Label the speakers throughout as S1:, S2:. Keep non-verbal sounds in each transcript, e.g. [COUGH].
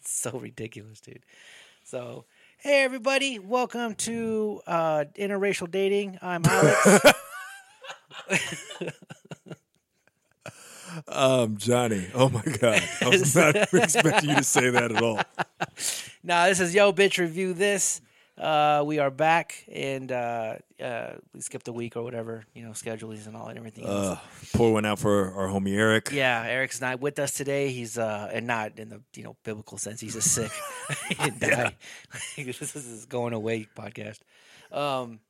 S1: so ridiculous, dude. So, hey everybody, welcome to uh, interracial dating. I'm Alex.
S2: Um, Johnny. Oh my God, I
S1: [LAUGHS]
S2: was not expecting you to say that at all.
S1: now this is Yo Bitch Review This. Uh, we are back, and uh, uh, we skipped a week or whatever, you know, schedules and all and everything. else.
S2: Uh, pour one out for our homie Eric.
S1: Yeah, Eric's not with us today. He's uh, and not in the you know biblical sense. He's just sick. [LAUGHS] he
S2: [LAUGHS]
S1: didn't die. [LAUGHS] this is his going away podcast. Um,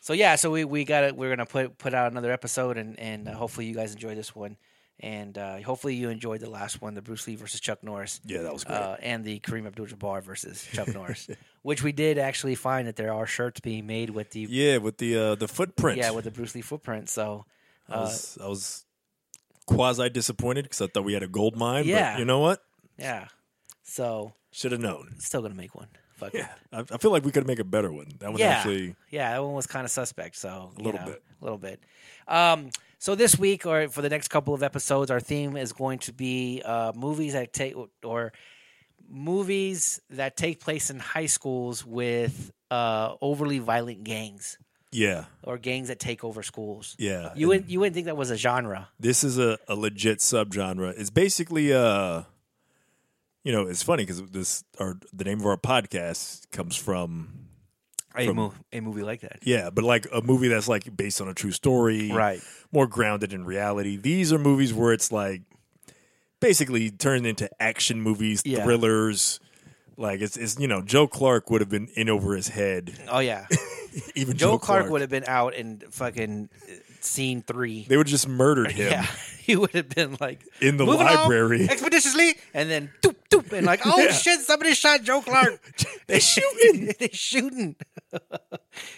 S1: so yeah, so we we got it. We're gonna put put out another episode, and and uh, hopefully you guys enjoy this one, and uh, hopefully you enjoyed the last one, the Bruce Lee versus Chuck Norris.
S2: Yeah, that was great.
S1: Uh, and the Kareem Abdul-Jabbar versus Chuck
S2: [LAUGHS]
S1: Norris, which we did actually find that there are shirts being made with the yeah,
S2: yeah, with the uh, the footprint.
S1: with uh, the Bruce Lee footprint. So
S2: I was, I was quasi disappointed because I thought we had a gold mine.
S1: Yeah.
S2: but you know what?
S1: yeah, so
S2: Should have known.
S1: still gonna make one. Fuck it.
S2: Yeah, I, I feel like we could make a better one. That was
S1: yeah.
S2: actually
S1: yeah, that one was kind of suspect. So a
S2: little bit.
S1: a little bit. Um, so this week, or for the next couple of episodes, our theme is going to be uh, movies that take or movies that take place in high schools with uh, overly violent gangs
S2: yeah,
S1: or gangs that take over schools.
S2: yeah.
S1: You wouldn't you wouldn't think that was a genre.
S2: this is a, a legit subgenre. It's basically uh you know, it's funny because this our the name of our podcast comes from
S1: A,
S2: From-
S1: mo- a movie like that.
S2: yeah, but like a movie that's like based on a true story,
S1: Right.
S2: More grounded in reality. These are movies where it's like basically turned into action movies,
S1: Yeah.
S2: thrillers. Like it's it's you know Joe Clark would have been in over his
S1: [LAUGHS]
S2: head.
S1: Oh
S2: [LAUGHS]
S1: yeah.
S2: Even
S1: Joe Clark would have been out in fucking uh, scene three.
S2: They would have just murdered him.
S1: Yeah, [LAUGHS] he would have been like
S2: In the
S1: "Moving on,
S2: library." [LAUGHS]
S1: expeditiously, and then doop doop, and like, oh
S2: Yeah.
S1: shit, somebody shot Joe Clark.
S2: [LAUGHS] They shooting.
S1: [LAUGHS] they shooting.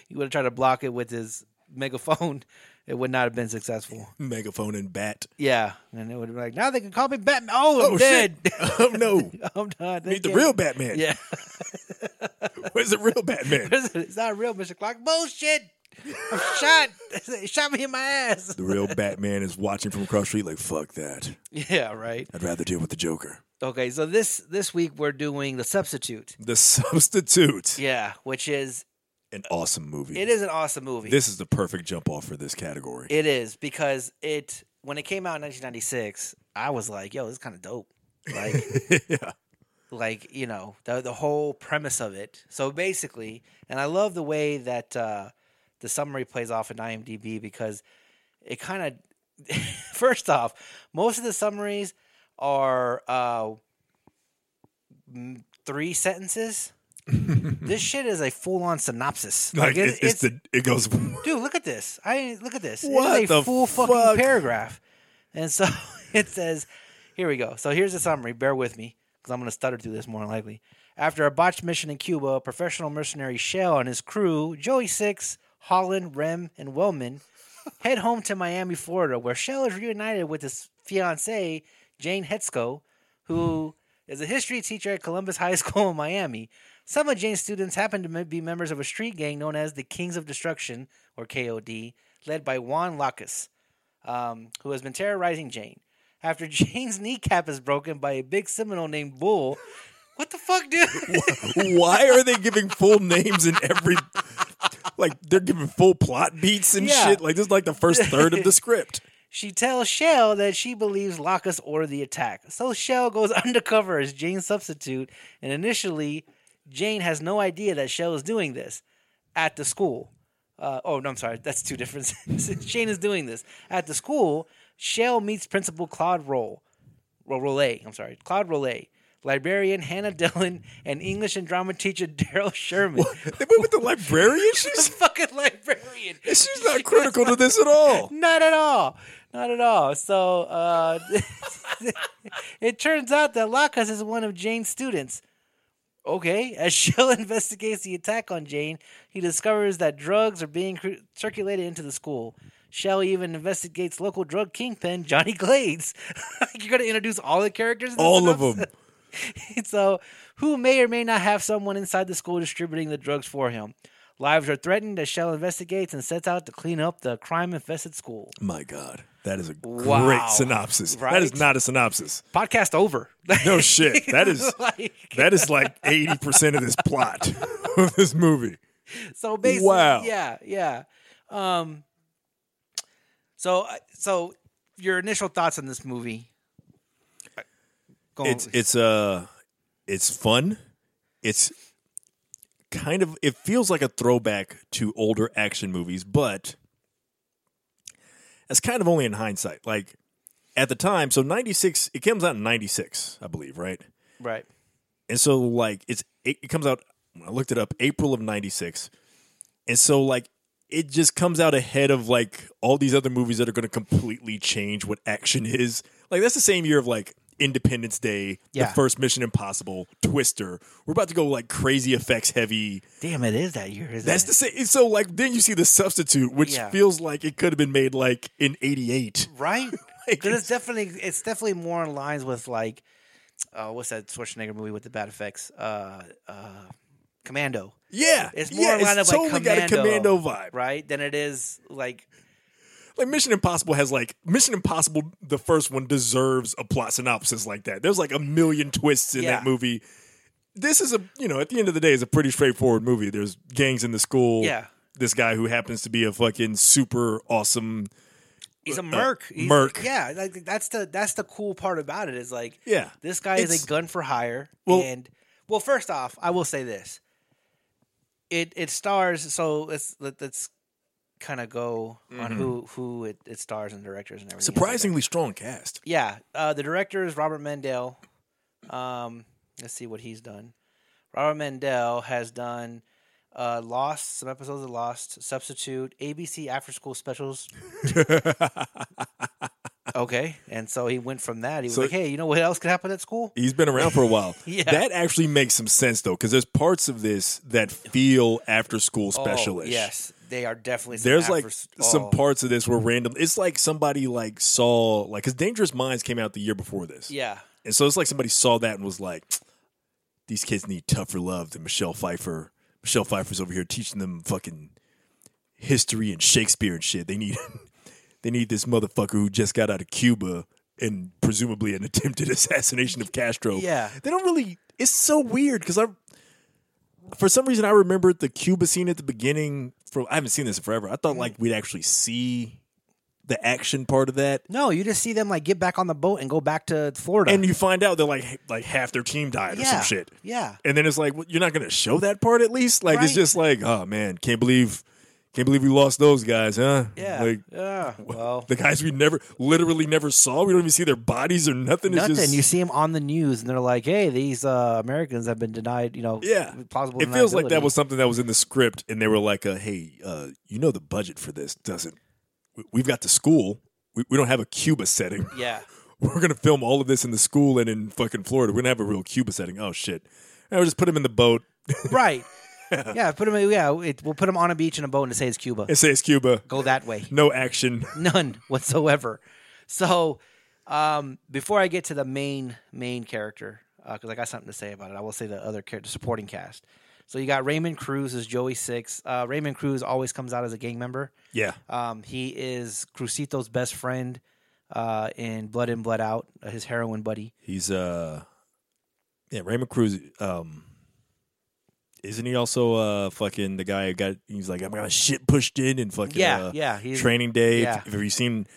S1: he would have tried to block it with his megaphone. It would not have been successful.
S2: [LAUGHS] Megaphone and bat.
S1: Yeah, and it would have been like, now they can call me Batman. [LAUGHS] Oh, I'm
S2: Oh
S1: dead. [LAUGHS]
S2: shit! [LAUGHS] oh no!
S1: I'm done. They
S2: Meet the
S1: can't-
S2: real
S1: [LAUGHS]
S2: Batman.
S1: Yeah,
S2: [LAUGHS] Where's the real Batman?
S1: [LAUGHS] it's not real, Mister Clark. Bullshit.
S2: [LAUGHS]
S1: I'm shot. [LAUGHS] They shot me in my ass. [LAUGHS]
S2: the real Batman is watching from across the street like, fuck that.
S1: Yeah, right.
S2: I'd rather deal with the Joker.
S1: Okay, so this this week we're doing the substitute.
S2: The [LAUGHS] Substitute.
S1: Yeah, which is
S2: An awesome movie.
S1: it is an awesome movie.
S2: This is the perfect jump off for this category.
S1: it is because it when it came out in 1996, I was like, "Yo, this is kind of dope." Like,
S2: [LAUGHS] yeah.
S1: like you know the the whole premise of it. So basically, and I love the way that uh, the summary plays off in IMDb because it kind of [LAUGHS] first off, most of the summaries are uh, m- three
S2: [LAUGHS]
S1: sentences. this shit is a full on synopsis.
S2: Like,
S1: it-
S2: it, it's, the, it goes, [LAUGHS]
S1: dude, look at this. I look at this.
S2: What
S1: It's a
S2: the
S1: full fucking
S2: fuck?
S1: paragraph. And so [LAUGHS] it says, here we go. So here's the summary. Bear with me because I'm going to stutter through this more than likely. After a botched mission in Cuba, a professional mercenary Shell and his crew, Joey Six, Holland, Rem, and
S2: [LAUGHS]
S1: Wellman, head home to Miami, Florida, where Shell is reunited with his fiancee, Jane Hetzko, who is a history teacher at Columbus High [LAUGHS] School in Miami. Some of Jane's students happen to be members of a street gang known as the Kings of Destruction, or KOD, led by Juan Lacus, um, who has been terrorizing Jane. After [LAUGHS] Jane's kneecap is broken by a big Seminole named Bull, what the fuck, dude? [LAUGHS]
S2: why are they giving full names in every. Like, they're giving full plot beats and
S1: Yeah.
S2: shit. Like, this is like the first third of the script.
S1: She tells Shell that she believes Locus ordered the attack. So Shell goes [LAUGHS] undercover as Jane's substitute, and initially, Jane has no idea that Shell is doing this at the school. Uh, oh, no, I'm sorry. That's two different. [LAUGHS] Shane is doing this. At the school, Shell meets Principal Claude Roll. Ro- Rollet, I'm sorry, Claude Rollet, librarian Hannah Dillon, and English and drama teacher [LAUGHS] Daryl Sherman.
S2: They went with the librarian. She's,
S1: Fucking librarian.
S2: she's not critical to this
S1: [LAUGHS]
S2: at all.
S1: Not at all. Not at all. So uh, [LAUGHS] it turns out that Lacus is one of Jane's students. Okay, as [LAUGHS] Shell investigates the attack on Jane, he discovers that drugs are being cr- circulated into the school. Shell even investigates local drug kingpin Johnny Glades. [LAUGHS] You're going to introduce all the characters? in this
S2: All of
S1: synopsis? [LAUGHS]
S2: them.
S1: so who may or may not have someone inside the school distributing the drugs for him. Lives are threatened as Shell investigates and sets out to clean up the crime infested school.
S2: My God, that is a
S1: Wow.
S2: great synopsis. That
S1: Right?
S2: is not a synopsis.
S1: Podcast over.
S2: [LAUGHS] No shit. That is
S1: [LAUGHS] Like-
S2: that is like eighty percent of this plot [LAUGHS] of this movie.
S1: so basically,
S2: Wow.
S1: yeah, yeah. Um, so, so your initial thoughts on this movie? Going,
S2: It's it's uh it's fun. It's kind of it feels like a throwback to older action movies, but that's kind of only in hindsight. Like at the time, so ninety six it comes out in ninety six, I believe, right?
S1: right.
S2: And so like it's it, it comes out I looked it up April of 96. And so like it just comes out ahead of like all these other movies that are going to completely change what action [LAUGHS] is. Like that's the same year of like Independence Day,
S1: Yeah.
S2: the first Mission Impossible, Twister. We're about to go like crazy effects heavy.
S1: Damn, it is that year. Isn't
S2: That's
S1: it?
S2: the same. So like then you see the substitute, which
S1: Yeah.
S2: feels like it could have been made like in '88.
S1: [LAUGHS] right?
S2: Like,
S1: Because it's definitely it's definitely more in lines with like, uh, what's that Schwarzenegger movie with the bad effects? Uh, uh, Commando,
S2: Yeah,
S1: It's more
S2: yeah,
S1: a lot
S2: it's
S1: of, like,
S2: totally got a
S1: Commando.
S2: commando vibe.
S1: right? Than it is like
S2: Like Mission Impossible has like Mission Impossible, the first one deserves a plot synopsis like that. There's like a million twists in
S1: Yeah.
S2: that movie. This is a you know at the end of the day is a pretty straightforward movie. There's gangs in the school.
S1: Yeah.
S2: this guy who happens to be a fucking super awesome.
S1: he's a merc, He's-
S2: Uh, merc.
S1: Yeah, like that's the that's the cool part about it is like
S2: Yeah,
S1: this guy is
S2: It's-
S1: a gun for hire.
S2: Well-
S1: and well, first off, I will say this. It it stars so let's let, let's kind of go on who
S2: Mm-hmm.
S1: who it, it stars and directors and everything. else like that.
S2: surprisingly strong cast.
S1: Yeah, uh, the director is Robert Mandel. Um, let's see what he's done. Robert Mandel has done uh, Lost, some episodes of Lost, Substitute, ABC After School
S2: [LAUGHS]
S1: Specials. okay, and so he went from that. He was
S2: So-
S1: like, "Hey, you know what else could happen at school?"
S2: He's been around for a while.
S1: [LAUGHS] Yeah.
S2: That actually makes some sense though, because there's parts of this that feel after school
S1: Oh,
S2: specialish.
S1: yes, they are definitely. Some
S2: There's
S1: after
S2: like
S1: s-
S2: some
S1: oh,
S2: parts of this where random. It's like somebody like saw like because Dangerous Minds came out the year before this,
S1: Yeah,
S2: and so it's like somebody saw that and was like, "These kids need tougher love than Michelle Pfeiffer. Michelle Pfeiffer's over here teaching them fucking history and Shakespeare and shit. They need [LAUGHS] they need this motherfucker who just got out of Cuba and presumably an [LAUGHS] attempted assassination of Castro.
S1: Yeah.
S2: they don't really. It's so weird because I. For some reason, I remembered the Cuba scene at the beginning. From I haven't seen this in forever. I thought like we'd actually see the action part of that,
S1: no, you just see them like get back on the boat and go back to Florida.
S2: and you find out that like h- like half their team died or
S1: yeah,
S2: some shit.
S1: yeah,
S2: And then it's like well, you're not going to show that part at least. Like
S1: Right.
S2: it's just like oh man, can't believe can't believe we lost those guys, huh?
S1: yeah,
S2: Like
S1: yeah. Well,
S2: [LAUGHS] the guys we never literally never saw. We don't even see their bodies or nothing.
S1: nothing.
S2: It's just
S1: you see them on the news, and they're like, "Hey, these uh, Americans have been denied, you know,
S2: yeah.
S1: plausible."
S2: It feels like that
S1: deniability."
S2: was something that was in the script, and they were like, uh, "Hey, uh, you know the budget for this doesn't. we- We've got the school. We, we don't have a Cuba setting. [LAUGHS]
S1: yeah,
S2: We're gonna film all of this in the school and in fucking Florida. We're gonna have a real Cuba setting. Oh shit! And we just put them in the boat [LAUGHS]
S1: right. yeah, put them. Yeah, it, we'll put them on a beach in a boat and say it's Cuba.
S2: and say it's Cuba.
S1: Go that way.
S2: No action. [LAUGHS]
S1: None [LAUGHS] whatsoever. So, um, before I get to the main main character, because I got something to say about it, I will say the other character, supporting cast. So you got Raymond Cruz as Joey Six. Uh, Raymond Cruz always comes out as a gang member.
S2: Yeah,
S1: Um, he is Crucito's best friend uh, in Blood In Blood Out, uh, his heroin buddy.
S2: he's uh, yeah Raymond Cruz. Um, isn't he also uh fucking the guy who got? He's like, I'm gonna shit pushed in and fucking
S1: Yeah,
S2: uh,
S1: yeah, he's
S2: Training Day.
S1: yeah.
S2: If, if you've seen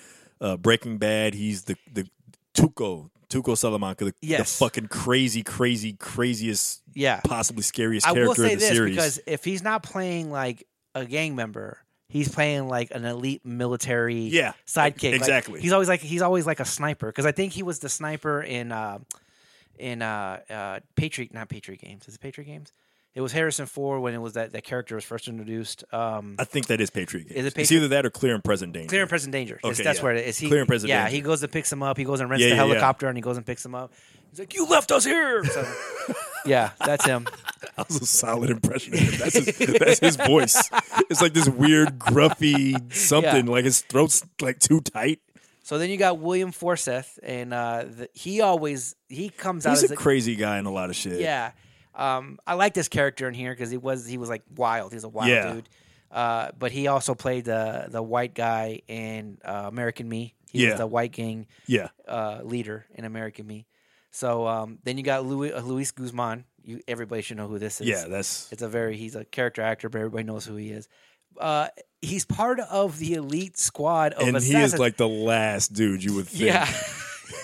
S2: uh, Breaking Bad, he's the the Tuco Tuco Salamanca, the,
S1: Yes.
S2: the fucking crazy, crazy, craziest,
S1: yeah.
S2: possibly scariest
S1: I
S2: character
S1: will say
S2: of the
S1: this
S2: series.
S1: because if he's not playing like a gang member, he's playing like an elite military
S2: Yeah,
S1: sidekick. Like,
S2: exactly.
S1: he's always like he's always like a sniper because I think he was the sniper in uh, in uh, uh, Patriot not Patriot Games. Is it Patriot Games? It was Harrison Ford when it was that that character was first introduced. Um,
S2: I think that is Patriot. Games.
S1: Is it
S2: It's
S1: Patriot-
S2: either that or Clear and Present Danger.
S1: Clear and present danger. It's-
S2: Okay,
S1: that's
S2: yeah.
S1: where it is. He,
S2: Clear and present
S1: yeah,
S2: danger.
S1: he goes to picks him up. He goes and rents
S2: Yeah,
S1: the
S2: yeah, yeah.
S1: helicopter and he goes and picks him up. He's like, "You left us here." [LAUGHS] So, yeah, that's him.
S2: That was a solid impression. Of him. That's his, that's his voice. It's like this weird, gruffy something. Like his throat's like too tight.
S1: So then you got William Forsyth, and uh, the, he always he comes out
S2: He's
S1: as
S2: a
S1: a,
S2: crazy guy in a lot of shit.
S1: yeah. Um, I like this character in here because he was he was like wild. He's a wild
S2: Yeah.
S1: dude. Uh, but he also played the the white guy in uh, American Me. He
S2: Yeah.
S1: was the white gang
S2: Yeah.
S1: uh, leader in American Me. So um, then you got Louis, uh, Luis Guzman. You everybody should know who this is.
S2: Yeah. That's
S1: It's a very he's a character actor, but everybody knows who he is. Uh, he's part of the elite squad of
S2: and he
S1: assassins.
S2: is like the last dude you would think.
S1: yeah, [LAUGHS]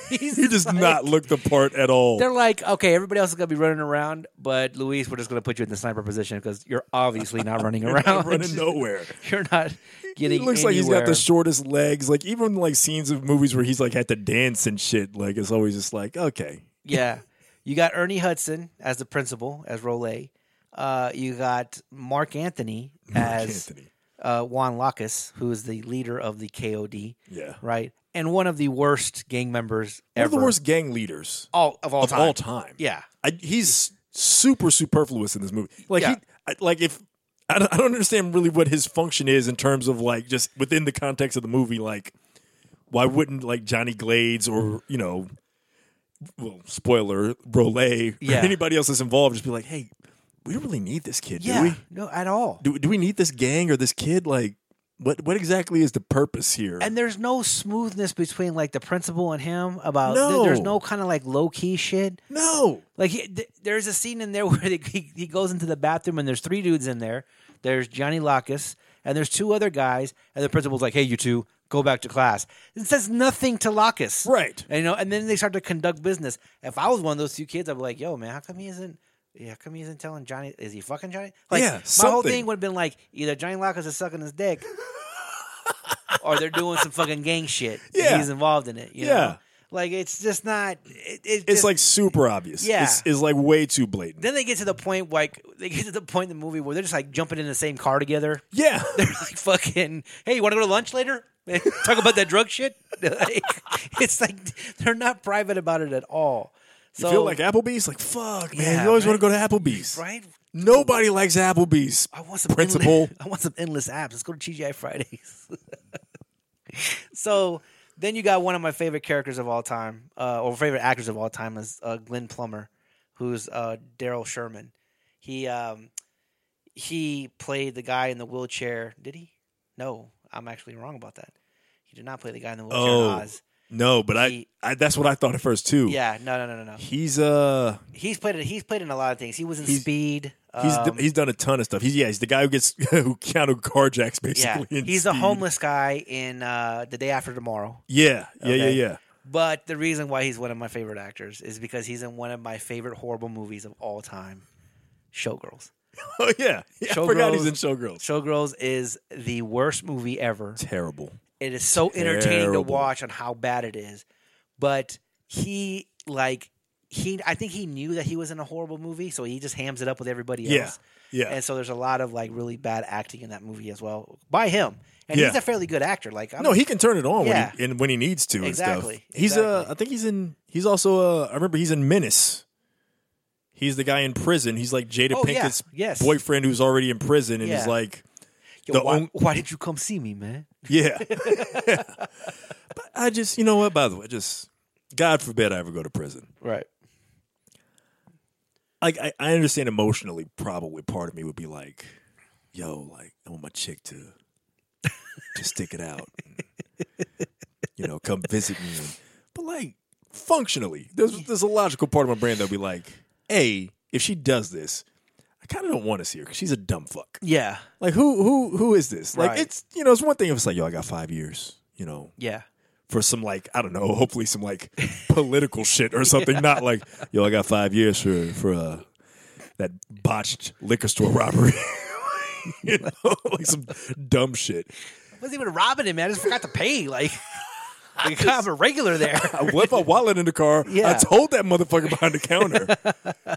S1: he's
S2: [LAUGHS] He does
S1: like-
S2: not look the part at all.
S1: They're like, okay, everybody else is gonna be running around, but Luis, we're just gonna put you in the sniper position because you're obviously not
S2: [LAUGHS]
S1: running
S2: They're
S1: around.
S2: not running
S1: [LAUGHS]
S2: nowhere.
S1: You're not
S2: He
S1: getting.
S2: looks like he's got the
S1: anywhere.
S2: shortest legs. Like even like scenes of movies where he's like had to dance and shit. Like it's always just like okay,
S1: Yeah. You got Ernie Hudson as the principal, as Role. Uh, you got Mark
S2: [LAUGHS]
S1: Anthony as
S2: Anthony.
S1: uh, Juan Lacus, who is the leader of the KOD,
S2: Yeah,
S1: right? And one of the worst gang members
S2: one
S1: ever.
S2: of the worst gang leaders
S1: all, of all
S2: of
S1: time.
S2: all time.
S1: Yeah.
S2: I, he's super superfluous in this movie. Like
S1: Yeah.
S2: he, I, like if I don't, I don't understand really what his function is in terms of like just within the context of the movie. Like why wouldn't like Johnny Glades or you know, well, spoiler, Brolay or
S1: Yeah.
S2: anybody else that's involved just be like, hey, we don't really need this kid,
S1: Yeah.
S2: do we?
S1: No, at all.
S2: Do, do we need this gang or this kid? Like what what exactly is the purpose here?
S1: And there's no smoothness between like the principal and him about
S2: No.
S1: there's no kind of like low key shit.
S2: no,
S1: Like he, th- there's a scene in there [LAUGHS] where they, he, he goes into the bathroom and there's three dudes in there. There's Johnny Lacus and there's two other guys, and the principal's like, "Hey, you two, go back to class." It says nothing to Lacus,
S2: right.
S1: And, you know, and then they start to conduct business. If I was one of those two kids, I'd be like, "Yo, man, how come he isn't?" Yeah, how come he isn't telling Johnny? Is he fucking Johnny? Like,
S2: Yeah,
S1: my whole
S2: something.
S1: thing would have been like either Johnny Lacus is sucking his
S2: [LAUGHS]
S1: dick, or they're doing some fucking gang shit. and
S2: Yeah.
S1: he's involved in it. You
S2: Yeah.
S1: know? like it's just not. It, it's
S2: It's
S1: just-
S2: like super obvious.
S1: Yeah.
S2: It's, it's like way too blatant.
S1: then they get to the point like they get to the point in the movie where they're just like jumping in the same car together.
S2: yeah.
S1: [LAUGHS] They're like fucking, hey, you want to go to lunch later? [LAUGHS] Talk about that drug shit. [LAUGHS] Like, it's like they're not private about it at all. So
S2: you feel like Applebee's? Like, fuck, man.
S1: Yeah,
S2: you always
S1: right.
S2: want to go to Applebee's.
S1: right?
S2: Nobody likes Applebee's.
S1: I want some
S2: Principal.
S1: endless- [LAUGHS] I want some endless apps. Let's go to TGI Fridays. [LAUGHS] so then you got one of my favorite characters of all time, uh, or favorite actors of all time, is uh, Glenn Plummer, who's uh, Daryl Sherman. He um, he played the guy in the wheelchair. Did he? No, I'm actually wrong about that. He did not play the guy in the wheelchair.
S2: Oh.
S1: in Oz.
S2: No, but I,
S1: He-
S2: I that's what I thought at first too.
S1: yeah, no, no, no, no, no.
S2: He's uh
S1: He's played. He's played in a lot of things. He was in
S2: He's-
S1: Speed.
S2: he's
S1: um,
S2: he's done a ton of stuff. He's yeah, he's the guy who gets [LAUGHS] who Keanu carjacks
S1: yeah,
S2: basically. in
S1: he's a
S2: Speed.
S1: homeless guy in uh, the day after tomorrow.
S2: Yeah, yeah,
S1: Okay.
S2: yeah, [LAUGHS] yeah.
S1: But the reason why he's one of my favorite actors is because he's in one of my favorite horrible movies of all time, Showgirls.
S2: Oh yeah. yeah I forgot he's
S1: Showgirls.
S2: in Showgirls.
S1: Showgirls is the worst movie ever.
S2: Terrible.
S1: It is so entertaining to
S2: Terrible.
S1: watch on how bad it is. But he like he I think he knew that he was in a horrible movie, so he just hams it up with everybody
S2: Yeah.
S1: else.
S2: Yeah.
S1: And so there's a lot of like really bad acting in that movie as well by him. And
S2: Yeah.
S1: he's a fairly good actor. Like I'm
S2: no, he can turn it on
S1: Yeah.
S2: when he, and when he needs to. And
S1: Exactly,
S2: stuff. He's uh,
S1: exactly.
S2: I think he's in. He's also uh, I remember he's in Menace. He's the guy in prison. He's like Jada
S1: Oh, yeah.
S2: Pinkett's
S1: Yes.
S2: boyfriend who's already in prison and is
S1: Yeah.
S2: like,
S1: Yo,
S2: the
S1: why,
S2: on-
S1: why did you come see me, man?
S2: yeah. but I just, you know what? By the way, just God forbid I ever go to prison.
S1: Right.
S2: Like I, I understand emotionally, probably part of me would be like, yo, like I want my chick to to stick it out, and, you know, come visit me. But like functionally, there's there's a logical part of my brain that'll be like, a if she does this, I kind of don't want to see her because she's a dumb fuck.
S1: Yeah.
S2: Like who who who is this? Like
S1: Right.
S2: it's you know it's one thing if it's like yo I got five years you know
S1: Yeah.
S2: for some like I don't know, [LAUGHS] hopefully
S1: [LAUGHS]
S2: some like political shit or something. Not like yo, I got five years for for uh, that botched liquor store robbery. [LAUGHS] you know, like some dumb shit.
S1: wasn't even robbing him, man. I just forgot to pay. Like, I got him a regular there.
S2: I left my wallet in the car. I
S1: Yeah.
S2: told that motherfucker behind the counter,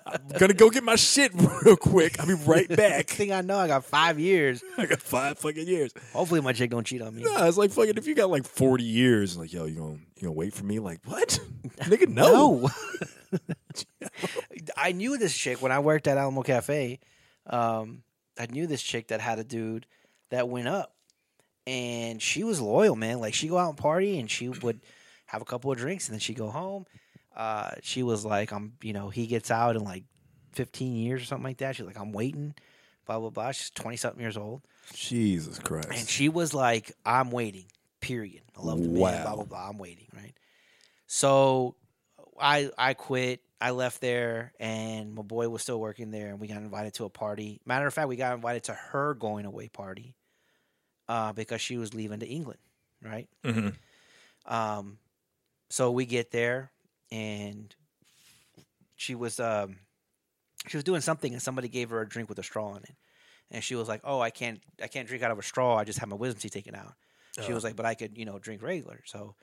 S2: I'm gonna go get my shit [LAUGHS] real quick. I'll be
S1: [LAUGHS]
S2: right back.
S1: thing I know, I got five years.
S2: [LAUGHS] I got five fucking years.
S1: Hopefully, my chick don't cheat on me.
S2: [LAUGHS] Nah, it's like fucking if you got like forty years, like yo, you gonna you gonna wait for me? Like
S1: [LAUGHS]
S2: what, [LAUGHS] nigga? No,
S1: No. I knew this chick when I worked at Alamo Cafe. Um, I knew this chick that had a dude that went up, and she was loyal, man. Like she go out and party, and she would have a couple of drinks, and then she would go home. Uh, she was like, "I'm," you know, he gets out and like 15 years or something like that. She's like, I'm waiting, blah, blah, blah. She's 20 something years old.
S2: Jesus
S1: And
S2: Christ.
S1: she was like, I'm waiting, period. I love the man, blah,
S2: Wow.
S1: blah, blah. I'm waiting, right? So I I quit. I left there and my boy was still working there and we got invited to a party. Matter of fact, we got invited to her going away party uh, because she was leaving to England, right?
S2: Mhm.
S1: Um, so we get there, and she was um, she was doing something, and somebody gave her a drink with a straw in it, and she was like, "Oh, I can't, I can't drink out of a straw. I just have my wisdom teeth taken out." She
S2: Uh.
S1: was like, "But I could, you know, drink regular." So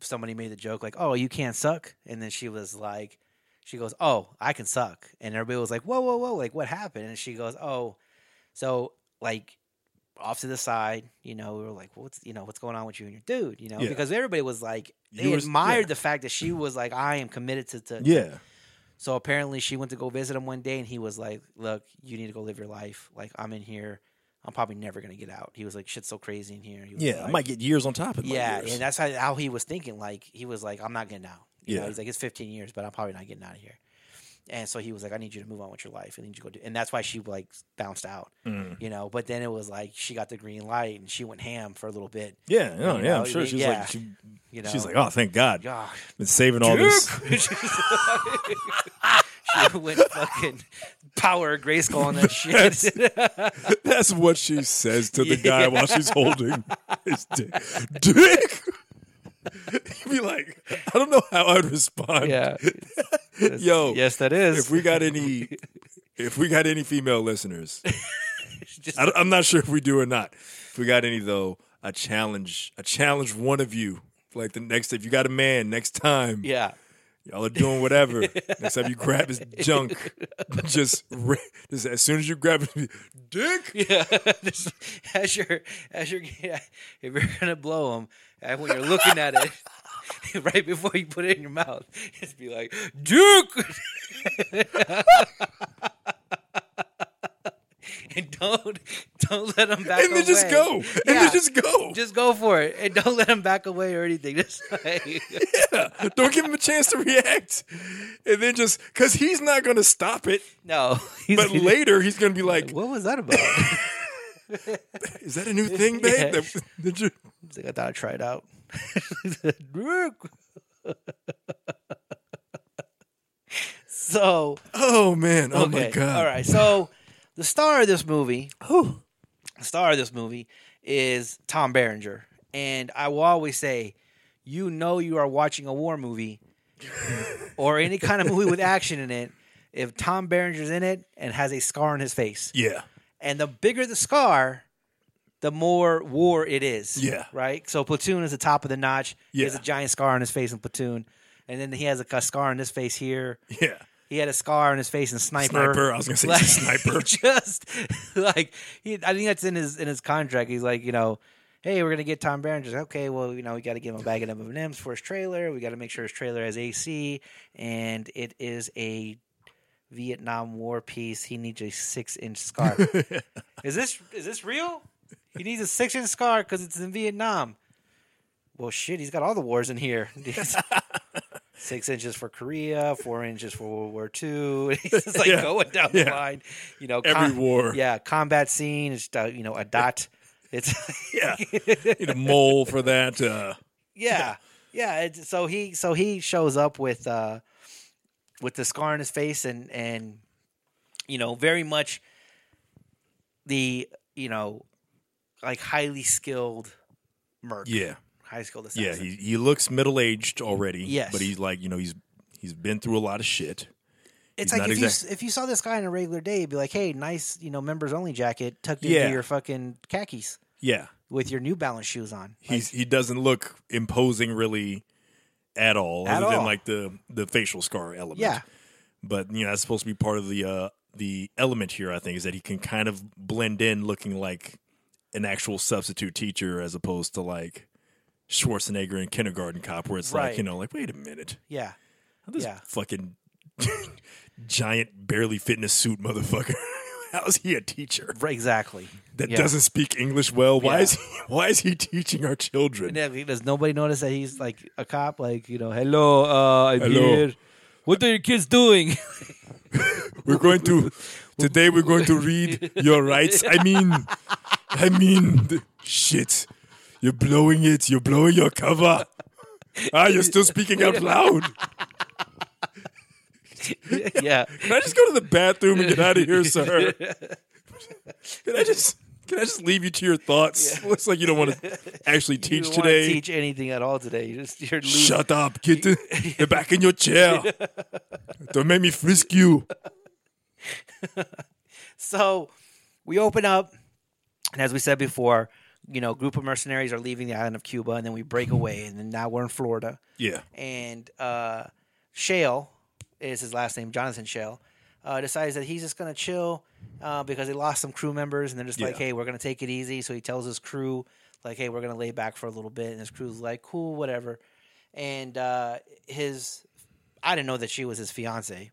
S1: somebody made the joke like, "Oh, you can't suck," and then she was like, "She goes, oh, I can suck," and everybody was like, "Whoa, whoa, whoa! Like, what happened?" And she goes, "Oh, so like." Off to the side, you know, we were like, "What's you know what's going on with you and your dude?" You know,
S2: Yeah.
S1: because everybody was like, they
S2: You was-
S1: admired
S2: yeah.
S1: the fact that she was like, "I am committed to." to
S2: Yeah.
S1: So apparently, she went to go visit him one day, and he was like, "Look, you need to go live your life. Like, I'm in here. I'm probably never gonna get out." He was like, "Shit's so crazy in here." He was
S2: Yeah. I
S1: like-
S2: might get years on top of my
S1: yeah,
S2: years.
S1: and that's how, how he was thinking. Like he was like, I'm not getting out. You know,
S2: Yeah.
S1: he's like, it's 15 years, but I'm probably not getting out of here. And so he was like, I need you to move on with your life. I need you to go do, and that's why she like bounced out.
S2: Mm.
S1: You know, but then it was like she got the green light and she went ham for a little bit.
S2: Yeah. No,
S1: You
S2: yeah.
S1: know,
S2: I'm sure she's
S1: yeah.
S2: like, she,
S1: You know,
S2: she's like, oh, thank God.
S1: gosh,
S2: Been saving all this.
S1: [LAUGHS] she went fucking power grayskull on
S2: [LAUGHS]
S1: that [LAUGHS] shit.
S2: That's what she says to the
S1: [LAUGHS] Yeah.
S2: guy while she's holding his dick. Dick. [LAUGHS] He'd be like, I don't know how I'd respond.
S1: yeah,
S2: [LAUGHS] Yo,
S1: yes, that is.
S2: Oh. if we
S1: [LAUGHS]
S2: got any, if we got any female listeners,
S1: Just-
S2: I, am not sure if we do or not. If we got any though, I challenge, I challenge one of you. Like the next, if you got a man, next time
S1: yeah,
S2: y'all are
S1: [LAUGHS]
S2: doing whatever, next time you grab his junk, just, ra- just as soon as you grab it, dick.
S1: [LAUGHS] Yeah, Just as you're as you're yeah, if you're gonna blow them, and when you're looking at it, [LAUGHS] right before you put it in your mouth, just be like, "Duke," [LAUGHS] and don't don't let them back.
S2: And then just
S1: away.
S2: go, and
S1: Yeah,
S2: then just go.
S1: just go for it, and don't let them back away or anything. [LAUGHS] Just like,
S2: [LAUGHS] Don't give him a chance to react. And then just because he's not going to stop it,
S1: no, [LAUGHS]
S2: but later he's going to be like,
S1: what was that about?
S2: "Is that a new thing, babe?"
S1: Yeah.
S2: That- that you-
S1: He's like, I thought I tried out. [LAUGHS] so
S2: oh man! Oh
S1: okay,
S2: my god!
S1: all right. So the star of this movie,
S2: Whew.
S1: the star of this movie, is Tom Berenger, and I will always say, you know, you are watching a war
S2: [LAUGHS]
S1: movie or any kind of movie with action in it if Tom Berenger's in it and has a scar on his face.
S2: Yeah.
S1: And the bigger the scar, the more war it is.
S2: Yeah.
S1: Right? So Platoon is the top of the notch. He has a
S2: Yeah.
S1: giant scar on his face in Platoon. And then he has a ca- scar on his face here.
S2: Yeah.
S1: He had a scar on his face in Sniper.
S2: Sniper. I was going to
S1: [LAUGHS]
S2: say
S1: Like,
S2: sniper.
S1: just like he, I think that's in his in his contract. He's like, you know, hey, we're gonna get Tom Berenger. Okay, well, you know, we got to give him a bag of M and M's for his trailer. We got to make sure his trailer has AC, and it is a Vietnam War piece. He needs a six inch
S2: [LAUGHS]
S1: scarf. Is this is this real? He needs a six inch scar because it's in Vietnam. Well, shit, he's got all the wars in here. [LAUGHS] Six inches for Korea, four inches for World War II. [LAUGHS] He's just like
S2: Yeah.
S1: going down the
S2: Yeah.
S1: line. You know,
S2: Every war.
S1: Yeah, combat scene is uh, you know a dot. It's [LAUGHS]
S2: [LAUGHS] Yeah. Need a mole for that. Uh,
S1: yeah, yeah. It's, so he so he shows up with uh with the scar on his face and and you know very much the you know like highly skilled merc,
S2: yeah.
S1: high skilled assassin.
S2: Yeah. He, he looks middle aged already.
S1: Yes.
S2: But he's like, you know, he's he's been through a lot of shit.
S1: it's
S2: he's
S1: like if
S2: not
S1: you if you saw this guy in a regular day, you'd be like, hey, nice you know members only jacket tucked
S2: Yeah.
S1: into your fucking khakis
S2: Yeah.
S1: with your New Balance shoes on. Like,
S2: He's he doesn't look imposing really at all,
S1: At
S2: other
S1: all.
S2: than like the the facial scar element.
S1: yeah,
S2: but you know that's supposed to be part of the uh the element here i think is that he can kind of blend in looking like an actual substitute teacher as opposed to like schwarzenegger in kindergarten cop where it's like
S1: Right.
S2: you know like wait a minute
S1: yeah.
S2: how this
S1: Yeah.
S2: fucking [LAUGHS] giant barely fit in a suit motherfucker [LAUGHS] how is he a teacher
S1: Right, exactly.
S2: that
S1: Yeah.
S2: doesn't speak english well why
S1: Yeah.
S2: is he [LAUGHS] why is he teaching our children
S1: Yeah, does nobody notice that he's like a cop? Like, you know, hello, uh, I'm
S2: Hello.
S1: here. What are your kids doing?
S2: We're going to today. We're going to
S1: [LAUGHS]
S2: read your rights. I mean, I mean, th- shit. You're blowing it. You're blowing your cover. Ah, you're still
S1: [LAUGHS]
S2: speaking out loud.
S1: [LAUGHS] yeah.
S2: Can I just go to the bathroom and get out of here, sir? Can I just can I just leave you to your thoughts? Looks like you
S1: [LAUGHS]
S2: don't want to actually
S1: [LAUGHS] You
S2: teach
S1: don't wanna
S2: today.
S1: teach anything at all today. You just you're losing.
S2: Shut up, get in-
S1: [LAUGHS]
S2: get back in your chair. Don't make me frisk you.
S1: So we open up, and as we said before, you know, group of mercenaries are leaving the island of Cuba, and then we break away, and then now we're in Florida.
S2: Yeah.
S1: and uh, Shale is his last name, Jonathan Shale, uh, decides that he's just gonna chill uh, because they lost some crew members, and they're just like,
S2: Yeah.
S1: "Hey, we're gonna take it easy." So he tells his crew, like, "Hey, we're gonna lay back for a little bit," and his crew's like, "Cool, whatever." And uh, his, I didn't know that she was his fiance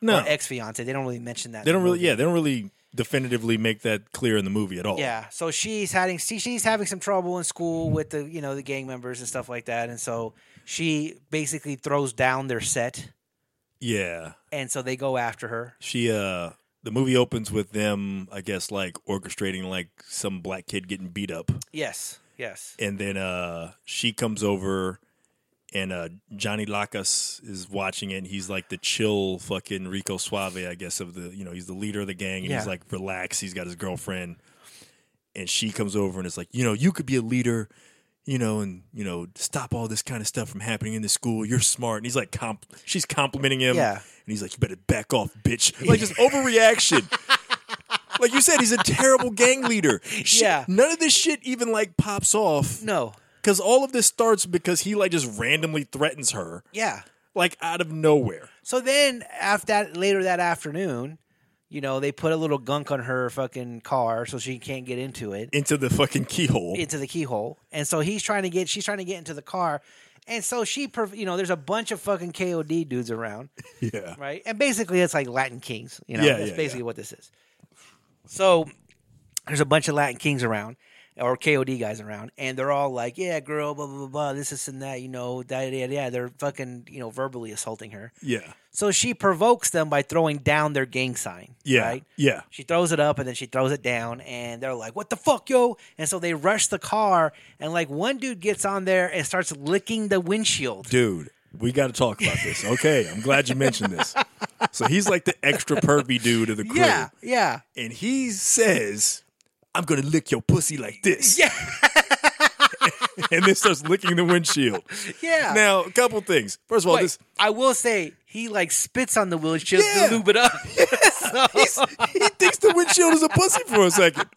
S2: No.
S1: or ex fiance. They don't really mention that.
S2: They
S1: in the
S2: don't really
S1: movie.
S2: yeah, they don't really definitively make that clear in the movie at all.
S1: Yeah, so she's having she- she's having some trouble in school with the you know the gang members and stuff like that, and so she basically throws down their set,
S2: Yeah.
S1: and so they go after her.
S2: She uh the movie opens with them, I guess, like orchestrating like some black kid getting beat up.
S1: Yes, yes.
S2: And then uh she comes over and uh Johnny Lacas is watching it and he's like the chill fucking Rico Suave, I guess, of the you know, he's the leader of the gang and
S1: Yeah.
S2: he's like relaxed, he's got his girlfriend. And she comes over and is like, you know, you could be a leader, you know, and you know, stop all this kind of stuff from happening in the school. You're smart. And he's like comp she's complimenting him.
S1: Yeah.
S2: And he's like, You better back off,
S1: [LAUGHS]
S2: bitch. Like just overreaction. like you said, he's a terrible gang leader. Shit-
S1: Yeah.
S2: None of this shit even like pops off.
S1: No.
S2: Because all of this starts because he like just randomly threatens her,
S1: Yeah.
S2: like out of nowhere.
S1: So then after that, later that afternoon, you know, they put a little gunk on her fucking car so she can't get into it,
S2: Into the fucking keyhole.
S1: [LAUGHS] into the keyhole. And so he's trying to get she's trying to get into the car. And so she perf- you know, there's a bunch of fucking KOD dudes around,
S2: yeah.
S1: right? And basically it's like Latin Kings, you know.
S2: Yeah,
S1: That's
S2: yeah,
S1: basically
S2: yeah.
S1: what this is. So there's a bunch of Latin Kings around. Or KOD guys around, and they're all like, "Yeah, girl, blah blah blah, blah this, this, and that," you know, da da da. da. They're fucking, you know, verbally assaulting her.
S2: Yeah.
S1: So she provokes them by throwing down their gang sign.
S2: Yeah.
S1: Right?
S2: Yeah.
S1: She throws it up and then she throws it down, and they're like, "What the fuck, yo!" And so they rush the car, and like one dude gets on there and starts licking the windshield.
S2: Dude, we got to talk about this.
S1: [LAUGHS]
S2: Okay. I'm glad you mentioned this. So he's like the extra pervy dude of the crew.
S1: Yeah, yeah,
S2: And he says, I'm going to lick your pussy like this.
S1: Yeah.
S2: [LAUGHS] and then starts licking the windshield.
S1: yeah.
S2: Now, a couple things. First of all,
S1: Wait,
S2: this.
S1: I will say he like spits on the windshield
S2: [LAUGHS] Yeah.
S1: to lube it up.
S2: He's, he thinks the windshield is a pussy for a second.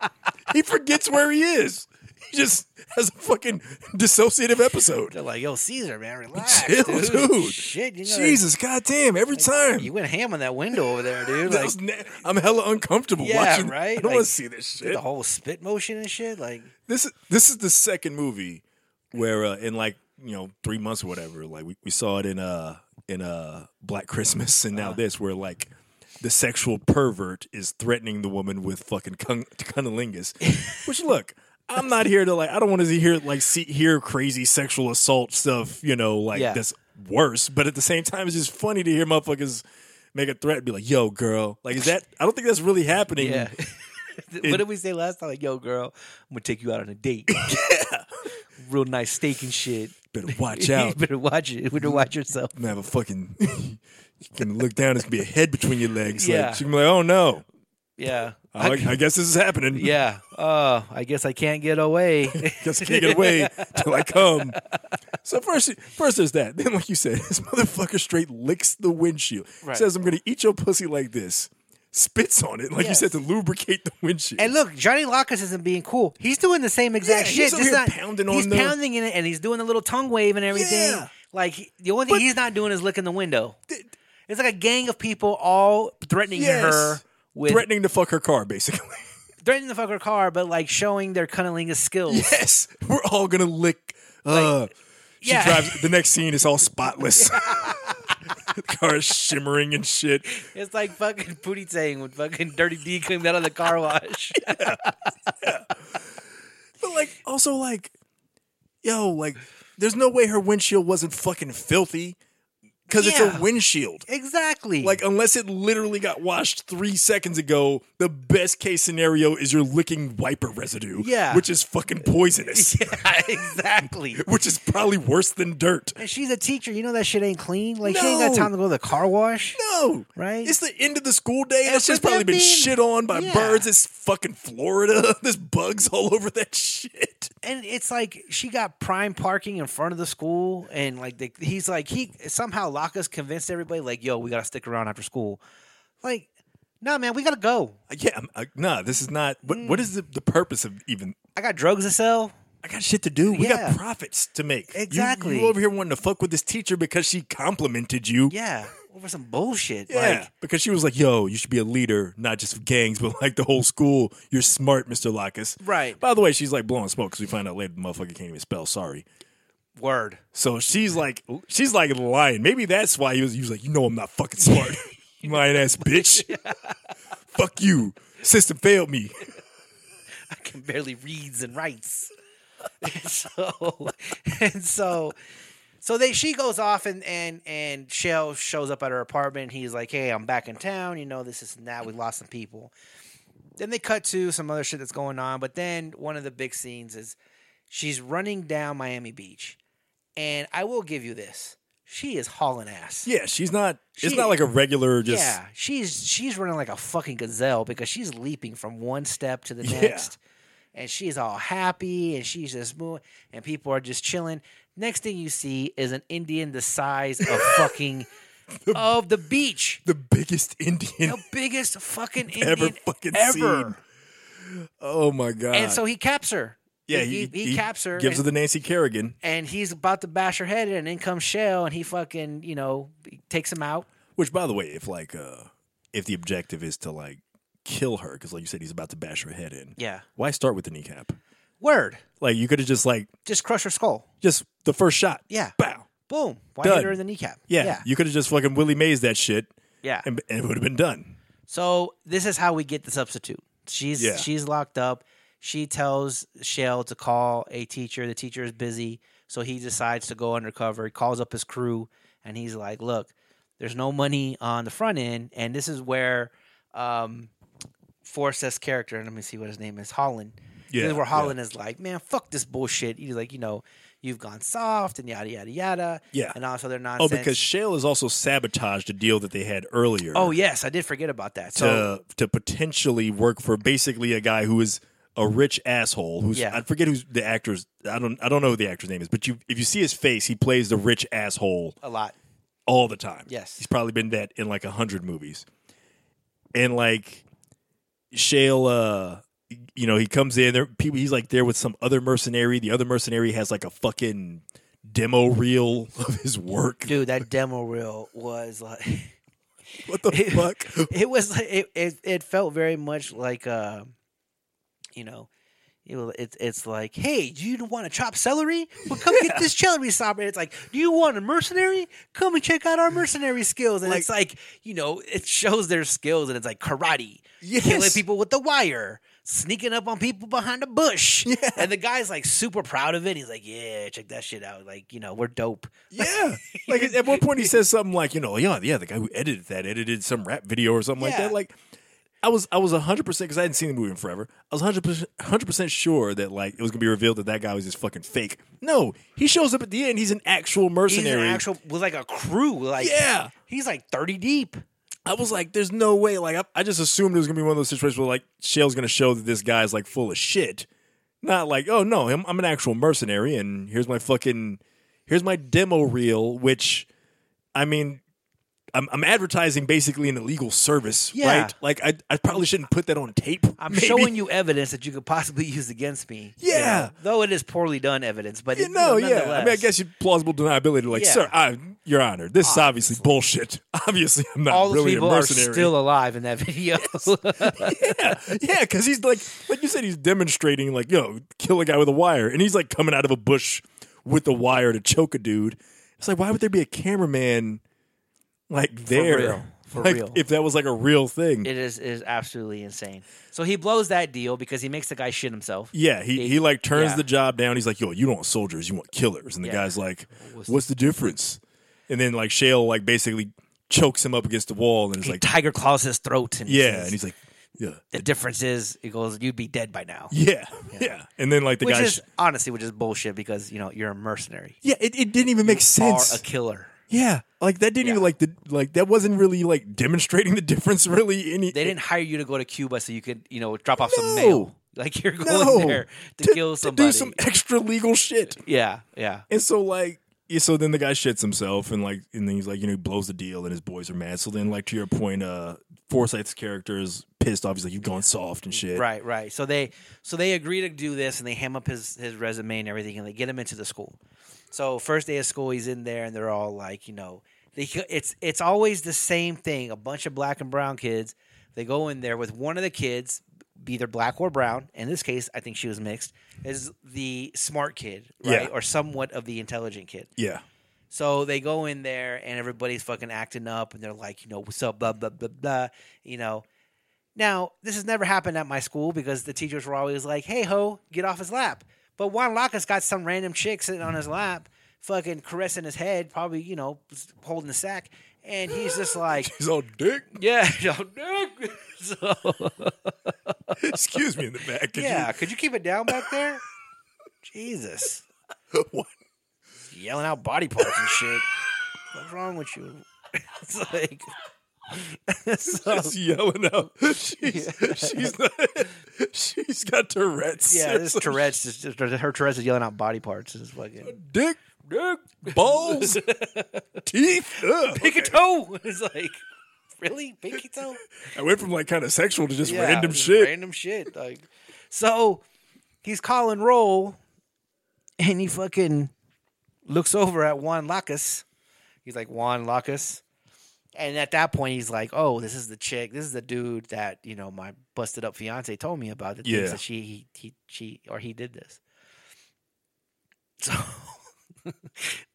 S2: He forgets where he is. He just has a fucking dissociative episode.
S1: They're like, "Yo, Caesar, man, relax,
S2: Chill,
S1: dude.
S2: dude.
S1: Shit, you know,
S2: Jesus, goddamn! Every time,
S1: you went ham on that window over there, dude.
S2: That
S1: Like
S2: was na- I'm hella uncomfortable
S1: Yeah,
S2: watching.
S1: right?
S2: I don't want
S1: Like,
S2: to see this shit.
S1: the whole spit motion and shit. Like,
S2: This is this is the second movie where uh, in like you know three months or whatever, like we, we saw it in uh in uh Black Christmas and
S1: Uh-huh.
S2: now this where like the sexual pervert is threatening the woman with fucking cun-
S1: [LAUGHS]
S2: cunnilingus, which look. I'm not here to like. I don't want to hear like see hear crazy sexual assault stuff. You know, like
S1: Yeah.
S2: that's worse. But at the same time, it's just funny to hear motherfuckers make a threat and be like, "Yo, girl," like is that? I don't think that's really happening.
S1: Yeah. what did we say last time? Like, yo, girl, I'm gonna take you out on a
S2: [LAUGHS]
S1: date. Real nice steak and shit.
S2: Better watch
S1: [LAUGHS]
S2: out.
S1: you better watch it. You better watch yourself.
S2: I'm gonna have a fucking. [LAUGHS] you can look down. It's gonna be a head between your legs.
S1: Yeah.
S2: Like, she can be like, "Oh no,
S1: Yeah.
S2: I, I guess this is happening.
S1: yeah. Oh, I guess I can't get away.
S2: [LAUGHS] guess I can't get away
S1: [LAUGHS]
S2: till I come." So first, first there's that. Then, like you said, [LAUGHS] this motherfucker straight licks the windshield.
S1: Right.
S2: Says, "I'm gonna eat your pussy like this." Spits on it, like
S1: Yes.
S2: you said, to lubricate the windshield.
S1: and look, Johnny Lacas isn't being cool. He's doing the same exact
S2: Yeah, he's
S1: shit.
S2: over
S1: just
S2: here
S1: not,
S2: pounding on
S1: he's
S2: the-
S1: pounding in it and he's doing the little tongue wave and everything.
S2: Yeah.
S1: Like he- the only thing
S2: But-
S1: he's not doing is licking the window.
S2: Th-
S1: It's like a gang of people all threatening
S2: Yes.
S1: her with
S2: Threatening to fuck her car, basically. [LAUGHS]
S1: threatening the fucker car, but like showing their cunnilingus skills.
S2: yes, we're all gonna lick. Uh, she
S1: yeah.
S2: drives. The next scene is all spotless. [LAUGHS] the car is shimmering and shit.
S1: [LAUGHS] It's like fucking Pootie Tang when fucking Dirty D came out of the car
S2: [LAUGHS]
S1: wash.
S2: But like, also like, yo, like, there's no way her windshield wasn't fucking filthy. because it's
S1: Yeah.
S2: a windshield.
S1: Exactly.
S2: Like, unless it literally got washed three seconds ago, the best case scenario is you're licking wiper residue.
S1: Yeah.
S2: Which is fucking
S1: [LAUGHS]
S2: poisonous.
S1: [LAUGHS] yeah,
S2: [LAUGHS]
S1: exactly.
S2: Which is probably worse than dirt.
S1: And she's a teacher. You know that shit ain't clean. Like she ain't got
S2: No.
S1: time to go to the car wash.
S2: No.
S1: Right?
S2: It's the end of the school day. That's
S1: for
S2: just probably
S1: them
S2: been
S1: being-
S2: shit on by
S1: Yeah.
S2: birds. It's fucking Florida. [LAUGHS] There's bugs all over that [LAUGHS] shit.
S1: and it's like she got prime parking in front of the school, and like the, he's like he somehow Lakas convinced everybody like, yo, we gotta stick around after school. Like, nah, man, we gotta go.
S2: Yeah. I'm, I, nah, this is not. What,
S1: Mm.
S2: what is the, the purpose of even.
S1: I got drugs to sell.
S2: I got shit to do. We
S1: Yeah.
S2: got profits to make. You-
S1: Exactly.
S2: You, over here wanting to fuck with this teacher because she complimented you.
S1: Yeah, over some bullshit.
S2: Yeah,
S1: Like,
S2: because she was like, "Yo, you should be a leader, not just of gangs, but like the whole school. You're smart, Mister Lockus."
S1: Right.
S2: By the way, she's like blowing smoke because we find out later the motherfucker can't even spell. Sorry.
S1: word.
S2: So she's like, she's like lying. Maybe that's why he was. He was like, "You know, I'm not fucking
S1: [LAUGHS]
S2: smart, lying ass bitch. Fuck you, system failed me."
S1: [LAUGHS] I can barely reads and writes. [LAUGHS] and so and so so they she goes off and and and Shell shows up at her apartment. He's like, "Hey, I'm back in town. You know this is now we lost some people." Then they cut to some other shit that's going on. But then one of the big scenes is she's running down Miami Beach, and I will give you this: she is hauling ass.
S2: Yeah, she's not.
S1: She-
S2: it's not like a regular just.
S1: Yeah, she's she's running like a fucking gazelle because she's leaping from one step to the
S2: Yeah.
S1: next, and she's all happy and she's just moving, and people are just chilling. Next thing you see is an Indian the size of
S2: [LAUGHS]
S1: fucking of the beach,
S2: The biggest Indian
S1: the biggest fucking Indian
S2: [LAUGHS] ever fucking
S1: ever.
S2: seen. Oh my god!
S1: And so he caps her.
S2: yeah,
S1: he, he, he caps her.
S2: Gives
S1: and-
S2: her the Nancy Kerrigan.
S1: and he's about to bash her head in, and in comes Shell, and he fucking, you know, takes him out.
S2: Which, by the way, if like uh if the objective is to like kill her, because like you said, he's about to bash her head in.
S1: Yeah.
S2: Why start with the kneecap?
S1: Word.
S2: Like you could have just like
S1: Just crush her skull.
S2: just the first shot.
S1: Yeah.
S2: Bow.
S1: Boom. Why
S2: Done.
S1: hit her in the kneecap?
S2: Yeah.
S1: Yeah.
S2: You could have just fucking Willie Mays that shit,
S1: yeah.
S2: and, and it would have been done.
S1: So this is how we get the substitute. She's
S2: Yeah.
S1: she's locked up. She tells Shell to call a teacher. The teacher is busy, so he decides to go undercover. He calls up his crew, and he's like, "Look, there's no money on the front end, and this is where um, Forrest S. character. And let me see what his name is. Holland.
S2: Yeah,
S1: This is where
S2: yeah.
S1: Holland is like, man, fuck this bullshit. He's like, you know, you've gone soft and yada yada yada.
S2: Yeah.
S1: and also they're
S2: Oh,
S1: nonsense.
S2: because Shale has also sabotaged a deal that they had earlier.
S1: oh yes, I did forget about that.
S2: to
S1: So
S2: to potentially work for basically a guy who is a rich asshole who's
S1: Yeah.
S2: I forget who's the actor's I don't I don't know who the actor's name is, but you if you see his face, he plays the rich asshole
S1: a lot.
S2: all the time.
S1: Yes.
S2: he's probably been that in like a hundred movies. And like Shale, uh, you know, he comes in there. People, he's like there with some other mercenary. The other mercenary has like a fucking demo reel of his work.
S1: dude that demo reel was like [LAUGHS]
S2: What the fuck?
S1: it was like- it, it it felt very much like uh you know it was- it's it's like hey do you want to chop celery well come get this celery stop and it's like do you want a mercenary come and check out our mercenary skills and it's like you know it shows their skills and it's like karate killing
S2: Yes.
S1: people with the wire sneaking up on people behind a
S2: [LAUGHS]
S1: bush and the guy's like super proud of it he's like yeah check that shit out like you know we're dope
S2: Yeah. Like at one point he says something like, you know, yeah, yeah, the guy who edited that edited some rap video or something like
S1: Yeah.
S2: that. Like I was I was 100% cuz I hadn't seen the movie in forever. I was 100% 100% sure that like it was going to be revealed that that guy was just fucking fake. No, he shows up at the end, he's an actual
S1: He's
S2: mercenary.
S1: an actual with like a crew. Like
S2: Yeah.
S1: he's like thirty deep.
S2: I was like there's no way like I, I just assumed it was going to be one of those situations where like Shale's going to show that this guy's like full of shit. Not like, oh no, I'm, I'm an actual mercenary and here's my fucking here's my demo reel which I mean, I'm, I'm advertising basically an illegal service,
S1: Yeah.
S2: right? Like, I, I probably shouldn't put that on tape.
S1: I'm
S2: maybe.
S1: showing you evidence that you could possibly use against me. you
S2: Yeah.
S1: know, though it is poorly done evidence, but
S2: Yeah,
S1: it-
S2: [LAUGHS] no, yeah. I
S1: nonetheless.
S2: mean, I guess you plausible deniability. Like,
S1: Yeah. Ah.
S2: sir, I, Your Honor, this is obviously bullshit. [LAUGHS] Obviously, I'm not
S1: all those
S2: really
S1: people
S2: a
S1: are
S2: mercenary.
S1: still alive in that [LAUGHS] video.
S2: yeah, [LAUGHS] yeah, because he's like, like you said, he's demonstrating, like, yo, kill a guy with a wire, and he's like coming out of a bush with the wire to choke a dude. It's like, why would there be a cameraman like there?
S1: real. For
S2: Like,
S1: real.
S2: If that was like a real thing,
S1: it is is absolutely insane. So he blows that deal because he makes the guy shit himself.
S2: Yeah, he, he like turns
S1: yeah.
S2: the job down. He's like, "Yo, you don't want soldiers, you want killers." And the
S1: Yeah.
S2: guy's like, "What's the difference?" and then like Shale like basically chokes him up against the wall and it's
S1: He
S2: like
S1: tiger claws his throat. And he
S2: yeah,
S1: says,
S2: and he's like yeah,
S1: the difference is, he goes, you'd be dead by now.
S2: yeah, [LAUGHS] yeah, and then like the
S1: which
S2: guy
S1: is honestly, which is bullshit because you know you're a mercenary,
S2: yeah, it, it didn't even make sense.
S1: are a killer.
S2: yeah, like that didn't even
S1: Yeah.
S2: like the like that wasn't really like demonstrating the difference really any
S1: They didn't hire you to go to Cuba so you could you know drop off some
S2: No.
S1: mail. Like you're going
S2: no
S1: there to, kill somebody.
S2: do some extra legal shit.
S1: yeah, yeah.
S2: And so like yeah, so then the guy shits himself and like and then he's like, you know, he blows the deal and his boys are mad. So then like to your point, uh Forsyth's character is pissed off. He's like, You've gone soft and shit.
S1: Right, right. So they so they agree to do this and they ham up his his resume and everything and they get him into the school. So first day of school he's in there and they're all like, you know, they it's it's always the same thing, a bunch of black and brown kids. They go in there with one of the kids be either black or brown. In this case, I think she was mixed. Is the smart kid, right?
S2: Yeah.
S1: Or somewhat of the intelligent kid.
S2: Yeah.
S1: So they go in there and everybody's fucking acting up and they're like, you know, what's up, blah, blah, blah, blah, you know. Now, this has never happened at my school because the teachers were always like, hey ho, get off his lap. But Juan Lacas got some random chick sitting on his lap, fucking caressing his head, probably, you know, holding the sack. And he's just
S2: [LAUGHS]
S1: like,
S2: He's all dick.
S1: yeah, Dick. so,
S2: Excuse me in the back.
S1: [LAUGHS]
S2: Could [LAUGHS]
S1: yeah, could you keep it down back there? Jesus.
S2: You, what?
S1: yelling out body parts and [LAUGHS] shit. What's wrong with you? It's [LAUGHS] like so, [LAUGHS]
S2: Just yelling out. [LAUGHS] She's she's not, [LAUGHS] she's got Tourette's.
S1: yeah,
S2: or [LAUGHS]
S1: this
S2: some
S1: Tourette's just, just her Tourette's is yelling out body parts. It's fucking
S2: dick, dick, balls, [LAUGHS] teeth. Ugh.
S1: pinky toe. [LAUGHS] It's like really pinky toe.
S2: I went from like kind of sexual to just
S1: Yeah,
S2: random
S1: just
S2: shit.
S1: Random shit. Like so, he's calling roll, and he fucking looks over at Juan Lacus. He's like Juan Lacus. And at that point, he's like, "Oh, this is the chick. This is the dude that you know my busted up fiance told me about. That thinks
S2: Yeah.
S1: that she he, he she or he did this." So [LAUGHS]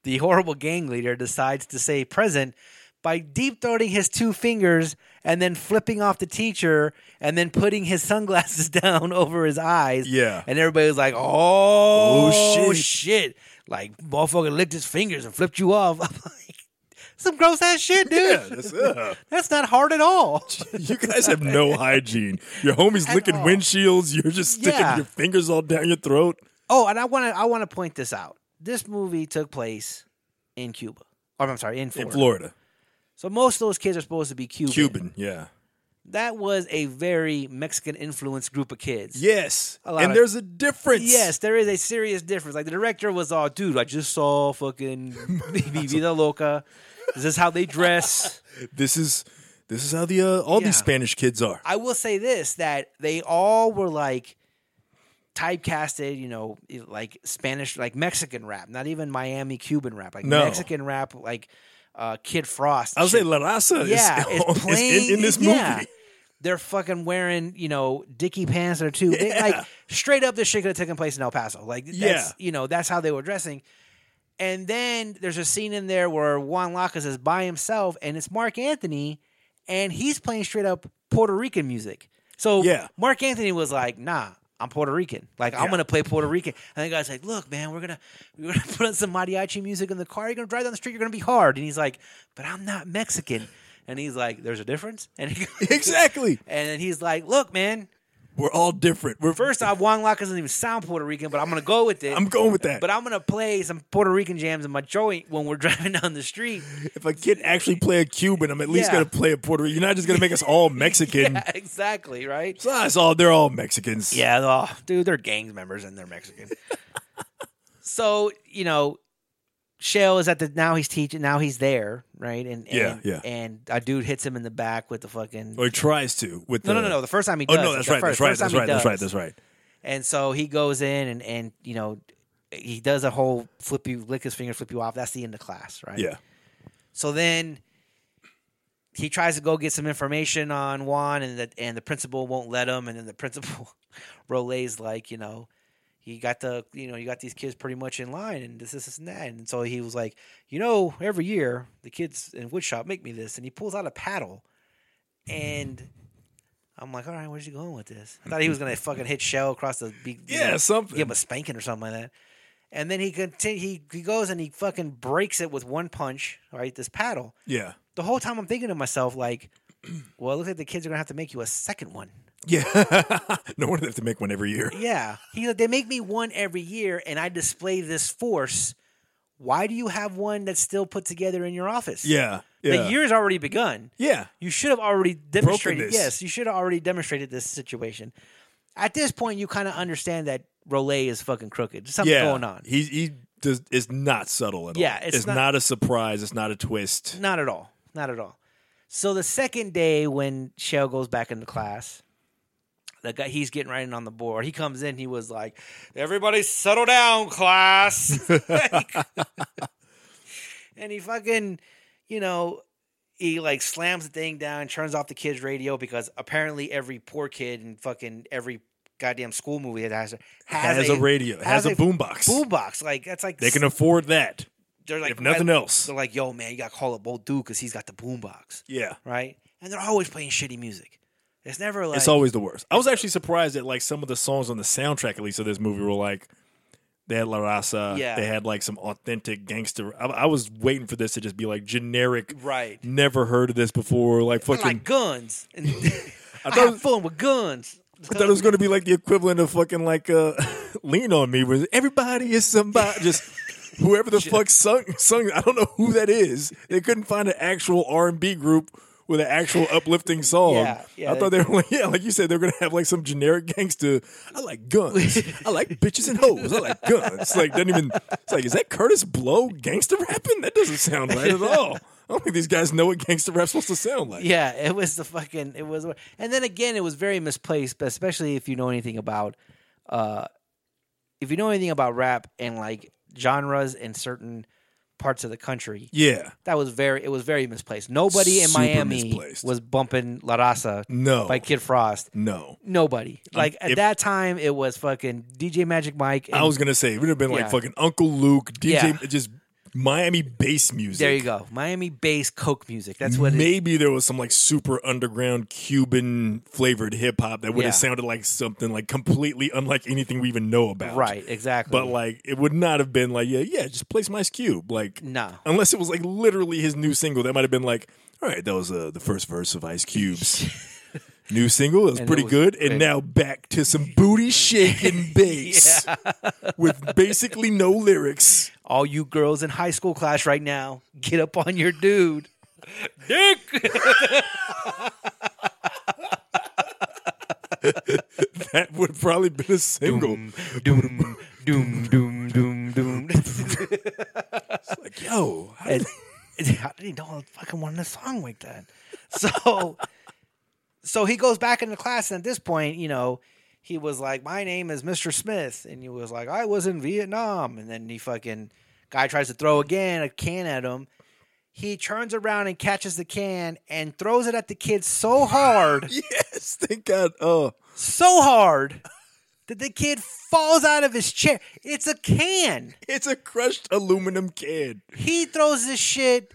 S1: the horrible gang leader decides to say present by deep throating his two fingers and then flipping off the teacher and then putting his sunglasses [LAUGHS] down over his eyes.
S2: Yeah.
S1: And everybody was like, oh,
S2: Oh,
S1: shit.
S2: shit."
S1: Like, motherfucker licked his fingers and flipped you off. [LAUGHS] I'm like, some gross ass shit, dude.
S2: Yeah, that's, ugh.
S1: That's not hard at all.
S2: you guys have
S1: [LAUGHS]
S2: no hygiene. Your homies
S1: At
S2: licking
S1: all.
S2: windshields. You're just sticking
S1: Yeah.
S2: your fingers all down your throat.
S1: Oh, and I want to I want to point this out. This movie took place in Cuba. Or I'm sorry, in Florida.
S2: In Florida,
S1: So most of those kids are supposed to be
S2: Cuban. Yeah.
S1: that was a very Mexican influenced group of kids.
S2: Yes.
S1: A lot
S2: And
S1: of-
S2: there's a difference.
S1: Yes, there is a serious difference. Like the director was all, dude, I just saw [LAUGHS] fucking Mi Vida Loca. This is how they dress.
S2: This is this is how the uh, all
S1: Yeah.
S2: these Spanish kids are.
S1: I will say this that they all were like typecasted, you know, like Spanish, like Mexican rap, not even Miami Cuban rap, like
S2: No.
S1: Mexican rap, like uh, Kid Frost.
S2: I would say
S1: shit.
S2: La Raza
S1: yeah,
S2: [LAUGHS] is,
S1: it's
S2: is
S1: playing
S2: in, in this movie. [LAUGHS]
S1: yeah. They're fucking wearing, you know, dicky pants or two. They,
S2: Yeah.
S1: like straight up, this shit could have taken place in El Paso. Like, that's,
S2: Yeah.
S1: you know, that's how they were dressing. And then there's a scene in there where Juan Lacas is by himself, and it's Mark Anthony, and he's playing straight up Puerto Rican music. So
S2: Yeah.
S1: Mark Anthony was like, "Nah, I'm Puerto Rican. Like, I'm
S2: Yeah.
S1: gonna play Puerto Rican." And the guy's like, "Look, man, we're gonna we're gonna [LAUGHS] put on some mariachi music in the car. You're gonna drive down the street. You're gonna be hard." And he's like, "But I'm not Mexican." And he's like, "There's a difference." And he
S2: [LAUGHS] Exactly.
S1: and then he's like, "Look, man.
S2: We're all different. We're
S1: First off, Juan Locke doesn't even sound Puerto Rican, but I'm gonna go with it."
S2: I'm going with that.
S1: but I'm gonna play some Puerto Rican jams in my joint when we're [LAUGHS] driving down the street.
S2: if I can actually play a Cuban, I'm at least
S1: Yeah.
S2: gonna play a Puerto Rican. You're not just gonna make us all
S1: [LAUGHS]
S2: Mexican.
S1: Yeah, exactly, right?
S2: So it's all they're all Mexicans.
S1: Yeah, oh, dude, they're gangs members and they're Mexican. [LAUGHS] so you know, Shale is at the now he's teaching now he's there right and, and
S2: Yeah, yeah.
S1: and a dude hits him in the back with the fucking
S2: Or he tries to with
S1: no
S2: the,
S1: no no no the first time he
S2: Oh
S1: does
S2: no,
S1: it,
S2: that's
S1: the
S2: right,
S1: first-
S2: that's right,
S1: first time
S2: that's
S1: he
S2: right, that's
S1: does.
S2: right, that's right.
S1: And so he goes in and and you know he does a whole flip you lick his finger flip you off. That's the end of class, right?
S2: Yeah.
S1: So then he tries to go get some information on Juan, and the and the principal won't let him. And then the principal [LAUGHS] relays like, you know, you got the you know you got these kids pretty much in line, and this this, this and that. And so he was like, you know, every year the kids in woodshop make me this, and he pulls out a paddle, and. I'm like, all right, where's he going with this? I thought he was gonna fucking hit Shell across the, be, you
S2: Yeah, something.
S1: give him a spanking or something like that. And then he continue, he, he goes and he fucking breaks it with one punch, right? This paddle.
S2: Yeah.
S1: The whole time I'm thinking to myself, like, [CLEARS THROAT] well, it looks like the kids are gonna have to make you a second one.
S2: Yeah. [LAUGHS] no wonder they have to make one every year.
S1: Yeah. He like, they make me one every year and I display this force. Why do you have one that's still put together in your office?
S2: Yeah.
S1: The
S2: Yeah.
S1: year's already begun.
S2: yeah.
S1: You should have already demonstrated.
S2: this.
S1: Yes, you should have already demonstrated this situation. At this point, you kind of understand that Rolay is fucking crooked. There's something
S2: yeah.
S1: going on.
S2: He he does is not subtle at all.
S1: Yeah,
S2: It's,
S1: it's
S2: not,
S1: not-
S2: a surprise. It's not a twist.
S1: Not at all. Not at all. So the second day when Shell goes back into class, the guy he's getting right in on the board. He comes in. He was like, "Everybody settle down, class." [LAUGHS] and he fucking, you know, he like slams the thing down, turns off the kids' radio because apparently every poor kid in fucking every goddamn school movie that has has,
S2: has a, radio. Has,
S1: has
S2: a,
S1: a
S2: boombox.
S1: boombox. Like that's like
S2: they can afford that.
S1: they're like
S2: if nothing else.
S1: They're like, "Yo, man, you got to call up old dude because he's got the boombox."
S2: Yeah.
S1: right? And they're always playing shitty music. It's never like
S2: It's always the worst. I was actually surprised at like some of the songs on the soundtrack, at least of this movie, were like they had La Raza,
S1: Yeah.
S2: they had like some authentic gangster. I, I was waiting for this to just be like generic,
S1: right.
S2: never heard of this before, like
S1: I
S2: fucking.
S1: like
S2: [LAUGHS]
S1: guns. And I,
S2: thought-
S1: have fun with guns.
S2: I thought it was going to be like the equivalent of fucking like uh, [LAUGHS] "Lean on Me," where everybody is somebody, just whoever the fuck sung sung. I don't know who that is. They couldn't find an actual R and B group with an actual uplifting song.
S1: Yeah, yeah,
S2: I thought they were [LAUGHS] like, yeah, like you said, they're going to have like some generic gangster. I like guns. I like bitches and hoes. I like guns. Like doesn't even. It's like is that Curtis Blow gangster rapping? That doesn't sound right at all. I don't think these guys know what gangster rap's supposed to sound
S1: [LAUGHS]
S2: like.
S1: Yeah, it was the fucking it was and then again it was very misplaced, but especially if you know anything about uh if you know anything about rap and like genres in certain parts of the country.
S2: Yeah.
S1: That was very it was very misplaced. Nobody in
S2: Super
S1: Miami
S2: misplaced.
S1: was bumping La Raza
S2: No.
S1: by Kid Frost.
S2: no.
S1: Nobody. Like at
S2: if-
S1: that time it was fucking DJ Magic Mike and
S2: I was gonna say it would have been like
S1: Yeah.
S2: fucking Uncle Luke, DJ,
S1: Yeah.
S2: just Miami bass music.
S1: There you go. Miami bass coke music. That's what it,
S2: Maybe there was some like super underground Cuban flavored hip hop that would
S1: Yeah.
S2: have sounded like something like completely unlike anything we even know about.
S1: right, exactly.
S2: But like it would not have been like yeah yeah just play some Ice Cube like
S1: No.
S2: unless it was like literally his new single that might have been like all right that was uh, the first verse of
S1: [LAUGHS]
S2: Ice Cube's new single it was
S1: And it
S2: pretty
S1: was
S2: good
S1: big.
S2: and now back to some booty shaking
S1: [LAUGHS]
S2: bass with basically
S1: [LAUGHS]
S2: no lyrics
S1: all you girls in high school class right now, get up on your dude. Dick
S2: that would have probably been a single.
S1: doom [LAUGHS] doom doom doom doom doom. [LAUGHS]
S2: Like, yo, how
S1: and [LAUGHS] I didn't know I fucking wanted a song like that. So [LAUGHS] so he goes back into class and at this point, you know, he was like, My name is Mr. Smith and he was like, I was in Vietnam and then he fucking guy tries to throw again a can at him. He turns around and catches the can and throws it at the kid so hard,
S2: [LAUGHS] yes, thank God. Oh,
S1: so hard that the kid falls out of his chair. It's a can.
S2: it's a crushed aluminum can.
S1: He throws this shit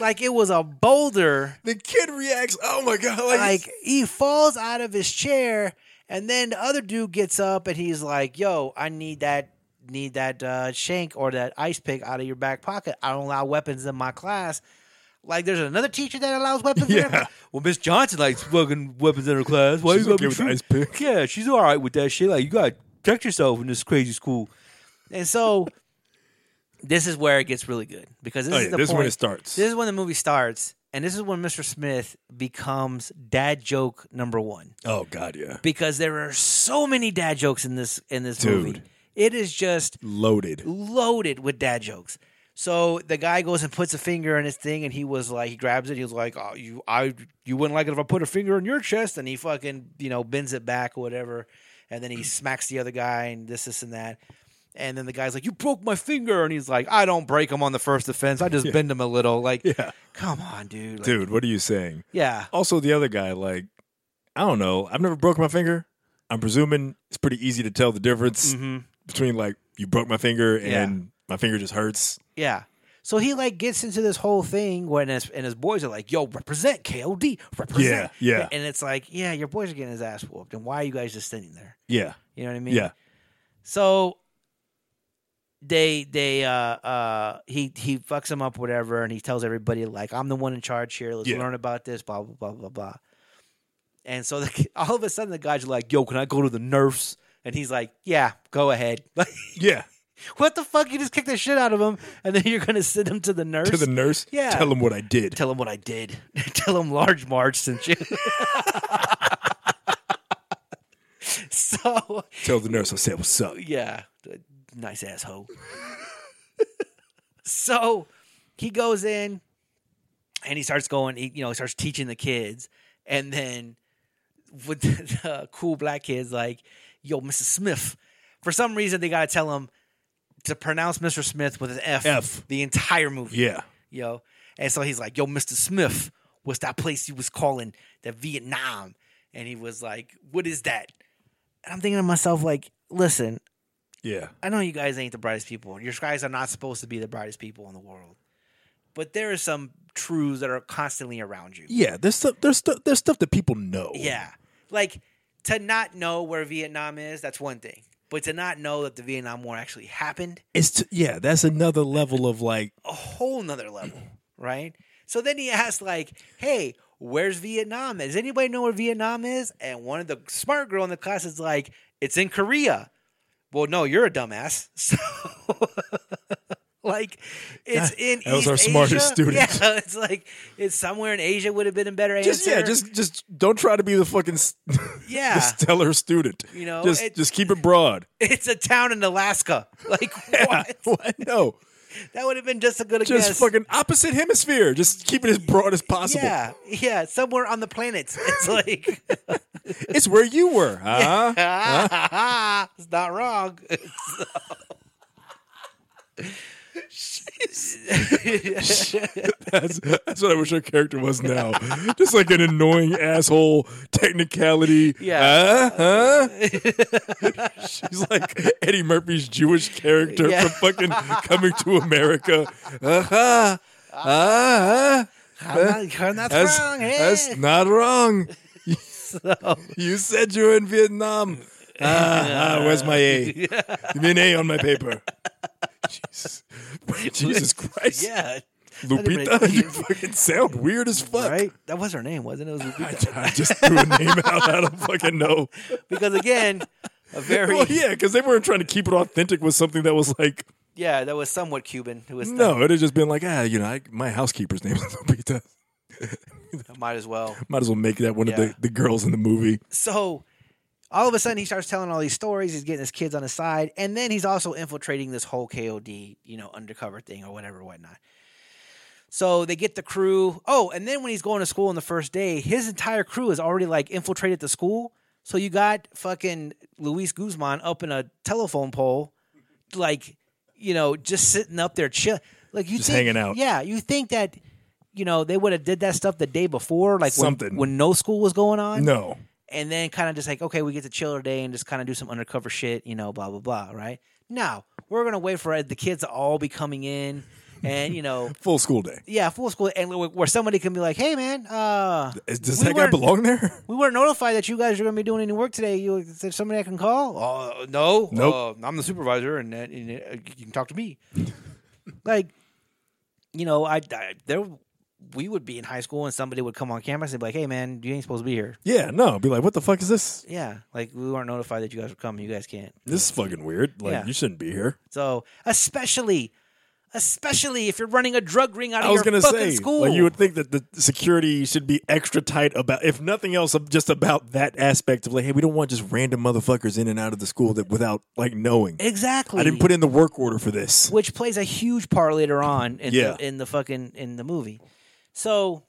S1: like it was a boulder.
S2: The kid reacts. Oh my God! Like,
S1: like he falls out of his chair and then the other dude gets up and he's like yo i need that need that uh, shank or that ice pick out of your back pocket i don't allow weapons in my class like there's another teacher that allows weapons in her
S2: Yeah.
S1: class. well miss johnson likes fucking weapons in her class why
S2: She's
S1: you
S2: okay
S1: gotta be
S2: with the
S1: shooting-
S2: ice pick.
S1: yeah she's all right with that shit like you gotta protect yourself in this crazy school and so this is where it gets really good because this
S2: Oh,
S1: is
S2: yeah,
S1: the
S2: this is
S1: point
S2: when it starts.
S1: this is when the movie starts, and this is when Mr. Smith becomes dad joke number one
S2: oh God, yeah,
S1: because there are so many dad jokes in this in this movie.
S2: Dude.
S1: It is just
S2: loaded.
S1: loaded with dad jokes. So the guy goes and puts a finger in his thing, and he was like, he grabs it. He was like, "Oh, you, I, you wouldn't like it if I put a finger in your chest." And he fucking, you know, bends it back or whatever, and then
S2: [CLEARS THROAT]
S1: he smacks the other guy and this, this, and that. And then the guy's like, "You broke my finger," and he's like, "I don't break them on the first offense. I just bend them a little." Like,
S2: Yeah.
S1: come on, dude. Like,
S2: Dude, what are you saying?
S1: yeah,
S2: Also, the other guy, like, I don't know. I've never broken my finger. I'm presuming it's pretty easy to tell the difference between like you broke my finger and
S1: Mm-hmm. Yeah.
S2: my finger just hurts.
S1: yeah. So he like gets into this whole thing when his and his boys are like, "Yo, represent KOD, represent."
S2: Yeah, yeah.
S1: And it's like, yeah, your boys are getting his ass whooped, and why are you guys just standing there?
S2: Yeah,
S1: You know what I mean?
S2: yeah.
S1: So they they uh uh he he fucks him up whatever and he tells everybody like I'm the one in charge here let's
S2: Yeah.
S1: learn about this blah blah blah blah blah and so the, ki- [LAUGHS] all of a sudden the guys are like yo can I go to the nurse and he's like yeah go ahead [LAUGHS] like
S2: Yeah,
S1: what the fuck you just kicked the shit out of him and then you're gonna send him to the nurse
S2: to the nurse.
S1: Yeah.
S2: tell him what I did.
S1: tell him what I did [LAUGHS] tell him large Marge sent you [LAUGHS] so
S2: Tell the nurse I said what's up.
S1: yeah, d- nice asshole. [LAUGHS] so he goes in and he starts going, he, you know, he starts teaching the kids. And then with [LAUGHS] the, the cool black kids, like, yo, Mrs. Smith. For some reason, they got to tell him to pronounce Mr. Smith with an F,
S2: F.
S1: the entire movie
S2: Yeah,
S1: yo. And so he's like, yo, Mr. Smith, what's that place you was calling the Vietnam? And he was like, what is that? And I'm thinking to myself, like, listen,
S2: yeah.
S1: I know you guys ain't the brightest people. Your guys are not supposed to be the brightest people in the world. But there are some truths that are constantly around you.
S2: Yeah, there's stuff. There's stuff. There's stuff that people know.
S1: Yeah. Like to not know where Vietnam is, that's one thing. But to not know that the Vietnam War actually happened,
S2: it's t- yeah. That's another level of like.
S1: a whole nother level, [CLEARS THROAT] right? So then he asked, like, hey, where's Vietnam? Does anybody know where Vietnam is? And one of the smart girl in the class is like, it's in Korea. Well, no, you're a dumbass. [LAUGHS] So like it's
S2: That-
S1: in
S2: that was
S1: East
S2: our smartest
S1: Asia. [LAUGHS]
S2: student.
S1: Yeah, it's like it's somewhere in Asia would have been a better answer.
S2: Just yeah, just just don't try to be the fucking s- [LAUGHS]
S1: Yeah.
S2: the stellar student.
S1: You know,
S2: just
S1: it-
S2: just keep it broad.
S1: [LAUGHS] it's a town in Alaska. [LAUGHS]
S2: [LAUGHS]
S1: Like [LAUGHS] what?
S2: What? No,
S1: that would have been just as good a
S2: just
S1: guess.
S2: fucking opposite hemisphere. Just keep it as broad as possible.
S1: yeah, yeah, somewhere on the planet. [LAUGHS] It's like
S2: It's where you
S1: [LAUGHS]
S2: were, huh? [LAUGHS]
S1: it's not [LAUGHS] wrong.
S2: That's, that's what I wish her character was now. Just like an annoying asshole technicality.
S1: Yeah.
S2: Uh, huh? [LAUGHS] She's like Eddie Murphy's Jewish character
S1: Yeah.
S2: from fucking Coming to America. Uh-huh. Uh-huh.
S1: I'm not, you're not
S2: That's,
S1: wrong. eh?
S2: that's
S1: [LAUGHS]
S2: not wrong. You said you were in
S1: [LAUGHS]
S2: Vietnam. Ah, ah, where's my A? Give me an A on my
S1: [LAUGHS]
S2: paper. Jesus, [LAUGHS] Jesus Christ.
S1: yeah,
S2: Lupita, [LAUGHS] you fucking sound weird as fuck.
S1: right. That was her name, wasn't it? it was
S2: I,
S1: Lupita. [LAUGHS]
S2: I just threw a name out. I don't fucking know.
S1: because again, a very
S2: Well,
S1: yeah.
S2: yeah, because they weren't trying to keep it authentic with something that was like,
S1: that was somewhat Cuban. Who was
S2: no, it had just been like, ah, you know, I, my housekeeper's name is Lupita.
S1: might as well.
S2: Might as well make that one of
S1: Yeah.
S2: the, the girls in the movie.
S1: So all of a sudden, he starts telling all these stories. He's getting his kids on his side, and then he's also infiltrating this whole KOD, you know, undercover thing or whatever, whatnot. So they get the crew. Oh, and then when he's going to school on the first day, his entire crew is already like infiltrated the school. So you got fucking Luis Guzman up in a telephone pole, like, you know, just sitting up there chill. Like you
S2: Just
S1: think-
S2: hanging out.
S1: Yeah, you think that, you know, they would have did that stuff the day before, like when-
S2: Something.
S1: when no school was going on
S2: No.
S1: and then kind of just like, okay, we get to chill today and just kind of do some undercover shit, you know, blah blah blah, right? Now we're gonna wait for the kids to all be coming in, and you know, [LAUGHS]
S2: Full school day.
S1: yeah, full school, and where- where somebody can be like, hey man, uh,
S2: Is, does
S1: We
S2: that guy
S1: weren't-
S2: belong there? [LAUGHS]
S1: we weren't notified that you guys are gonna be doing any work today. You is there somebody I can call? Oh no,
S2: Nope.
S1: uh, I'm the supervisor, and, that- and uh, you can talk to me. [LAUGHS] like, you know, I, I there. We would be in high school and somebody would come on campus and be like, "Hey, man, you ain't supposed to be here."
S2: Yeah, no. Be like, what the fuck is this?
S1: Yeah, like we weren't notified that you guys were coming. You guys can't.
S2: This is fucking weird. Like,
S1: Yeah.
S2: you shouldn't be here.
S1: So especially, especially if you're running a drug ring out of
S2: I
S1: your
S2: was gonna
S1: fucking
S2: say,
S1: school.
S2: like, you would think that the security should be extra tight about, if nothing else, of- just about that aspect of like, hey, we don't want just random motherfuckers in and out of the school that without like knowing.
S1: exactly.
S2: I didn't put in the work order for this.
S1: which plays a huge part later on in
S2: Yeah.
S1: the, in the fucking in the movie. So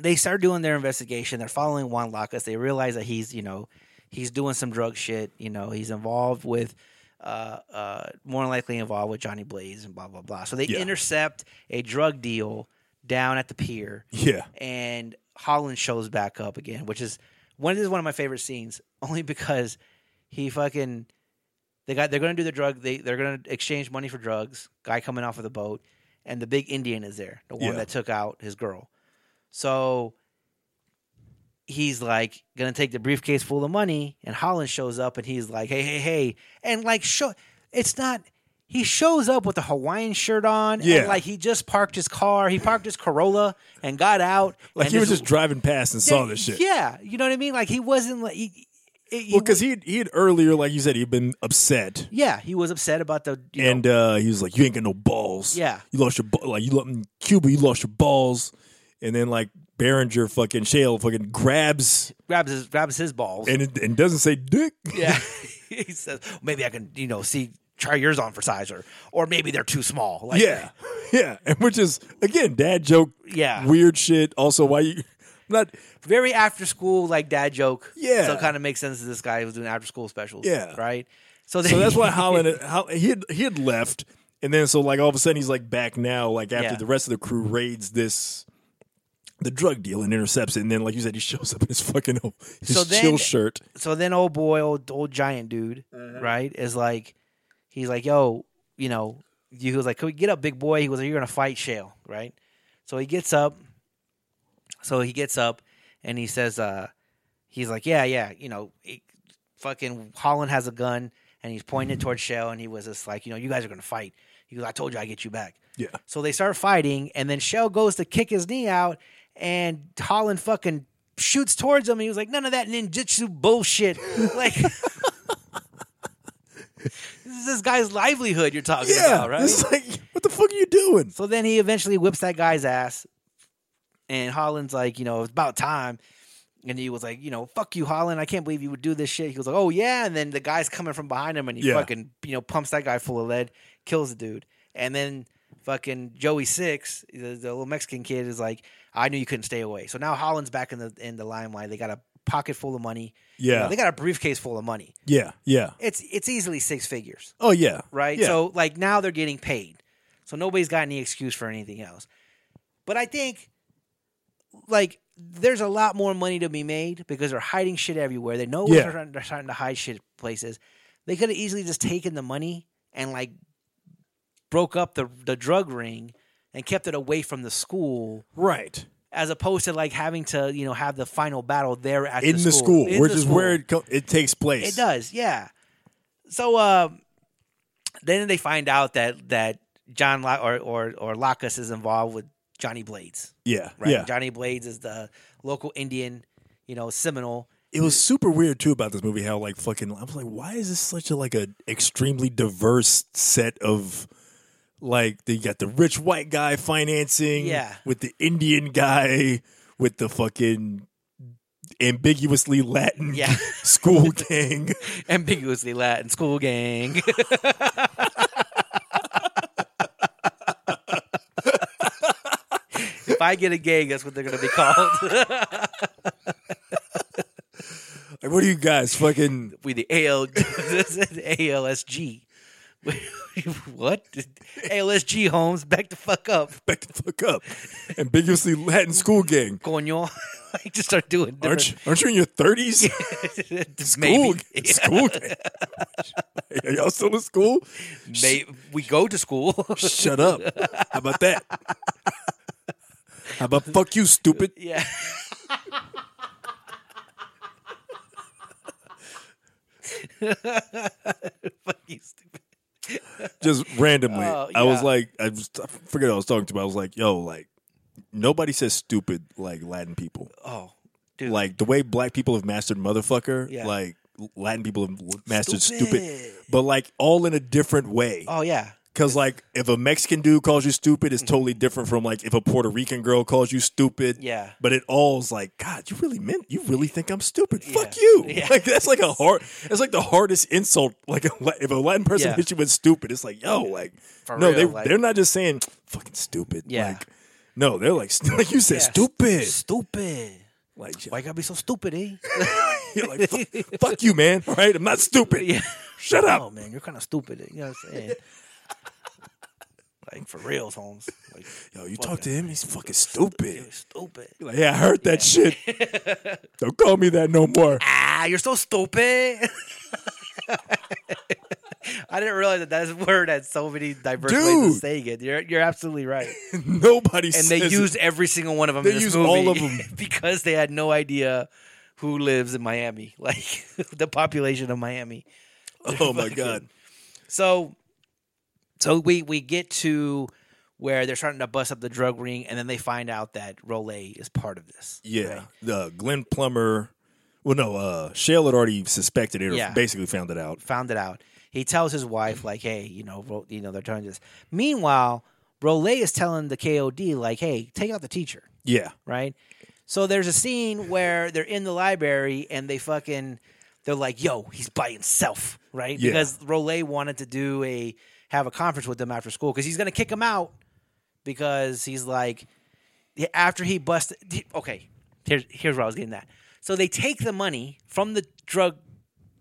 S1: they start doing their investigation. They're following Juan Lacas. They realize that he's you know he's doing some drug shit. You know he's involved with. Uh, uh, more than likely involved with Johnny Blaze and blah blah blah. So they
S2: Yeah.
S1: intercept a drug deal down at the pier.
S2: Yeah,
S1: and Holland shows back up again, which is one this is one of my favorite scenes, [LAUGHS] only because he fucking they got they're gonna do the drug they they're gonna exchange money for drugs. Guy coming off of the boat, and the big Indian is there, the one
S2: Yeah.
S1: that took out his girl. So he's like gonna take the briefcase full of money, and Holland shows up and he's like, hey hey hey, and like show it's not He shows up with a Hawaiian shirt on,
S2: Yeah.
S1: and like he just parked his car. He parked his Corolla and got out.
S2: Like
S1: and
S2: he was just driving past and saw this shit.
S1: Yeah, you know what I mean. Like he wasn't like. He, he- he
S2: Well, because he he had earlier, like you said, he'd been upset,
S1: Yeah, he was upset about the. You know,
S2: and uh, he was like, "You ain't got no balls.
S1: Yeah.
S2: you lost your ba- like you lo- in Cuba, you lost your balls." And then like Behringer fucking Shale fucking grabs
S1: grabs his grabs his balls.
S2: and it, and doesn't say dick.
S1: [LAUGHS] yeah, he says maybe I can you know see try yours on for size or or maybe they're too small. Like,
S2: [LAUGHS] Yeah, yeah, and which is again dad joke.
S1: Yeah.
S2: weird shit. Also, why you not?
S1: very after school like dad joke.
S2: Yeah.
S1: so it kind of makes sense that this guy was doing after school specials.
S2: Yeah.
S1: right. So, [LAUGHS]
S2: So that's why Holland Hol- he had, he had left, and then so like all of a sudden he's like back now, like after
S1: Yeah.
S2: the rest of the crew raids this the drug deal and intercepts it, and then like you said, he shows up in his fucking his
S1: So then-
S2: chill shirt.
S1: so then old boy, old old giant dude, right, is like, he's like, yo, you know, he was like, Can we get up, big boy? He was like, you're gonna fight Shale, right? So he gets up. So he gets up and he says, uh, he's like, yeah, yeah, you know, it, fucking Holland has a gun and he's pointing it towards Shale and he was just like, you know, you guys are gonna fight. He goes, I told you I get you back.
S2: Yeah,
S1: So they start fighting, and then Shell goes to kick his knee out, and Holland fucking shoots towards him. And he was like, "None of that ninjutsu bullshit." [LAUGHS] like, this is this guy's livelihood you're talking
S2: yeah.
S1: about, right?
S2: It's like what the fuck are you doing?
S1: So then he eventually whips that guy's ass, and Holland's like, you know, it's about time. And he was like, you know, fuck you, Holland. I can't believe you would do this shit. He was like, oh yeah. And then the guy's coming from behind him, and he
S2: Yeah.
S1: fucking, you know, pumps that guy full of lead, kills the dude. And then fucking Joey Six, the, the little Mexican kid, is like, I knew you couldn't stay away. So now Holland's back in the in the limelight. They got a pocket full of money. You know,
S2: Yeah.
S1: they got a briefcase full of money.
S2: Yeah, yeah.
S1: It's it's easily six figures
S2: Oh yeah,
S1: right?
S2: Yeah.
S1: So like now they're getting paid. So nobody's got any excuse for anything else. But I think like there's a lot more money to be made because they're hiding shit everywhere. They know
S2: Yeah.
S1: they're, trying, they're starting to hide shit places. They could have easily just taken the money and like broke up the the drug ring and kept it away from the school
S2: right
S1: as opposed to like having to, you know, have the final battle there at
S2: in the school,
S1: In
S2: which
S1: the
S2: is
S1: school.
S2: where it co- it takes place.
S1: It does, yeah. So uh, then they find out that that John Lo- or or or Lacus is involved with Johnny Blades,
S2: Yeah,
S1: right?
S2: yeah.
S1: Johnny Blades is the local Indian, you know, Seminole. [LAUGHS]
S2: It was super weird too about this movie. How like fucking I was like, why is this such a like a extremely diverse set of like they got the rich white guy financing,
S1: Yeah.
S2: with the Indian guy, with the fucking ambiguously Latin
S1: Yeah.
S2: [LAUGHS] school gang.
S1: ambiguously Latin school gang. [LAUGHS] if I get a gang, that's what they're gonna be called. [LAUGHS]
S2: Like, what are you guys fucking?
S1: we the [LAUGHS] AL ALSG. [LAUGHS] what? ALSG Holmes, back the fuck up.
S2: Back the fuck up, ambiguously Latin school gang.
S1: coño. [LAUGHS] like just start doing
S2: Aren't you,
S1: different
S2: aren't you in your thirties? [LAUGHS] School,
S1: maybe,
S2: school. gang. Are y'all still in school?
S1: [LAUGHS] may- we go to school. [LAUGHS]
S2: Shut up. How about that? How about fuck you, stupid?
S1: yeah. [LAUGHS] Fuck you, stupid.
S2: Just randomly.
S1: Oh,
S2: I was
S1: yeah.
S2: like, I, was, I forget what I was talking to, I was like, yo, like, nobody says stupid like Latin people.
S1: Oh, dude.
S2: Like, the way black people have mastered motherfucker,
S1: Yeah.
S2: like, Latin people have mastered stupid.
S1: Stupid.
S2: But, like, all in a different way.
S1: oh yeah.
S2: Because, like, if a Mexican dude calls you stupid, it's totally different from, like, if a Puerto Rican girl calls you stupid.
S1: Yeah.
S2: But it all's like, God, you really meant, you really think I'm stupid? Fuck
S1: Yeah.
S2: you!
S1: Yeah.
S2: Like
S1: [LAUGHS]
S2: that's like a hard, that's like the hardest insult. Like a, La- if a Latin person
S1: Yeah.
S2: hits you with stupid, it's like, yo, like
S1: For
S2: no,
S1: real,
S2: they
S1: like-
S2: they're not just saying fucking stupid.
S1: Yeah.
S2: Like, no, they're like, [LAUGHS] like you said,
S1: Yeah.
S2: stupid.
S1: Stupid.
S2: Like,
S1: Why you gotta be so stupid, eh?
S2: [LAUGHS] you're like fuck, fuck you, man. All right, I'm not
S1: [LAUGHS]
S2: stupid.
S1: yeah.
S2: Shut up.
S1: Oh man, you're kind of stupid. eh? You know what I'm
S2: [LAUGHS]
S1: saying? like for real, Holmes. Like
S2: Yo, you talk to him, he's fucking stupid.
S1: you're stupid.
S2: Like, yeah, I heard that shit.
S1: [LAUGHS]
S2: Don't call me that no more.
S1: ah, you're so stupid. [LAUGHS] I didn't realize that that word had so many diverse ways
S2: Dude.
S1: of saying it. You're you're absolutely right.
S2: [LAUGHS]
S1: [LAUGHS]
S2: Nobody
S1: And
S2: says
S1: they
S2: it. [LAUGHS]
S1: used every single one of them.
S2: They
S1: in this
S2: used
S1: movie
S2: all of 'em.
S1: [LAUGHS] because they had no idea who lives in Miami, [LAUGHS] [LAUGHS] like the population of Miami.
S2: Oh my god.
S1: So So we we get to where they're starting to bust up the drug ring, and then they find out that Rolay is part of this.
S2: Yeah,
S1: right?
S2: the Glenn Plummer. Well, no, uh, Shale had already suspected it, or
S1: Yeah.
S2: basically found it out.
S1: found it out. He tells his wife, like, hey, you know, Ro- you know, they're doing this. Meanwhile, Rolay is telling the KOD, like, hey, take out the teacher,
S2: Yeah,
S1: right? So there's a scene where they're in the library and they fucking they're like, yo, he's by himself, right?
S2: Yeah.
S1: Because Rolay wanted to do a have a conference with them after school because he's gonna kick him out because he's like after he busted he- okay here's here's where i was getting that so they take the money from the drug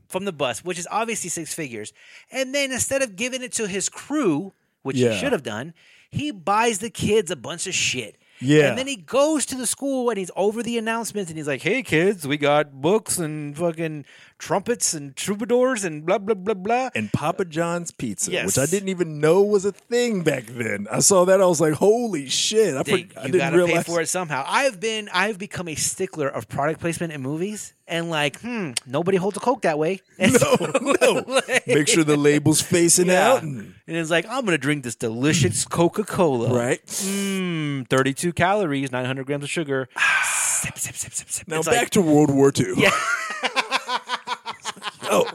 S1: from the bus which is obviously six figures and then instead of giving it to his crew which
S2: Yeah.
S1: he should have done he buys the kids a bunch of shit
S2: Yeah.
S1: and then he goes to the school and he's over the announcements and he's like hey kids we got books and fucking trumpets and troubadours and blah blah blah blah
S2: and Papa John's Pizza,
S1: Uh, Yes.
S2: which I didn't even know was a thing back then. I saw that, I was like, "Holy shit!" I,
S1: They-
S2: forg- I
S1: you
S2: didn't
S1: gotta
S2: realize.
S1: pay for it somehow. I've been, I've become a stickler of product placement in movies, and like, hmm, nobody holds a coke that way. [LAUGHS] And
S2: [LAUGHS] No,
S1: [LAUGHS]
S2: no. Make sure the label's facing
S1: yeah.
S2: out,
S1: and
S2: and,
S1: it's like, I'm gonna drink this delicious Coca Cola,
S2: right?
S1: Mm, 32 calories, 900 grams of sugar. [SIGHS] sip, sip, sip, sip, sip.
S2: Now
S1: It's
S2: back
S1: like,
S2: to World War II. [LAUGHS]
S1: Yeah.
S2: oh,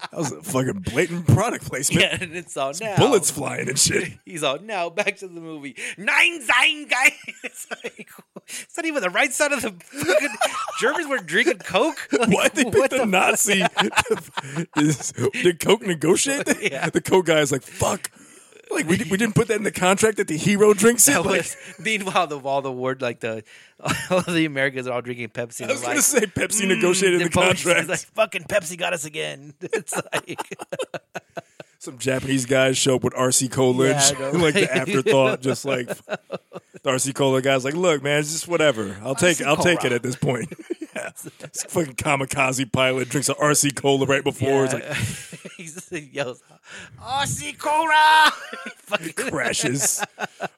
S2: that was a fucking blatant product placement.
S1: yeah, and [LAUGHS] it's all now.
S2: Bullets flying
S1: [LAUGHS]
S2: and shit.
S1: He's all now back to the movie. Nine Zine guys. [LAUGHS] It's, like, it's not even the right side of the
S2: [LAUGHS]
S1: fucking Germans were drinking Coke. [LAUGHS] Like,
S2: Why they pick
S1: what
S2: the,
S1: [LAUGHS]
S2: Nazi? Is, did Coke negotiate that?
S1: Yeah.
S2: The Coke guy is like, fuck. Like we, di- we didn't put that in the contract that the hero drinks it.
S1: That
S2: Like,
S1: was, meanwhile, the all the word like the [LAUGHS] all the Americans are all drinking Pepsi.
S2: [LAUGHS] I was
S1: like, mm,
S2: gonna say Pepsi negotiated the
S1: they're both- it's
S2: contract.
S1: Like fucking Pepsi got us again. [LAUGHS] It's
S2: [LAUGHS]
S1: like
S2: Some Japanese guys show up with RC Cola,
S1: Yeah, I
S2: and
S1: know,
S2: [LAUGHS] like the
S1: right? [LAUGHS]
S2: afterthought, just like the RC Cola guy's like, look, man, it's just whatever. I'll take it. I'll take it
S1: Cola.
S2: at
S1: [LAUGHS]
S2: this point. yeah. This fucking kamikaze pilot drinks an RC Cola right before. It's like
S1: [LAUGHS] he just yells, "RC Cora!" [LAUGHS]
S2: [LAUGHS]
S1: Fucking-
S2: crashes.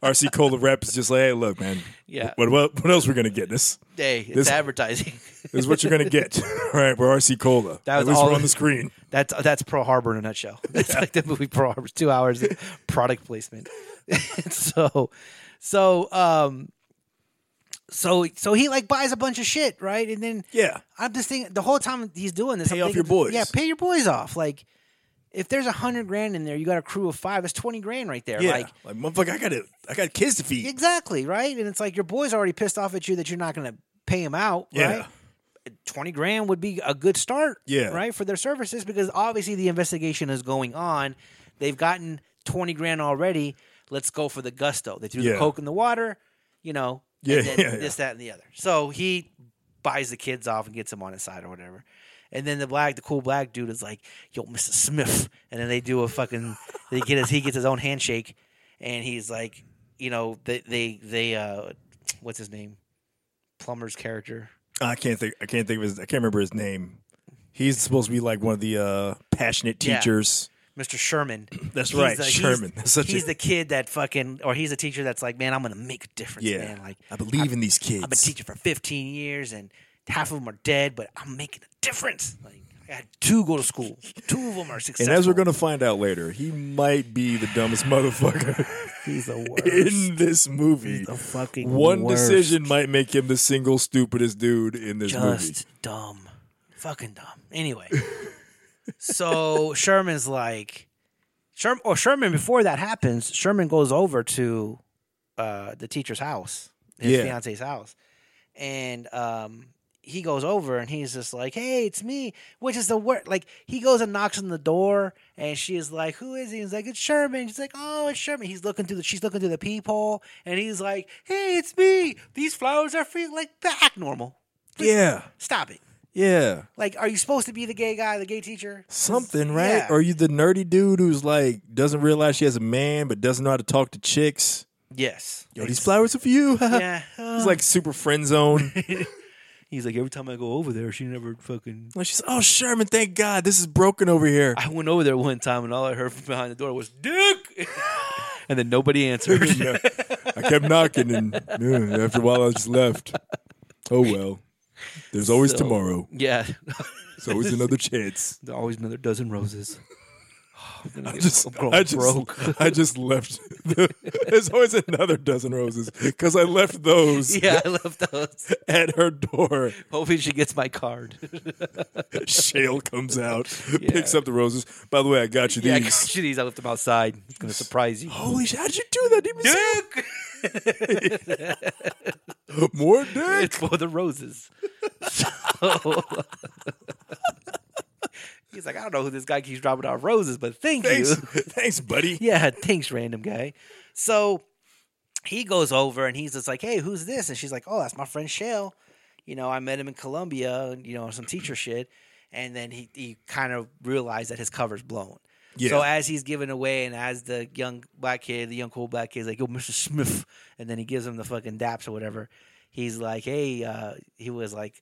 S2: RC Cola rep is just like, hey, look, man.
S1: Yeah.
S2: What what, what else we're gonna get this?
S1: hey, it's
S2: This-
S1: advertising. [LAUGHS]
S2: This is what you're gonna get. [LAUGHS] all right, we're RC Cola.
S1: That was
S2: At least
S1: all- [LAUGHS]
S2: we're on the screen.
S1: That's that's Pearl Harbor in a
S2: [LAUGHS]
S1: nutshell. That's like the movie Pearl Harbor, two hours of product placement. [LAUGHS] so, so, um, so, so he like buys a bunch of shit, right? And then
S2: Yeah.
S1: I'm just thinking the whole time he's doing this.
S2: Pay
S1: I'm
S2: off your
S1: thinking,
S2: boys.
S1: Yeah, pay your boys off. Like, if there's a hundred grand in there, you got a crew of five. That's twenty grand right there.
S2: Yeah.
S1: Like,
S2: Like, motherfucker, I got to I got kids to feed.
S1: exactly right. And it's like your boys already pissed off at you that you're not going to pay him out.
S2: Yeah.
S1: Right? Twenty grand would be a good start.
S2: Yeah.
S1: Right for their services because obviously the investigation is going on. They've gotten twenty grand already. Let's go for the gusto. They threw
S2: Yeah.
S1: the coke in the water. You know. and
S2: [LAUGHS] Yeah,
S1: then
S2: yeah, yeah.
S1: This, that, and the other. So he buys the kids off and gets them on his side or whatever. And then the black, the cool black dude is like, "Yo, Mr. Smith," and then they do a fucking. They get his. He gets his own handshake, and he's like, you know, they they they uh, what's his name, Plumber's character.
S2: I can't think I can't think of his I can't remember his name. He's supposed to be like one of the uh, passionate
S1: Yeah.
S2: teachers.
S1: Mr. Sherman.
S2: [CLEARS THROAT] That's
S1: He's
S2: right,
S1: the- he's-
S2: Sherman. That's such
S1: he's
S2: a,
S1: the kid that fucking, or he's a teacher that's like, man, I'm gonna make a difference,
S2: yeah.
S1: man. Like,
S2: I believe in these kids.
S1: I've been teaching for 15 years, and half of them are dead, but I'm making a difference. Like, I had two go to school. Two of them are
S2: and
S1: successful.
S2: as we're gonna find out later, he might be the dumbest [LAUGHS] motherfucker
S1: he's
S2: [LAUGHS]
S1: the worst.
S2: in this movie.
S1: the fucking
S2: One
S1: worst.
S2: decision might make him the single stupidest dude in this movie.
S1: Just dumb. Fucking dumb.
S2: [LAUGHS]
S1: Anyway. so Sherman's like Sherman or Sherman before that happens, Sherman goes over to uh the teacher's house, his
S2: Yeah.
S1: fiance's house. And um he goes over and he's just like, "Hey, it's me," which is the word. Like he goes and knocks on the door, and she is like, "Who is he?" He's like, "It's Sherman." She's like, "Oh, it's Sherman." He's looking through the. She's looking through the peephole, and he's like, "Hey, it's me. These flowers are free." Like, act normal.
S2: Yeah.
S1: Stop it.
S2: Yeah.
S1: Like, are you supposed to be the gay guy, the gay teacher?
S2: Something, right?
S1: Yeah.
S2: Or you the nerdy dude who's like doesn't realize she has a man but doesn't know how to talk to chicks?
S1: Yes.
S2: Yo, these flowers are for you. [LAUGHS]
S1: yeah.
S2: It's like super friend zone.
S1: he's like, every time I go over there, she never fucking.
S2: Like she's, oh Sherman, thank God, this is broken
S1: [LAUGHS]
S2: over here.
S1: I went over there one time, and all I heard from behind the door was "Dick," [LAUGHS] and then nobody answered.
S2: [LAUGHS] Yeah. I kept knocking, and yeah, after a while, I just left. Oh well, there's always
S1: So-
S2: tomorrow.
S1: yeah. [LAUGHS]
S2: There's always another chance.
S1: There's always another dozen roses.
S2: I just,
S1: grown
S2: I just,
S1: broke.
S2: I just left. [LAUGHS] there's always another dozen roses because I left those
S1: [LAUGHS] Yeah, I left those.
S2: at her door.
S1: Hopefully, she gets my card. [LAUGHS]
S2: Shale comes out, picks
S1: Yeah.
S2: up the roses. By the way, I got you
S1: yeah, I
S2: these.
S1: got you these. I left them outside. It's gonna surprise
S2: [GASPS]
S1: you.
S2: Holy shit! How'd you do that? Didn't you
S1: [LAUGHS] Duke,
S2: say more dick?
S1: it's for the
S2: [LAUGHS]
S1: roses. So- [LAUGHS] he's like, I don't know who this guy keeps dropping off roses, but thank
S2: Thanks,
S1: you.
S2: thanks, buddy.
S1: [LAUGHS] yeah, thanks, random guy. So he goes over and he's just like, hey, who's this? And she's like, oh, that's my friend Shale. You know, I met him in Colombia, you know, some teacher shit. And then he, he kind of realized that his cover's blown.
S2: Yeah.
S1: So as he's giving away and as the young black kid, the young cool black kid's like, yo, Mr. Smith. And then he gives him the fucking daps or whatever. He's like, hey, uh, he was like,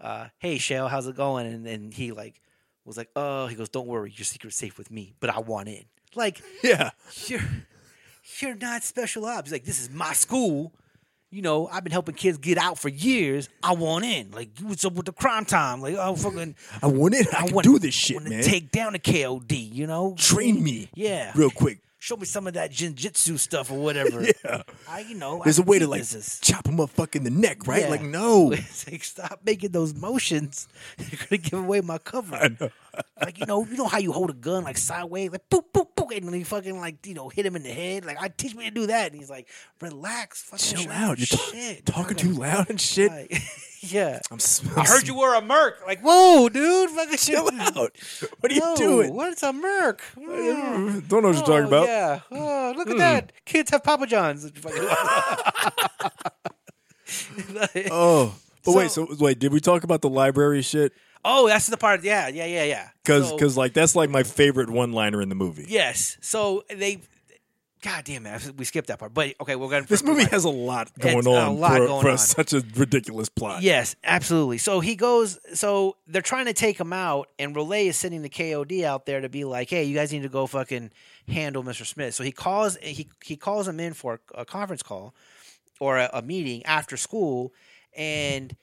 S1: uh, hey, Shale, how's it going? And then he like was like, oh, he goes, don't worry, your secret's safe with me, but I want in. Like,
S2: Yeah,
S1: you're you're not special ops. He's like, this is my school. You know, I've been helping kids get out for years. I want in. Like, what's up with the crime time? Like, oh fucking,
S2: I want it. I,
S1: I
S2: can
S1: want
S2: do this shit,
S1: want
S2: man.
S1: to take down the KOD. You know,
S2: Train me,
S1: Yeah.
S2: real quick.
S1: show me some of that jinjitsu stuff or whatever.
S2: [LAUGHS] Yeah.
S1: I, you know,
S2: There's
S1: a
S2: a way to like chop him up, fuck in the neck, right? Like
S1: [LAUGHS]
S2: no,
S1: it's like stop making those motions. [LAUGHS] You're gonna give away my cover.
S2: know.
S1: like you know, you know how you hold a gun like sideways, like boop boop boop, and then you fucking like you know hit him in the head. Like I teach me to do that, and he's like, relax, fucking
S2: chill
S1: shut
S2: out.
S1: up,
S2: You're ta-
S1: shit.
S2: talking too loud and shit.
S1: Like, [LAUGHS] yeah,
S2: I'm, s- I'm
S1: I heard you were a merc. Like whoa, dude, fucking
S2: Chill out. [LAUGHS] What are you doing?
S1: What's a merc?
S2: [LAUGHS]
S1: oh,
S2: Don't know what you're talking about. Hmm.
S1: Yeah. Oh, look at that. Kids have Papa John's. [LAUGHS] Like-
S2: [LAUGHS] Oh, but wait.
S1: So-
S2: So wait, did we talk about the library shit?
S1: [LAUGHS] oh, that's the part. Yeah, yeah, yeah, yeah.
S2: Because
S1: So-
S2: like that's like my favorite one liner in the movie.
S1: Yes. So they. God damn it! We skipped that part. But okay, we're gonna.
S2: This movie has a lot going
S1: It's a
S2: on
S1: lot
S2: for,
S1: going
S2: for
S1: on.
S2: such a ridiculous plot.
S1: Yes, absolutely. So he goes. So they're trying to take him out, and Relay is sending the KOD out there to be like, "Hey, you guys need to go fucking handle Mr. Smith." So he calls. He he calls him in for a conference call or a, a meeting after school, and.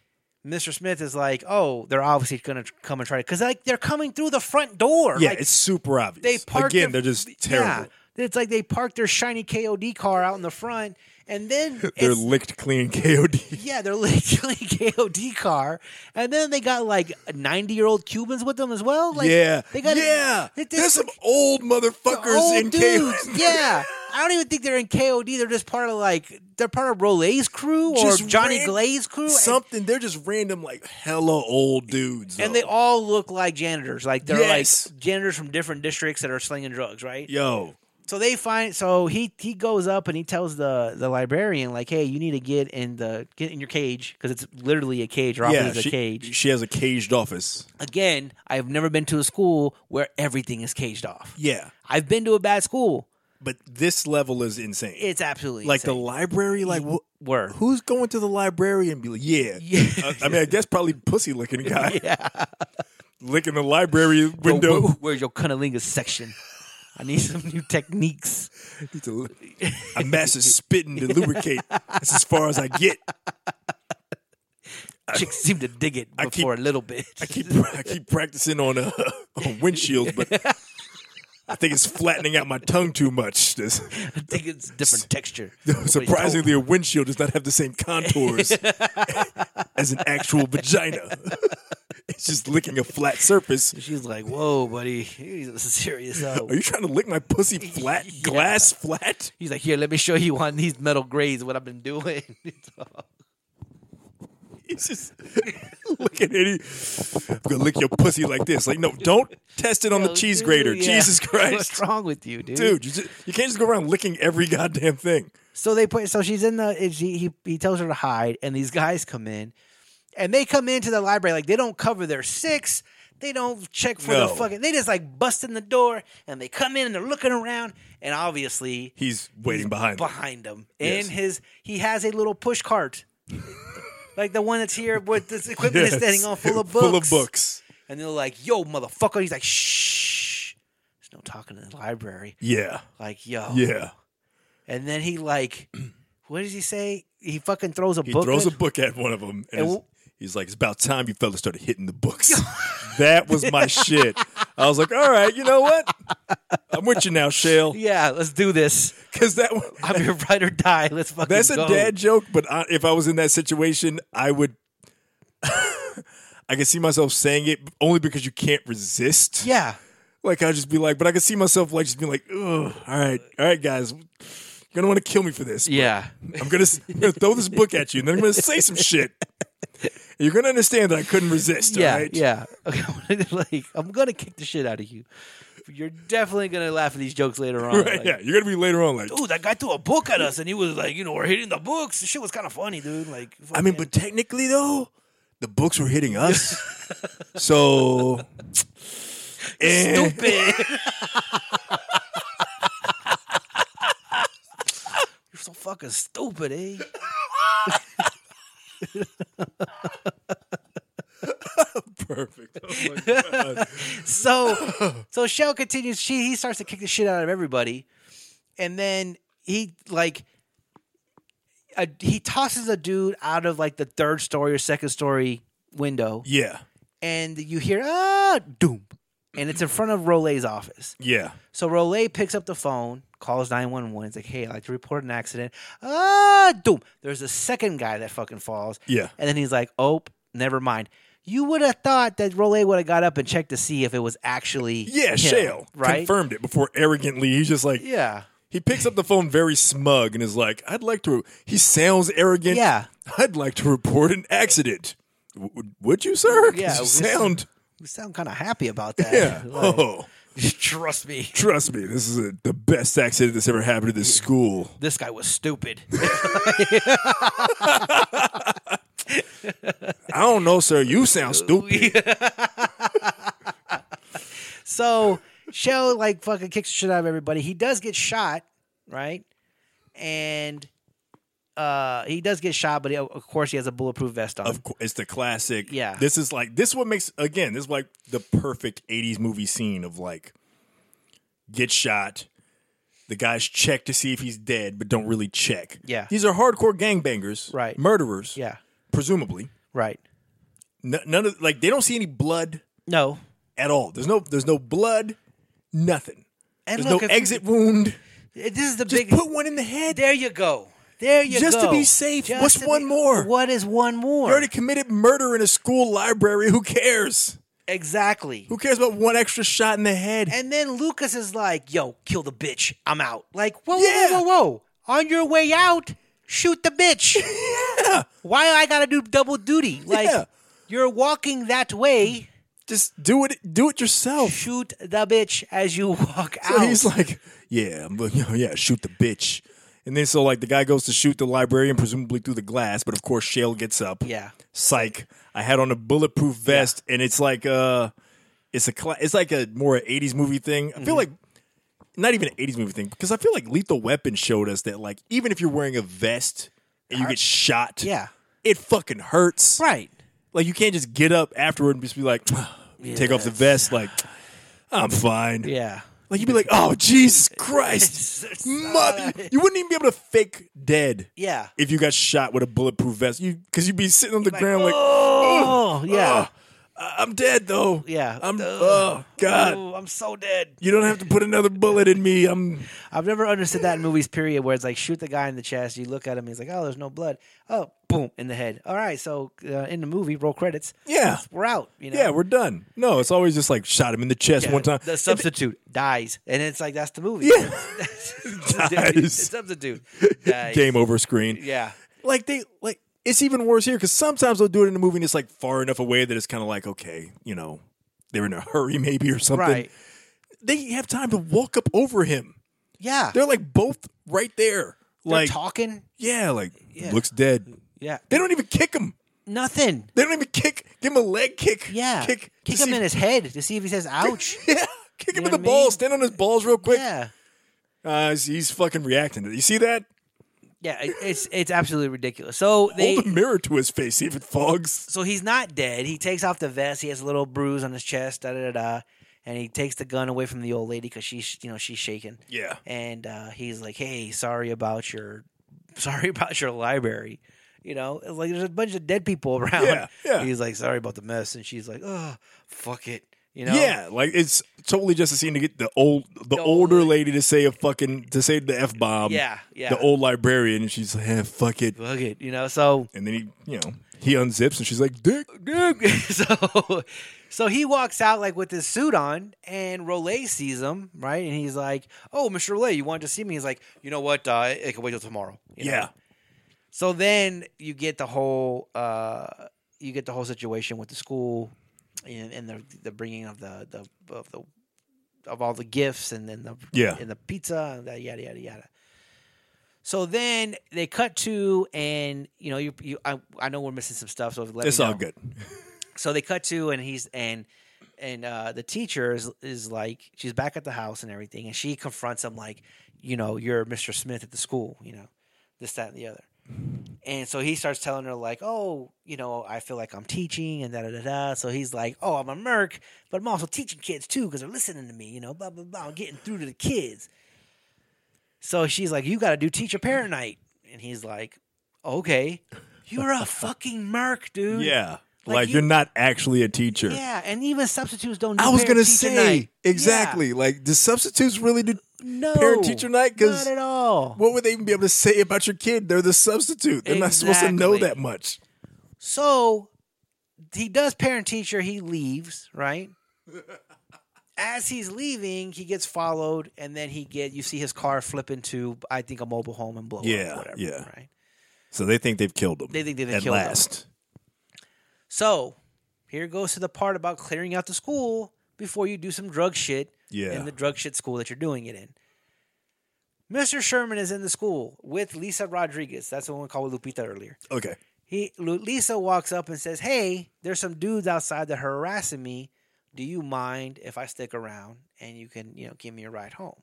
S1: Mr. Smith is like, oh, they're obviously gonna tr- come and try to, cause like they're coming through the front door.
S2: Yeah,
S1: like,
S2: it's super obvious.
S1: they parked
S2: Again,
S1: their-
S2: they're just terrible.
S1: Yeah, it's like they parked their shiny KOD car out in the front, and then
S2: [LAUGHS] They're
S1: it's-
S2: licked clean [LAUGHS] KOD.
S1: yeah, they're [LAUGHS] literally KOD car, and then they got like ninety year old Cubans with them as well. Like,
S2: yeah.
S1: they got
S2: yeah.
S1: it-
S2: There's
S1: it's
S2: some old
S1: like
S2: motherfuckers
S1: old
S2: in [LAUGHS]
S1: dudes.
S2: KOD.
S1: yeah, I don't even think they're in KOD. They're just part of like they're part of Role's crew or
S2: Just
S1: Johnny
S2: ran-
S1: Glaze crew. and-
S2: Something. They're just random, like hella old dudes.
S1: And
S2: though.
S1: they all look like janitors. Like they're
S2: Yes.
S1: like janitors from different districts that are slinging drugs, right?
S2: yo.
S1: so they find so he he goes up and he tells the the librarian like hey you need to get in the get in your cage because it's literally a cage or
S2: Yeah,
S1: opposite
S2: she,
S1: a cage
S2: she has a caged office.
S1: again i've never been to a school where everything is caged off
S2: Yeah,
S1: i've been to a bad school
S2: but this level is insane.
S1: it's absolutely
S2: like the
S1: insane.
S2: library. Like wh-
S1: word
S2: Who's going to the library and be like, yeah? Uh,
S1: Yeah.
S2: I, I mean, I guess probably pussy
S1: [LAUGHS]
S2: licking guy
S1: yeah
S2: licking the library
S1: Yo,
S2: window.
S1: where- where's your cunnilingus section i need some new
S2: [LAUGHS]
S1: techniques
S2: It's a, a master spitting to lubricate. That's as far as I get.
S1: chicks seem to dig it
S2: I
S1: before
S2: keep-
S1: a little bit [LAUGHS]
S2: I keep [LAUGHS] I keep practicing on uh, [LAUGHS] on windshields, but I think it's flattening out my tongue too much. [LAUGHS] This,
S1: i think it's
S2: [LAUGHS]
S1: different texture
S2: surprisingly, a windshield does not have the same [LAUGHS] contours as an actual vagina. [LAUGHS] It's just licking a flat surface.
S1: she's like whoa buddy [LAUGHS] he's a
S2: [LAUGHS]
S1: serious Oh, out.
S2: Are you trying to lick my pussy [LAUGHS] flat, glass flat? [LAUGHS]
S1: He's like, here, let me show you on these metal grades what I've been doing. [LAUGHS]
S2: He's just [LAUGHS] looking at it. I'm gonna lick your pussy like this. Like, no, don't test it on the cheese grater.
S1: Dude, yeah.
S2: [LAUGHS] Jesus
S1: [LAUGHS] What's
S2: Christ,
S1: wrong with you, dude?
S2: dude! You, just, you can't just go around licking every goddamn thing.
S1: So they put. So she's in the. She, he he tells her to hide, and these guys come in, and they come into the library like they don't cover their six. They don't check for
S2: No.
S1: the fucking. They just like bust in the door, and they come in and they're looking around, and obviously
S2: He's waiting behind. them.
S1: behind him
S2: Yes.
S1: in his. He has a little push
S2: [LAUGHS]
S1: cart. Like the one that's here with this equipment is standing on full of books.
S2: [LAUGHS] Full of books.
S1: And they're like, yo, motherfucker. He's like, shh. There's no talking in the library.
S2: Yeah,
S1: Like, yo.
S2: yeah.
S1: And then he, like, [CLEARS THROAT] what does he say? He fucking throws a
S2: He
S1: book.
S2: throws
S1: at-
S2: a book at one of them, and
S1: And
S2: it's- he's like, "It's about time
S1: [LAUGHS]
S2: you [LAUGHS] fellas started hitting the books." that was my shit. I was like, "All right, you know what? I'm with you
S1: [LAUGHS]
S2: now, Shale.
S1: Yeah, let's do this.
S2: Because that one-
S1: I'm your [LAUGHS] ride or die. Let's fucking
S2: [LAUGHS] that's a
S1: go.
S2: dad joke. But I, if I was in that situation, I would. [LAUGHS] I could see myself saying it only because you can't
S1: [LAUGHS]
S2: resist.
S1: Yeah.
S2: Like I'd just be like, but I could see myself like just being like, Ugh, all right, all right, guys, you're gonna want to kill me for this. [LAUGHS]
S1: Yeah.
S2: I'm gonna, I'm gonna throw this book at you, and then I'm gonna say some shit. You're gonna understand that I couldn't resist.
S1: Yeah.
S2: all right?
S1: Yeah. [LAUGHS] Okay, like, I'm going to kick the shit out of you. You're definitely going to laugh at these jokes later on.
S2: [LAUGHS] [LAUGHS] Right,
S1: Like,
S2: yeah, you're gonna be later on like.
S1: Dude, that guy threw a book at us and he was like, you know, we're hitting the books. The shit was kind of funny, dude. Like,
S2: I mean,
S1: fucking-
S2: but technically though, the books were
S1: [LAUGHS]
S2: hitting us, so eh,
S1: stupid. You're so fucking stupid, eh?
S2: [LAUGHS] perfect. Oh my God.
S1: So, so Shell continues. She he starts to kick the shit out of everybody, and then he like. A, he tosses a dude out of like the third story or second story window,
S2: yeah,
S1: and you hear ah doom, and it's in front of Rolet's office.
S2: yeah,
S1: So Rolay picks up the phone, calls 911. It's like, hey, I'd like to report an accident. Ah, doom. There's a second guy that fucking falls.
S2: yeah.
S1: And then he's like, oh, never mind. You would have thought that Rolay would have got up and checked to see if it was actually.
S2: Yeah,
S1: him,
S2: Shale
S1: Right?
S2: confirmed it before arrogantly. He's just like
S1: Yeah.
S2: he picks up the phone very smug and is like, "I'd like to." He sounds arrogant.
S1: Yeah.
S2: I'd like to report an accident. W- w- would you, sir? 'Cause
S1: Yeah,
S2: you
S1: we- [LAUGHS]
S2: sound.
S1: You sound kind of happy about that.
S2: Yeah.
S1: Like,
S2: [LAUGHS] Oh,
S1: [LAUGHS] Trust me.
S2: trust me, this is a, the best accident that's ever happened to this school.
S1: This guy was stupid.
S2: I don't know, sir. You
S1: [LAUGHS]
S2: sound stupid.
S1: so Shell, like, fucking kicks the shit out of everybody. He does get shot, right? And. Uh, he does get shot, but he, of course he has a bulletproof vest on.
S2: Of course, it's the classic.
S1: Yeah.
S2: This is like this. What makes again? This is like the perfect '80s movie scene of like get shot. The guys check to see if he's dead, but don't really check.
S1: Yeah.
S2: These are hardcore gangbangers,
S1: Right.
S2: Murderers,
S1: Yeah.
S2: Presumably,
S1: Right.
S2: N- none of like they don't see any blood
S1: No.
S2: at all. There's no. There's no blood. Nothing.
S1: And
S2: There's
S1: look,
S2: no
S1: if-
S2: exit wound.
S1: This is the
S2: Just
S1: big.
S2: put one in the head.
S1: there you go. There you
S2: Just
S1: go.
S2: to be safe,
S1: Just
S2: what's
S1: to
S2: one more?
S1: What is one more?
S2: You already committed murder in a school library. Who cares?
S1: exactly.
S2: Who cares about one extra shot in the head?
S1: And then Lucas is like, "Yo, kill the bitch. I'm out." Like, whoa,
S2: Yeah.
S1: whoa, whoa, whoa! On your way out, shoot the bitch.
S2: [LAUGHS] yeah.
S1: Why I gotta do double duty? Like,
S2: Yeah.
S1: you're walking that way.
S2: Just do it. Do it yourself.
S1: Shoot the bitch as you walk
S2: [LAUGHS] So
S1: out.
S2: he's like, yeah, I'm, you know, [LAUGHS] yeah, shoot the bitch. And then so like the guy goes to shoot the librarian, presumably through the glass, but of course Shale gets up.
S1: yeah.
S2: Psych. I had on a bulletproof vest, and it's like uh, it's a cla- it's like a more '80s movie thing. I feel
S1: Mm-hmm.
S2: like not even an '80s movie thing because I feel like Lethal Weapon showed us that like even if you're wearing a vest and you get shot,
S1: Yeah.
S2: it fucking hurts.
S1: Right.
S2: Like you can't just get up afterward and just
S1: [SIGHS]
S2: be like, [SIGHS] take off the vest. Like I'm fine.
S1: Yeah.
S2: Like you'd be like, oh
S1: [LAUGHS]
S2: Jesus Christ, mother! You wouldn't even be able to fake dead.
S1: Yeah.
S2: If you got shot with a bulletproof vest, you because you'd be sitting on the ground like,
S1: Oh, yeah.
S2: "Ugh, I- I'm dead though.
S1: Yeah.
S2: I'm.
S1: Ugh.
S2: Oh God,
S1: Ooh, I'm so dead.
S2: you don't have to put another bullet in me. I'm.
S1: I've never understood that in movies, period, where it's like shoot the guy in the chest, you look at him, he's like, oh, there's no blood. Oh, boom, in the head. All right, so uh, in the movie, roll credits.
S2: Yeah,
S1: We're out. You know?
S2: yeah, we're done. No, it's always just like shot him in the chest
S1: Yeah,
S2: one time.
S1: The substitute dies. And it's like, that's the movie. [LAUGHS]
S2: Yeah.
S1: the
S2: Dies.
S1: substitute dies.
S2: [LAUGHS] Game over screen.
S1: Yeah.
S2: like they like it's even worse here because sometimes they'll do it in a movie and it's like far enough away that it's kind of like okay you know they're in a hurry maybe or something
S1: Right.
S2: they have time to walk up over him
S1: Yeah. They're,
S2: they're like both right there like
S1: talking.
S2: yeah like
S1: Yeah.
S2: looks dead
S1: Yeah.
S2: they don't even kick him
S1: Nothing.
S2: they don't even kick give him a leg kick
S1: Yeah.
S2: kick, to
S1: him
S2: see
S1: in
S2: if-
S1: his head to see if he says ouch.
S2: [LAUGHS] yeah kick him
S1: know
S2: in the
S1: what I mean?
S2: balls stand on his balls real quick
S1: yeah.
S2: uh, he's- he's fucking reacting to it. you see that
S1: Yeah. it- It's it's absolutely ridiculous. So they
S2: hold a mirror to his face see if it fogs
S1: so he's not dead. He takes off the vest. He has a little bruise on his chest. Da da da. da. And he takes the gun away from the old lady because she's you know she's shaking.
S2: yeah
S1: And uh, he's like, "Hey, sorry about your, sorry [LAUGHS] about your library." You know, it's like there's a bunch of dead people [LAUGHS] around.
S2: Yeah, yeah.
S1: He's like, "Sorry about the mess," and she's like, "Oh, fuck it." You know?
S2: Yeah, like it's totally just a scene to get the old,
S1: The
S2: the,
S1: old
S2: older lady to say a fucking to say the f bomb.
S1: Yeah, yeah.
S2: The old librarian, and she's like, eh, "Fuck it,"
S1: Fuck it, you know. So
S2: and then he, you know, he unzips, and she's like, "Dick."
S1: [LAUGHS] so so he walks out like with his suit on and Rolay sees him, right? And he's like, Oh, Mr. Rolay, you wanted to see me? He's like, you know what, uh, it can wait till tomorrow. you know?
S2: Yeah,
S1: So then you get the whole uh, you get the whole situation with the school and, and the the bringing of the the of the of all the gifts and then the
S2: Yeah.
S1: and the pizza and that yada yada yada. So then they cut to and you know you, you I, I know we're missing some stuff so let
S2: it's
S1: me
S2: all
S1: know.
S2: good.
S1: So they cut to and he's and and uh, the teacher is is like she's back at the house and everything and she confronts him like you know you're Mr. Smith at the school you know this that and the other and so he starts telling her like oh you know I feel like I'm teaching and da da da da so he's like oh I'm a merc but I'm also teaching kids too because they're listening to me you know blah blah blah I'm getting through to the kids so she's like you got to do teacher parent night and he's like okay you're a fucking merc dude
S2: Yeah,
S1: Like
S2: like,
S1: you-
S2: you're not actually a teacher.
S1: yeah, and even substitutes don't. Do
S2: I was
S1: parent
S2: gonna
S1: teacher
S2: say
S1: night.
S2: exactly. Like, do substitutes really do?
S1: Yeah. no
S2: parent teacher night? 'Cause-
S1: not at all.
S2: What would they even be able to say about your kid? They're the substitute. They're not supposed to know
S1: Exactly.
S2: that much.
S1: So he does parent teacher. He leaves
S2: [LAUGHS]
S1: right. As he's leaving, he gets followed, and then he get you see his car flip into I think a mobile home and blow up.
S2: Yeah,
S1: Whatever,
S2: yeah.
S1: Right.
S2: So they think they've killed him.
S1: They think they've
S2: at
S1: killed him.
S2: last.
S1: So here goes to the part about clearing out the school before you do some drug shit
S2: Yeah.
S1: in the drug shit school that you're doing it in. Mr. Sherman is in the school with Lisa Rodriguez. That's the one we called Lupita earlier.
S2: Okay.
S1: He Lu- Lisa walks up and says, "Hey, there's some dudes outside that are harassing me. Do you mind if I stick around and you can, you know, give me a ride home?"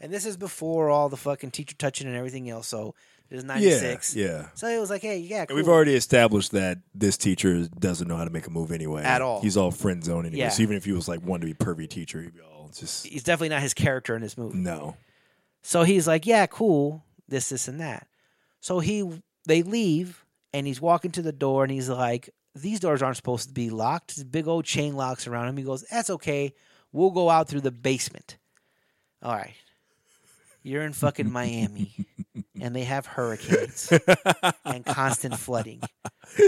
S1: And this is before all the fucking teacher touching and everything else. So this is '96.
S2: Yeah. Yeah.
S1: So it was like, "Hey, yeah,
S2: And
S1: cool.
S2: we've already established that this teacher doesn't know how to make a move anyway.
S1: At all.
S2: He's all friend zone anyway.
S1: Yeah.
S2: So even if he was like one to be pervy teacher, he'd be all just
S1: he's definitely not his character in this movie."
S2: no.
S1: So he's like, "Yeah, cool. This, this, and that." So he they leave, and he's walking to the door, and he's like, "These doors aren't supposed to be locked. There's big old chain locks around him." He goes, "That's okay. We'll go out through the basement." All right, you're in fucking Miami, and they have hurricanes and constant flooding.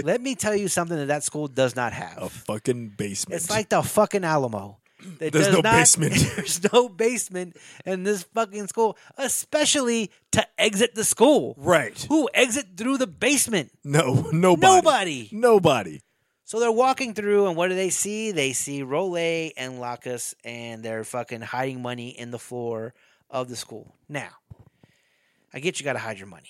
S1: Let me tell you something that that school does not have.
S2: A fucking basement.
S1: It's like the fucking Alamo. It
S2: There's
S1: does
S2: no basement.
S1: [LAUGHS] There's no basement in this fucking school, especially to exit the school.
S2: right.
S1: Who exit through the basement?
S2: No. [LAUGHS] Nobody.
S1: Nobody.
S2: Nobody.
S1: So they're walking through, and what do they see? They see Rolay and Lacus, and they're fucking hiding money in the floor of the school. Now, I get you got to hide your
S2: [LAUGHS]
S1: money.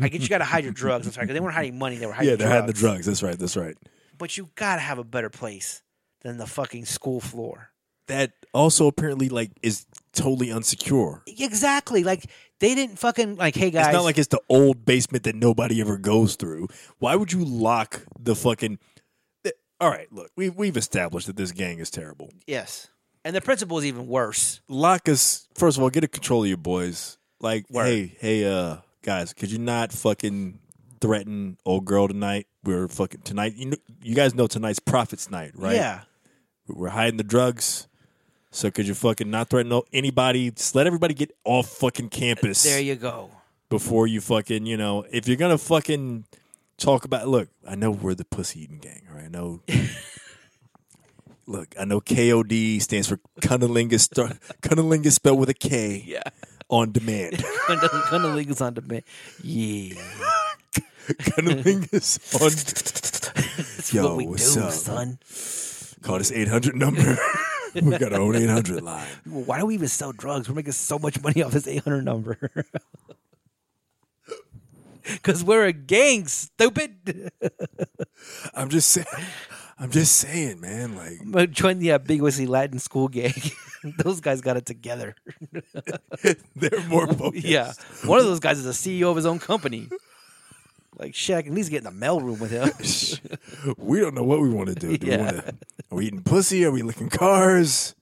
S1: I get you got to hide your drugs. I'm sorry, 'cause they weren't hiding money; they were hiding
S2: Yeah, they're
S1: drugs.
S2: hiding the drugs. That's right. That's right.
S1: But you gotta have a better place than the fucking school floor.
S2: That also apparently like is totally unsecure.
S1: Exactly. Like they didn't fucking like. Hey guys,
S2: It's not like it's the old basement that nobody ever goes through. Why would you lock the fucking? th- All right, look, we we've established that this gang is terrible.
S1: yes. And the principal is even worse.
S2: Lock us first of all. Get a control of your boys. Like,
S1: Word.
S2: hey, hey, uh, guys, could you not fucking threaten old girl tonight? We're fucking tonight. You know, you guys know tonight's profits night, right?
S1: Yeah.
S2: we're hiding the drugs. So could you fucking not threaten no- anybody? Just let everybody get off fucking campus.
S1: There you go. [LAUGHS]
S2: before you fucking, you know, if you're gonna fucking talk about, look, I know we're the pussy eating gang, all right?
S1: [LAUGHS]
S2: I know. look, I know KOD stands for cunnilingus, star- cunnilingus spelled with a K. Yeah.
S1: [LAUGHS]
S2: On demand,
S1: Cunnilingus on demand. Yeah.
S2: cunnilingus on.
S1: That's
S2: Yo,
S1: what we
S2: what's
S1: do,
S2: up?
S1: son.
S2: Call this eight hundred number. [LAUGHS] we got our own eight hundred line.
S1: Why do we even sell drugs? We're making so much money off this 800 number. [LAUGHS] Because we're a gang, stupid.
S2: I'm just saying. [LAUGHS] I'm just saying, man. Like [LAUGHS]
S1: But Join the ambiguously Latin school gang. [LAUGHS] those guys got it together.
S2: they're more focused.
S1: Yeah. One of those guys is a CEO of his own company. Like, shit, I can at least get in the mailroom with him.
S2: [LAUGHS] we don't know what we want to do. do we
S1: Yeah.
S2: wanna, are we eating pussy? Are we licking cars?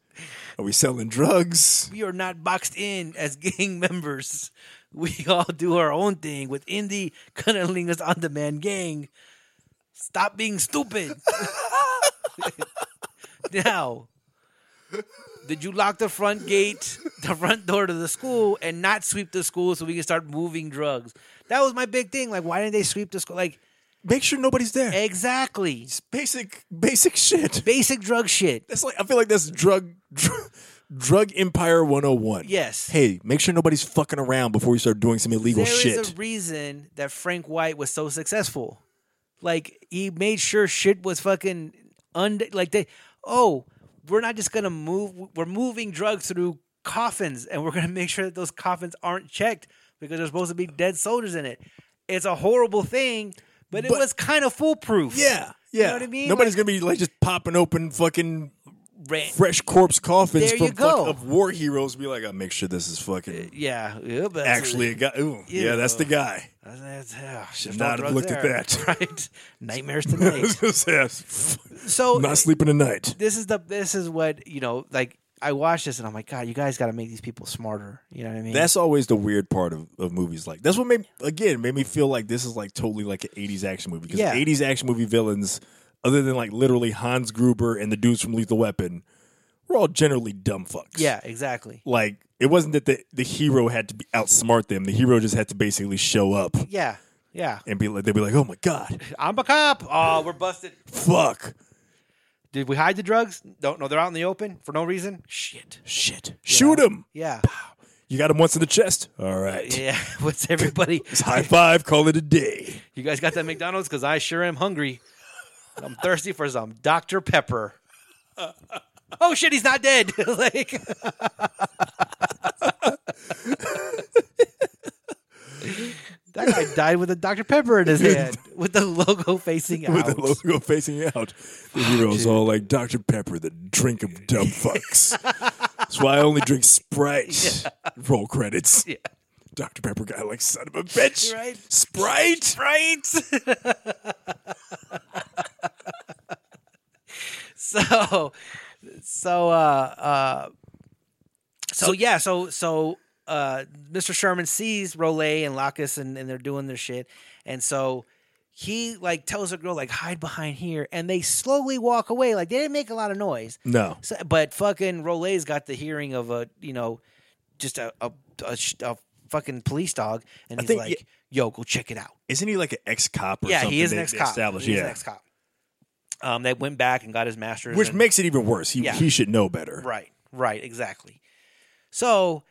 S2: Are we selling drugs?
S1: we are not boxed in as [LAUGHS] gang members. We all do our own thing within the Cunnilingus on demand gang. Stop being stupid. [LAUGHS] now. Did you lock the front gate, the front door to the school, and not sweep the school so we can start moving drugs? That was my big thing. Like, why didn't they sweep the school? Like,
S2: Make sure nobody's there.
S1: exactly.
S2: It's basic, basic shit.
S1: Basic drug shit.
S2: That's like I feel like that's drug, dr- drug empire 101.
S1: Yes.
S2: Hey, make sure nobody's fucking around before you start doing some illegal
S1: There is
S2: shit.
S1: a reason that Frank White was so successful. Like he made sure shit was fucking un like they oh, we're not just gonna move we're moving drugs through coffins and we're gonna [LAUGHS] make sure that those coffins aren't checked because there's supposed to be dead soldiers in it. It's a horrible thing, but it
S2: But-
S1: was kind of foolproof.
S2: yeah, yeah.
S1: what I mean?
S2: Nobody's gonna be like just popping open fucking
S1: Ran-
S2: fresh corpse coffins
S1: There
S2: from
S1: you go.
S2: fuck- of war heroes. Be like, I make sure this is fucking
S1: yeah, yeah, but
S2: actually a guy. Ooh, yeah, that's the guy. [LAUGHS]
S1: that's, that's, ah,
S2: Should
S1: there's
S2: not have
S1: drugs
S2: looked at
S1: there.
S2: that.
S1: [LAUGHS] Right, nightmares
S2: I was [LAUGHS]
S1: tonight.
S2: gonna say, I was f-
S1: So
S2: not sleeping tonight.
S1: this is the this is what you know like i watch this and i'm like god you guys got to make these people smarter you know what i mean
S2: That's always the weird part of, of movies like that's what made again made me feel like this is like totally like an eighties action movie because
S1: Yeah.
S2: eighties action movie villains, other than like literally Hans Gruber and the dudes from Lethal Weapon, were all generally dumb fucks.
S1: yeah exactly
S2: like it wasn't that the the hero had to be outsmart them. The hero just had to basically show up
S1: yeah yeah
S2: and be like they'd be like, oh my god,
S1: i'm a cop oh we're busted
S2: fuck,
S1: did we hide the drugs don't know they're out in the open for no reason shit
S2: shit, shoot him.
S1: yeah
S2: You got him once in the chest. All right,
S1: yeah [LAUGHS] what's [LAUGHS] everybody
S2: it's [LAUGHS] high five. Call it a day.
S1: you guys got that mcdonald's because i sure am hungry i'm thirsty for some dr pepper oh shit he's not dead [LAUGHS] like That guy died with a Dr. Pepper in
S2: [LAUGHS]
S1: his hand, with the logo facing out.
S2: with the logo facing out. The hero's all like Dr. Pepper, the drink of
S1: [LAUGHS]
S2: dumb fucks. That's why I only drink Sprite. Roll credits.
S1: Yeah.
S2: Dr. Pepper guy, like son of a bitch.
S1: Right.
S2: Sprite. Sprite.
S1: [LAUGHS] So, so, uh, uh, so, yeah, so, so, uh, Mr. Sherman sees Rolay and Locus and, and they're doing their shit. And so he like tells the girl, like, hide behind here. And they slowly walk away. Like, they didn't make a lot of noise.
S2: No.
S1: So, but fucking Rolay's got the hearing of a you know, just a a, a, sh- a fucking police dog, and he's
S2: think-
S1: like, "Yo, go check it out."
S2: Isn't he like an ex cop or
S1: yeah,
S2: something?
S1: he is an
S2: They-
S1: ex
S2: they
S1: cop.
S2: established,
S1: He is
S2: yeah.
S1: an ex cop. Um, they went back and got his master's,
S2: Which
S1: and-
S2: makes it even worse. He,
S1: Yeah.
S2: he should know better.
S1: right, right, exactly. So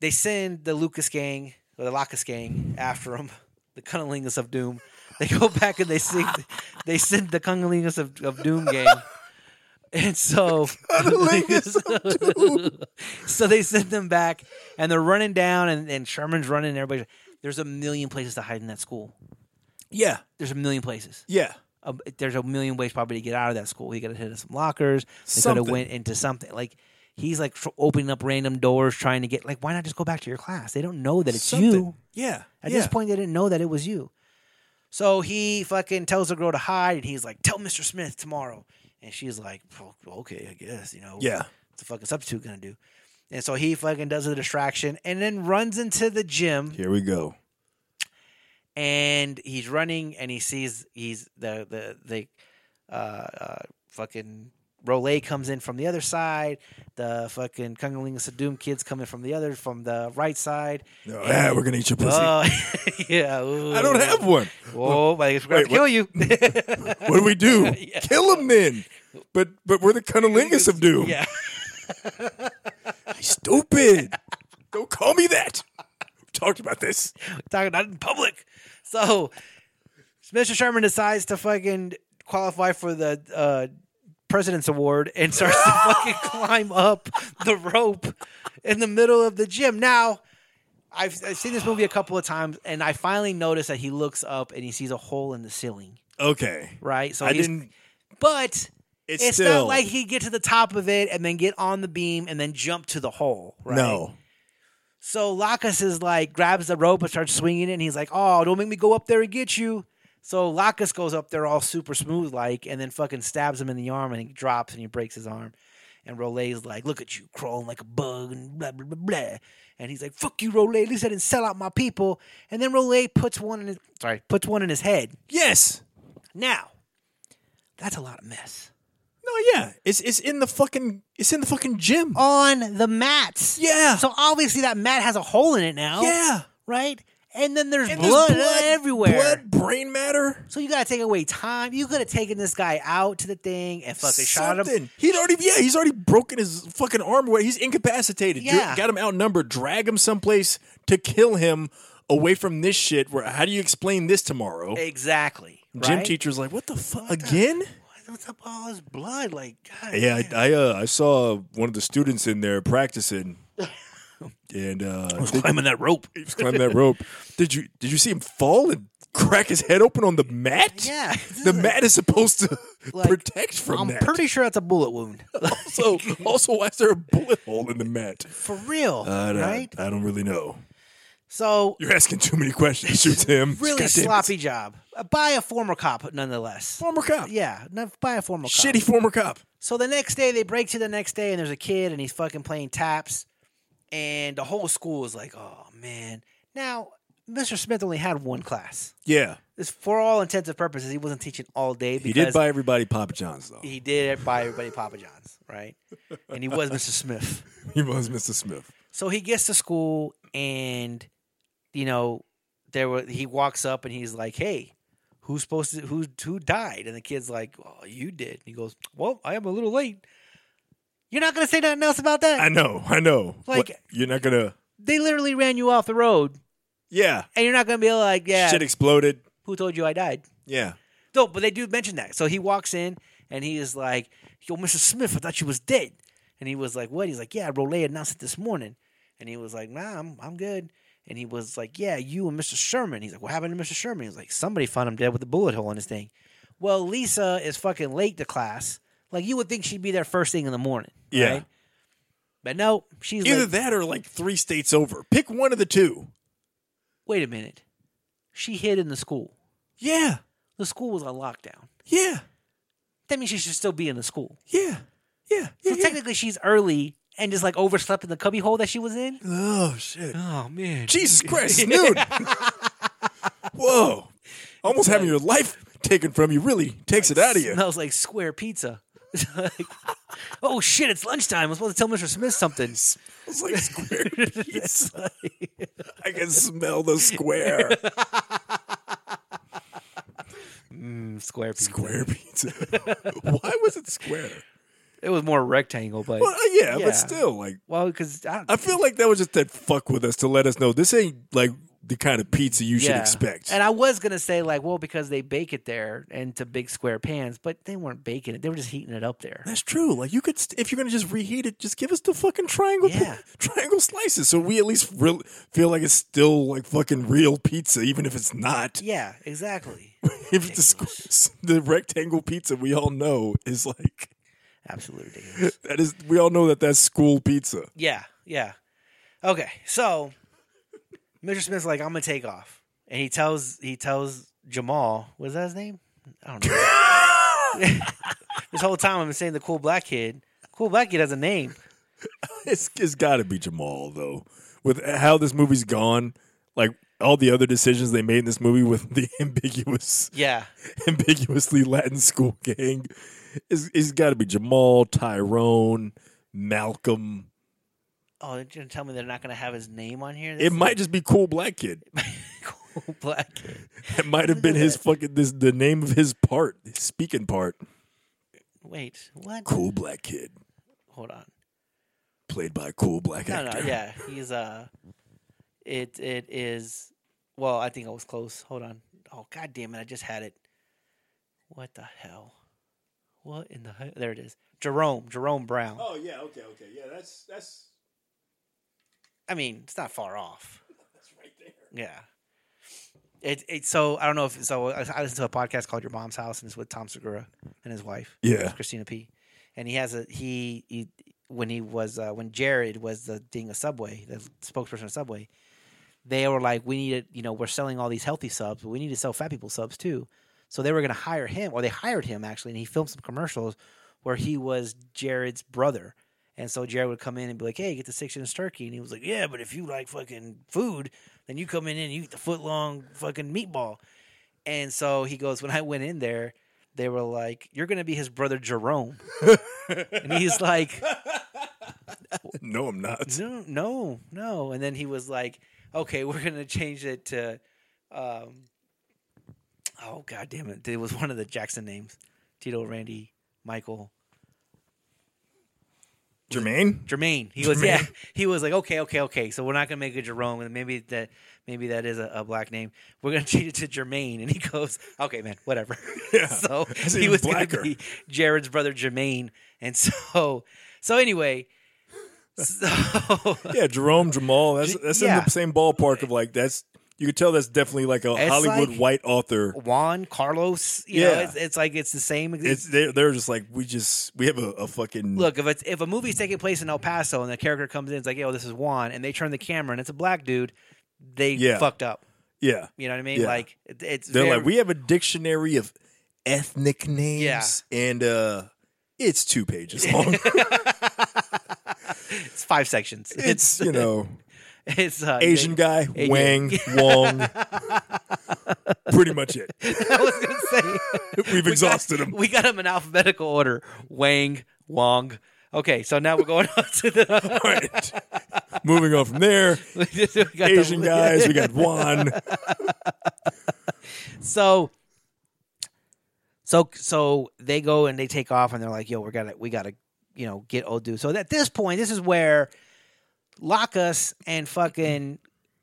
S1: they send the Lucas gang or the Locus gang after him, [LAUGHS] the Cunnilingus of Doom. They go [LAUGHS] back and they sing, they send the Cunnilingus of, of Doom gang. And so, [LAUGHS] so they send them back, and they're running down, and, and Sherman's running. And everybody's there's a million places to hide in that school.
S2: Yeah.
S1: There's a million places.
S2: Yeah.
S1: Um, there's a million ways probably to get out of that school. He could have hit some lockers. They could have
S2: Something.
S1: went into something like. He's like tr- opening up random doors, trying to get like, why not just go back to your class? They don't know that it's you.
S2: Something. Yeah.
S1: At
S2: yeah.
S1: this point, they didn't know that it was you. So he fucking tells the girl to hide, and he's like, "Tell Mr. Smith tomorrow." And she's like, "Oh, "Okay, I guess you know."
S2: Yeah.
S1: what's the fucking substitute gonna do? And so he fucking does a distraction, and then runs into the gym,
S2: Here we go.
S1: and he's running, and he sees he's the the the uh, uh, fucking. Rolay comes in from the other side. The fucking Kungalinga Sadum kids coming from the other, from the right side.
S2: No, ah, we're going to eat your pussy.
S1: Oh, [LAUGHS] yeah. ooh.
S2: I don't have one.
S1: Oh, but I guess we're
S2: Wait,
S1: gonna kill you.
S2: What do we do?
S1: [LAUGHS] Yeah.
S2: Kill him then. But but we're the cunnilingus of
S1: [LAUGHS]
S2: doom.
S1: yeah.
S2: Stupid. Don't call me that. We've talked about this.
S1: Talking about it in public. So Mr. Sherman decides to fucking qualify for the uh, President's Award and starts
S2: [LAUGHS]
S1: to fucking climb up the rope in the middle of the gym. Now, I've, I've seen this movie a couple of times, and I finally noticed that he looks up and he sees a hole in the ceiling,
S2: Okay.
S1: right? So
S2: I
S1: he's-
S2: didn't.
S1: But
S2: It's,
S1: it's,
S2: still
S1: not like he'd get to the top of it and then get on the beam and then jump to the hole, right?
S2: no.
S1: So Lacus is like grabs the rope and starts swinging it, and he's like, "Oh, don't make me go up there and get you." So Lacus goes up there all super smooth like, and then fucking stabs him in the arm, and he drops and he breaks his arm. And Rolay's like, "Look at you crawling like a bug," and blah blah blah blah. And he's like, "Fuck you, Rolay. At least I didn't sell out my people." And then Rolay puts one in his sorry puts one in his head.
S2: Yes.
S1: Now, that's a lot of mess.
S2: No, No, yeah, it's it's in the fucking it's in the fucking gym.
S1: on the mats.
S2: Yeah.
S1: Oh, So obviously that mat has a hole in it now.
S2: Yeah,
S1: Right? And then there's,
S2: And there's
S1: blood, everywhere.
S2: Blood, brain matter.
S1: So you gotta take away time. You could have taken this guy out to the thing and fucking shot him.
S2: Something. He'd already yeah, he's already broken his fucking arm away. He's incapacitated. Dr-
S1: Yeah.
S2: Got him outnumbered, drag him someplace to kill him away from this shit where how do you explain this tomorrow?
S1: Exactly.
S2: Gym
S1: Eh, right?
S2: teacher's like, "What the fuck again?"
S1: What's up with all this blood? Like, God,
S2: Yeah, I I, uh, I saw one of the students in
S1: [LAUGHS]
S2: there practicing and [LAUGHS] uh I think
S1: climbing that rope.
S2: he was climbing that rope. Did you did you see him fall and crack his head open on the mat?
S1: Yeah.
S2: [LAUGHS] The mat is supposed to
S1: Like,
S2: protect from
S1: I'm
S2: that. [LAUGHS]
S1: pretty sure that's a bullet wound. [LAUGHS]
S2: also, also, why is there a bullet hole in the mat?
S1: For real.
S2: I don't,
S1: right?
S2: I don't really know.
S1: So
S2: You're asking too many questions, shoots him.
S1: really
S2: God damn it.
S1: sloppy job. Uh, By a former cop, nonetheless.
S2: Former cop.
S1: Yeah, no, by a former cop.
S2: Shitty former cop.
S1: So the next day, they break to the next day, and there's a kid, and he's fucking playing taps, and the whole school is like, "Oh man!" Now, Mr. Smith only had one class.
S2: Yeah.
S1: This, for all intents and purposes, he wasn't teaching all day because
S2: He did buy everybody Papa John's, though.
S1: he did buy everybody Papa John's, right? And he was Mr. Smith.
S2: He was Mr. Smith.
S1: So he gets to school, and you know, there were he walks up and he's like, "Hey." Who's supposed to who who died? And the kid's like, "Oh, you did." And he goes, "Well, I am a little late." You're not gonna say nothing else about that.
S2: I know. I know.
S1: Like-
S2: What- you're not going to.
S1: they literally ran you off the road,
S2: Yeah.
S1: and you're not gonna be like, yeah,
S2: Shit exploded.
S1: who told you I died?
S2: Yeah.
S1: No, but they do mention that. So he walks in, and he is like, yo, Mr. Smith, I thought you was dead. And he was like, what? He's like, yeah, Rolay announced it this morning, and he was like, nah, I'm I'm good. And he was like, yeah, you and Mr. Sherman. He's like, what happened to Mr. Sherman? He's like, somebody found him dead with a bullet hole in his thing. Well, Lisa is fucking late to class. Like you would think she'd be there first thing in the morning.
S2: Yeah.
S1: right? But no, she's
S2: Either
S1: late.
S2: that or like three states over. Pick one of the two.
S1: Wait a minute. She hid in the school.
S2: Yeah.
S1: the school was on lockdown.
S2: Yeah.
S1: That means she should still be in the school.
S2: Yeah. Yeah.
S1: So [LAUGHS]
S2: yeah, yeah.
S1: technically, she's early and just like overslept in the cubbyhole that she was in.
S2: Oh, shit.
S1: Oh man, [LAUGHS]
S2: Jesus Christ, it's noon. Whoa. Almost having your life taken from you really takes it out of you.
S1: smells like square pizza. [LAUGHS] Like, oh shit, it's lunchtime. I'm supposed to tell Mr. Smith something.
S2: It's
S1: [LAUGHS]
S2: like square pizza. I can smell the square.
S1: Mm, [LAUGHS] square pizza.
S2: Square pizza. [LAUGHS] Why was it square?
S1: It was more rectangle, but
S2: Well, yeah,
S1: Yeah.
S2: but still, like,
S1: well, because I,
S2: I feel like that was just that fuck with us to let us know this ain't like the kind of pizza you should
S1: yeah.
S2: expect.
S1: And I was gonna say like, well, because they bake it there into big square pans, but they weren't baking it; they were just heating it up
S2: [LAUGHS]
S1: there.
S2: That's true. Like, you could, st- if you're gonna just reheat it, just give us the fucking triangle,
S1: Yeah.
S2: [LAUGHS] triangle slices, so we at least real, feel like it's still like fucking real pizza, even if it's not.
S1: Yeah, exactly.
S2: if the, squ- [LAUGHS] the rectangle pizza we all know is like
S1: Absolutely ridiculous.
S2: that is we all know that that's
S1: [LAUGHS]
S2: school pizza
S1: Yeah, yeah. Okay, so Mr. Smith's like, I'm gonna take off, and he tells he tells Jamal, was that his name? I don't know. [LAUGHS] this whole time I've been saying the cool black kid. Cool black kid has a name.
S2: it's, it's got to be jamal though with how this movie's gone like all the other decisions they made in this movie with [LAUGHS] the ambiguous
S1: Yeah,
S2: ambiguously latin school gang it's, it's got to be jamal tyrone malcolm
S1: Oh, they're gonna tell me they're not gonna have his name on here.
S2: it might just be cool black kid
S1: [LAUGHS] cool black kid.
S2: it might have been his fucking this the name of his part his speaking part
S1: Wait, what?
S2: cool black kid
S1: Hold on.
S2: played by a cool black
S1: No, no,
S2: actor.
S1: yeah, he's uh, it it is. Well, I think I was close. Hold on. Oh god damn it! I just had it. What the hell? What in the hell? There it is. Jerome Jerome Brown.
S2: Oh yeah, okay, okay, yeah. That's that's
S1: I mean, it's not far off.
S2: that's right there.
S1: Yeah. It, it so I don't know if so I I listened to a podcast called Your Mom's House and it's with Tom Segura and his wife.
S2: Yeah,
S1: Christina P. And he has a he, he when he was uh, when Jared was the thing of Subway, the spokesperson of Subway. They were like, we need to, you know, we're selling all these healthy subs, but we need to sell fat people subs too. So they were going to hire him, or they hired him actually, and he filmed some commercials where he was Jared's brother. And so Jared would come in and be like, "Hey, get the six inch turkey," and he was like, "Yeah, but if you like fucking food, then you come in and you eat the foot long fucking meatball." And so he goes, "When I went in there, they were like, "You're going to be his brother Jerome," and he's like,
S2: No, I'm not.
S1: "No, no, no." And then he was like, "Okay, we're going to change it to, um, oh god damn it, it was one of the Jackson names: Tito, Randy, Michael."
S2: Jermaine?
S1: [LAUGHS] Jermaine. He was
S2: Jermaine.
S1: yeah. [LAUGHS] He was like, okay, okay, okay. So we're not gonna make it Jerome, and maybe that maybe that is a, a black name. We're gonna [LAUGHS] change it to Jermaine. And he goes, okay, man, whatever. [LAUGHS]
S2: Yeah.
S1: so
S2: That's
S1: he
S2: even
S1: was
S2: blacker.
S1: gonna be Jared's brother Jermaine. And so so anyway, so [LAUGHS]
S2: Yeah, Jerome, Jamal. That's that's in
S1: yeah.
S2: the same ballpark of like that's you could tell that's definitely like a
S1: It's
S2: Hollywood
S1: like-
S2: white author.
S1: Juan Carlos, you
S2: Yeah.
S1: know, it's, it's like it's the same.
S2: It's they're, they're just like we just we have a, a fucking
S1: Look, if it's if a movie's taking place in El Paso and the character comes in, it's like, yo, this is Juan, and they turn the camera and it's a black dude, they
S2: Yeah.
S1: fucked up.
S2: yeah.
S1: You know what I mean?
S2: Yeah.
S1: Like it, it's
S2: They're
S1: very-
S2: like we have a dictionary of ethnic names and uh it's two
S1: [LAUGHS]
S2: pages long.
S1: It's five sections.
S2: it's you know
S1: [LAUGHS] It's uh,
S2: Asian guy Wang Wong. Pretty much
S1: [LAUGHS]
S2: it.
S1: [LAUGHS] I was gonna say
S2: [LAUGHS] We've exhausted
S1: we got,
S2: him.
S1: We got them in alphabetical order: Wang, Wong. Okay, so now we're going [LAUGHS] on to the [LAUGHS]
S2: All right. Moving on from there.
S1: we just- we got the-
S2: Asian guys, we got Juan.
S1: [LAUGHS] So, so, so they go and they take off, and they're like, "Yo, we gotta, we gotta, you know, get old dude." So at this point, this is where Lacus and fucking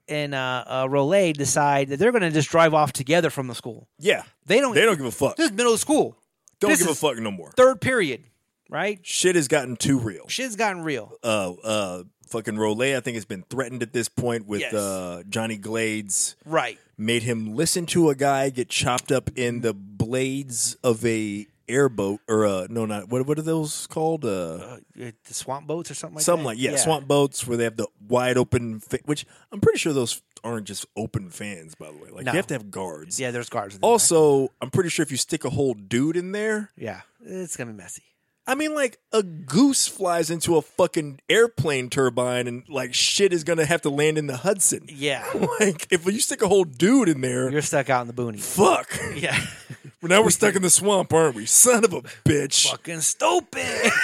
S1: and uh, uh, Rolay decide that they're gonna just drive off together from the school.
S2: Yeah.
S1: They don't.
S2: They don't give a fuck.
S1: This is middle school.
S2: Don't
S1: this
S2: give a
S1: is-
S2: fuck no more.
S1: third period, right?
S2: Shit has gotten too real.
S1: Shit's gotten real.
S2: Uh uh fucking Rolay, I think has been threatened at this point with
S1: Yes.
S2: uh Johnny Glades
S1: Right.
S2: made him listen to a guy get chopped up in the blades of a airboat or uh no not what what are those called? Uh
S1: Uh, the swamp boats or something like
S2: Something
S1: that.
S2: like yeah, swamp boats where they have the wide open, fa- which I'm pretty sure those aren't just open fans. By the way, like
S1: No.
S2: you have to have guards.
S1: Yeah, there's guards. In there,
S2: Also, I'm pretty sure if you stick a whole dude in there,
S1: right? Yeah, it's gonna be messy.
S2: I mean, like a goose flies into a fucking airplane turbine, and like shit is gonna have to land in the Hudson.
S1: Yeah,
S2: [LAUGHS] Like if you stick a whole dude in there,
S1: you're stuck out in the
S2: [LAUGHS]
S1: boonies.
S2: fuck.
S1: Yeah,
S2: Now we're stuck in the swamp, aren't we? Son of a bitch.
S1: fucking stupid. [LAUGHS]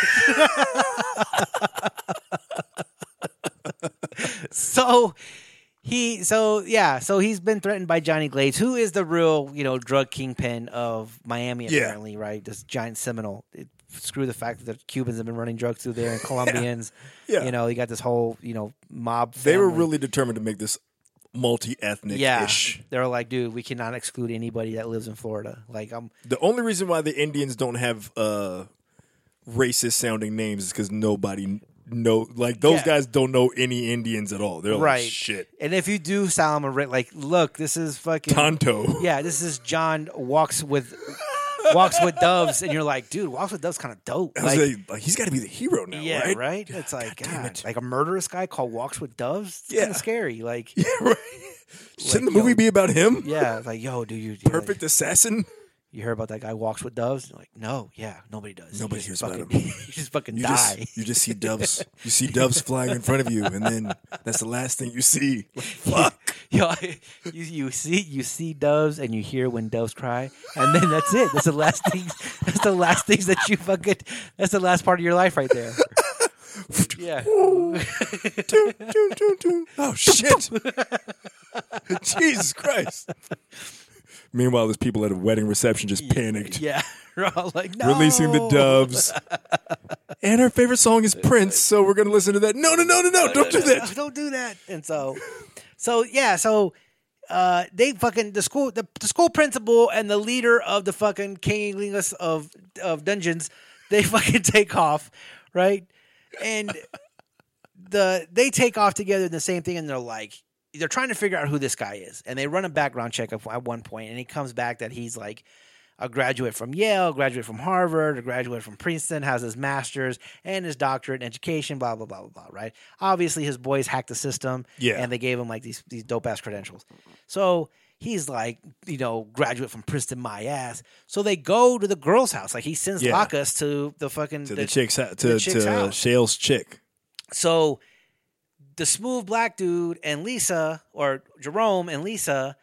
S1: so he, so yeah, so he's been threatened by Johnny Glades, who is the real, you know, drug kingpin of Miami,
S2: Yeah.
S1: apparently, right? This giant Seminole. It, screw the fact that the Cubans have been running drugs through
S2: [LAUGHS]
S1: there and Colombians.
S2: Yeah.
S1: You know, you got this whole, you know, mob.
S2: They were
S1: family.
S2: really determined to make this multi-ethnic
S1: yeah.
S2: ish.
S1: They were like, dude, we cannot exclude anybody that lives in Florida. Like, I'm
S2: The only reason why the Indians don't have uh, racist sounding names is because nobody know like those
S1: Yeah.
S2: guys don't know any Indians at all. They're
S1: right.
S2: like Oh, shit.
S1: And if you do sound a ri- like, look, this is fucking.
S2: Tonto.
S1: yeah, this is John walks with walks with doves, and you're like, dude, walks with doves kind of dope.
S2: [LAUGHS] I was
S1: Like,
S2: like, like, he's got to be the hero now,
S1: yeah,
S2: right?
S1: right? It's like,
S2: damn
S1: God,
S2: it.
S1: like a murderous guy called walks with doves. It's
S2: Yeah.
S1: kind of scary. Like,
S2: [LAUGHS] Yeah, right.
S1: Like,
S2: Shouldn't the movie
S1: yo.
S2: be about him?
S1: yeah, it's like, yo, do you
S2: Perfect assassin.
S1: You hear about that guy walks with doves? You're like, no, yeah, nobody does.
S2: Nobody
S1: You
S2: hears
S1: just
S2: about
S1: fucking- [LAUGHS] you just fucking
S2: You
S1: die.
S2: just you just see doves.
S1: [LAUGHS]
S2: You see doves flying in front of you, and then that's the last thing you see.
S1: [LAUGHS]
S2: Like, fuck.
S1: Yo, you, you see you see doves and you hear when doves cry, and then that's it. That's the last things. That's the last things that you fucking. That's the last part of your life right
S2: [LAUGHS]
S1: there. Yeah,
S2: Toot, toot, toot, toot. Oh
S1: [LAUGHS]
S2: shit! Jesus Christ! Meanwhile, there's people at a wedding reception just panicked,
S1: yeah. [LAUGHS] Oh. We're all like no.
S2: releasing the doves. and our favorite song is Prince, so we're gonna listen to that. No, no, no, no, no! Don't do
S1: No, [LAUGHS]
S2: that.
S1: don't do that. And so, so yeah, so uh, they fucking the school the, the school principal and the leader of the fucking King Lingus of of Dungeons, they [LAUGHS] fucking take off, right? And the they take off together in the same thing, and they're like. They're trying to figure out who this guy is, and they run a background check at at one point, and it comes back that he's like a graduate from Yale, graduate from Harvard, a graduate from Princeton, has his master's and his doctorate in education, blah, blah, blah, blah, blah, right? Obviously, his boys hacked the system
S2: Yeah.
S1: and they gave him like these, these dope ass credentials. So he's like, you know, graduate from Princeton, my ass. So they go to the girl's house. Like he sends
S2: Yeah.
S1: Lacus to the fucking.
S2: To
S1: the-
S2: the chick's hou-
S1: the
S2: to
S1: chick's
S2: to
S1: house.
S2: Shale's chick.
S1: so the smooth black dude and Lisa, or Jerome and Lisa,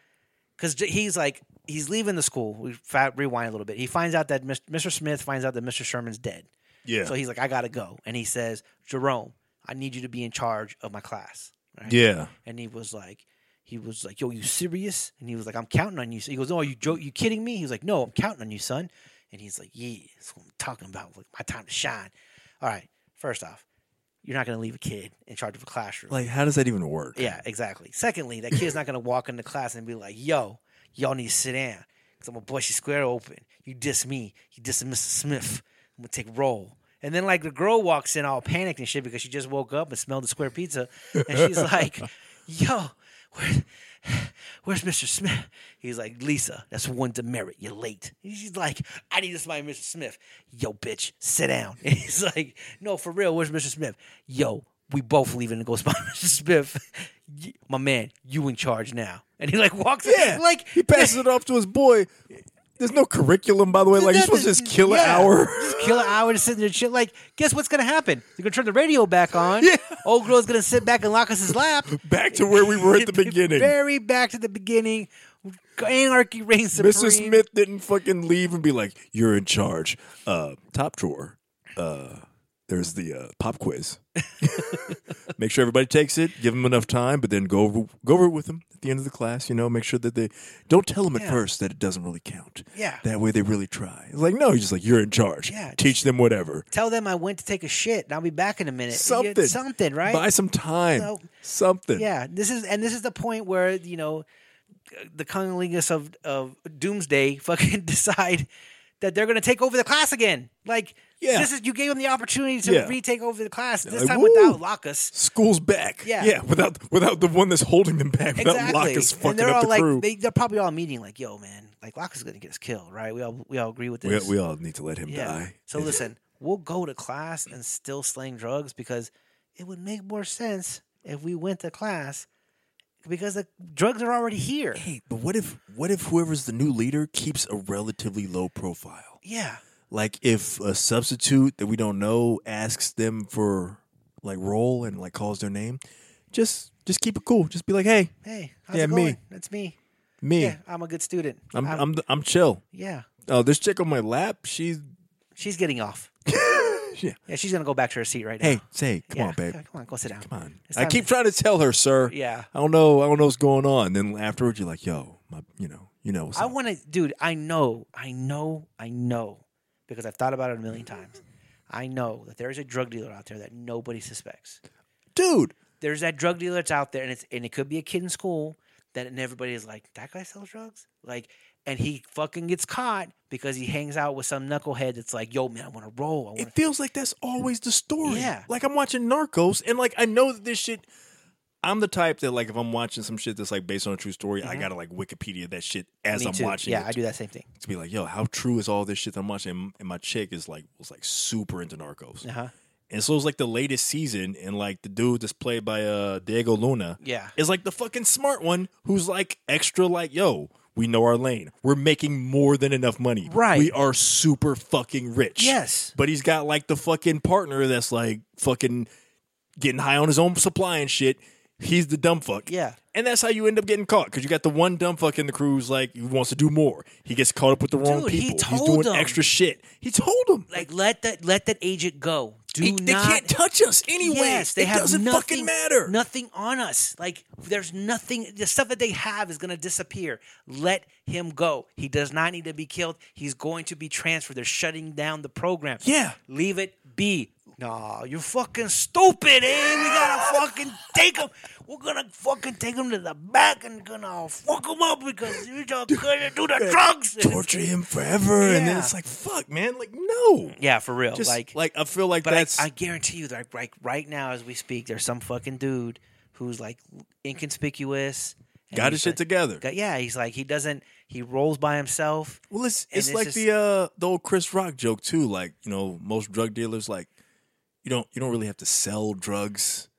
S1: because he's like, he's leaving the school. We fa rewind a little bit. He finds out that Mis- Mr. Smith finds out that Mr. Sherman's dead.
S2: Yeah.
S1: So he's like, I gotta go, and he says, Jerome, I need you to be in charge of my class. Right?
S2: yeah.
S1: and he was like he was like yo you serious and he was like i'm counting on you so he goes oh are you joke you kidding me he was like no i'm counting on you son and he's like yeah that's what i'm talking about like my time to shine all right first off you're not going to leave a kid in charge of a classroom
S2: Like, how does that even work?
S1: yeah exactly secondly that kid's not going to walk into class and be like yo y'all need to sit down because i'm going to bust your square open you diss me you diss mr smith i'm going to take roll and then like the girl walks in all panicked and shit because she just woke up and smelled the square pizza and she's like [LAUGHS] yo where, where's mr smith he's like lisa that's one demerit you're late And she's like i need to find mr smith yo bitch sit down [LAUGHS] and he's like no for real where's mr smith yo we both leaving to go [LAUGHS] spot mr smith Y- my man you in charge now and he like walks
S2: Yeah.
S1: in like
S2: he passes it off to his boy. There's no curriculum, by the way. Like, you're supposed to just kill an hour. [LAUGHS]
S1: Just kill an hour to sit there and shit. Like, guess what's gonna happen? They're gonna turn the radio back on.
S2: [LAUGHS] Yeah.
S1: Old girl's gonna sit back and lock us his lap.
S2: Back to where we were
S1: [LAUGHS]
S2: at the beginning.
S1: Very back to the beginning. Anarchy reigns supreme.
S2: Mr. Smith didn't fucking leave and be like, "You're in charge." Uh, top drawer. Uh, there's the uh, pop quiz. [LAUGHS] make sure everybody takes it. Give them enough time, but then go over, go over it with them at the end of the class. You know, make sure that they don't tell them at
S1: Yeah.
S2: first that it doesn't really count.
S1: Yeah.
S2: That way they really try. It's like, no, you're just like you're in charge.
S1: Yeah, just-
S2: Teach them whatever.
S1: Tell them I went to take a shit and I'll be back in a minute. You-
S2: Something.
S1: Something, right?
S2: Buy some time.
S1: So-
S2: Something.
S1: Yeah, this is and this is the point where you know the cunnilingus of of Doomsday [LAUGHS] fucking decide that they're going to take over the class again. Like,
S2: Yeah.
S1: this is you gave them the opportunity to
S2: Yeah.
S1: retake over the class this
S2: like,
S1: time
S2: "Woo!"
S1: without Locus.
S2: School's back.
S1: Yeah.
S2: Yeah. Without without the one that's holding them back. [LAUGHS] Without
S1: Exactly,
S2: Locus
S1: and
S2: fucking
S1: they're
S2: up
S1: all
S2: the
S1: like
S2: crew.
S1: They, they're probably all meeting like, "Yo, man, like Locus is going to get us killed, right? We all we all agree with
S2: we,
S1: this.
S2: we all need to let him die.
S1: So listen, we'll go to class and still sling drugs because it would make more sense if we went to class because the drugs are already here.
S2: Hey, but what if what if whoever's the new leader keeps a relatively low profile?
S1: Yeah.
S2: Like if a substitute that we don't know asks them for like role and like calls their name, just just keep it cool. Just be like, hey,
S1: Hey, how's
S2: Yeah,
S1: it
S2: me.
S1: going? That's me.
S2: me,
S1: Yeah, Um, I'm a good student. Uh,
S2: I'm I'm I'm, I'm chill.
S1: yeah,
S2: Oh, this chick on my lap, she's
S1: she's getting off.
S2: [LAUGHS] yeah.
S1: Yeah, she's gonna go back to her seat right now.
S2: Hey, say, come
S1: Yeah,
S2: on, babe,
S1: Come on, go sit down.
S2: come on.
S1: It's
S2: I
S1: time
S2: keep
S1: to-
S2: trying to tell her, sir.
S1: Yeah.
S2: I don't know, I don't know what's going on. then afterwards, you're like, yo, my, you know, you know, what's
S1: I
S2: up.
S1: want to, dude. I know, I know, I know, because I've thought about it a million times. I know that there is a drug dealer out there that nobody suspects.
S2: dude.
S1: There's that drug dealer that's out there, and it's and it could be a kid in school that and everybody is like, that guy sells drugs, like, and he fucking gets caught because he hangs out with some knucklehead that's like, yo, man, I want to roll. I want to
S2: It feels like that's always the story.
S1: Yeah.
S2: Like I'm watching Narcos, and like I know that this shit. I'm the type that like if I'm watching some shit that's like based on a true story, I gotta like Wikipedia that shit as
S1: Mm-hmm. Me
S2: I'm
S1: too.
S2: watching.
S1: yeah,
S2: it
S1: I do that same thing.
S2: to be like, yo, how true is all this shit that I'm watching? And, and my chick is like was like super into Narcos,
S1: Uh huh.
S2: and so it's like the latest season, and like the dude that's played by uh Diego Luna
S1: Yeah.
S2: is like the fucking smart one who's like extra like yo. We know our lane. We're making more than enough money.
S1: Right.
S2: We are super fucking rich.
S1: Yes.
S2: But he's got like the fucking partner that's like fucking getting high on his own supply and shit. He's the dumb fuck.
S1: Yeah.
S2: And that's how you end up getting caught because you got the one dumb fuck in the crew who's like, who wants to do more. He gets caught up with the wrong
S1: Dude, he
S2: people. he's
S1: told
S2: doing
S1: them.
S2: extra shit. He told him.
S1: like let that let that agent go. Do
S2: He-
S1: not.
S2: they can't touch us anyway.
S1: Yes, they
S2: it
S1: have
S2: doesn't
S1: nothing,
S2: fucking matter.
S1: Nothing on us. Like there's nothing. The stuff that they have is going to disappear. Let him go. He does not need to be killed. He's going to be transferred. They're shutting down the program.
S2: Yeah.
S1: leave it be. No, you're fucking stupid, eh? We
S2: [LAUGHS]
S1: gotta fucking take him. We're gonna fucking take him to the back and gonna fuck him up because you're just gonna do
S2: eh,
S1: the drugs. And it's- [LAUGHS]
S2: Torture him forever. And then
S1: Yeah.
S2: it's like, fuck, man. Like, no.
S1: Yeah, for real.
S2: Just,
S1: like,
S2: like, I feel like
S1: But
S2: that's.
S1: I, I guarantee you, like, like right now as we speak, there's some fucking dude who's like inconspicuous. and
S2: Got his
S1: he's
S2: shit
S1: like-
S2: together.
S1: got- yeah, he's like he doesn't. He rolls by himself.
S2: Well, it's
S1: And
S2: it's
S1: it's
S2: like
S1: just-
S2: the uh the old Chris Rock joke too. Like you know, most drug dealers like you don't you don't really have to sell drugs.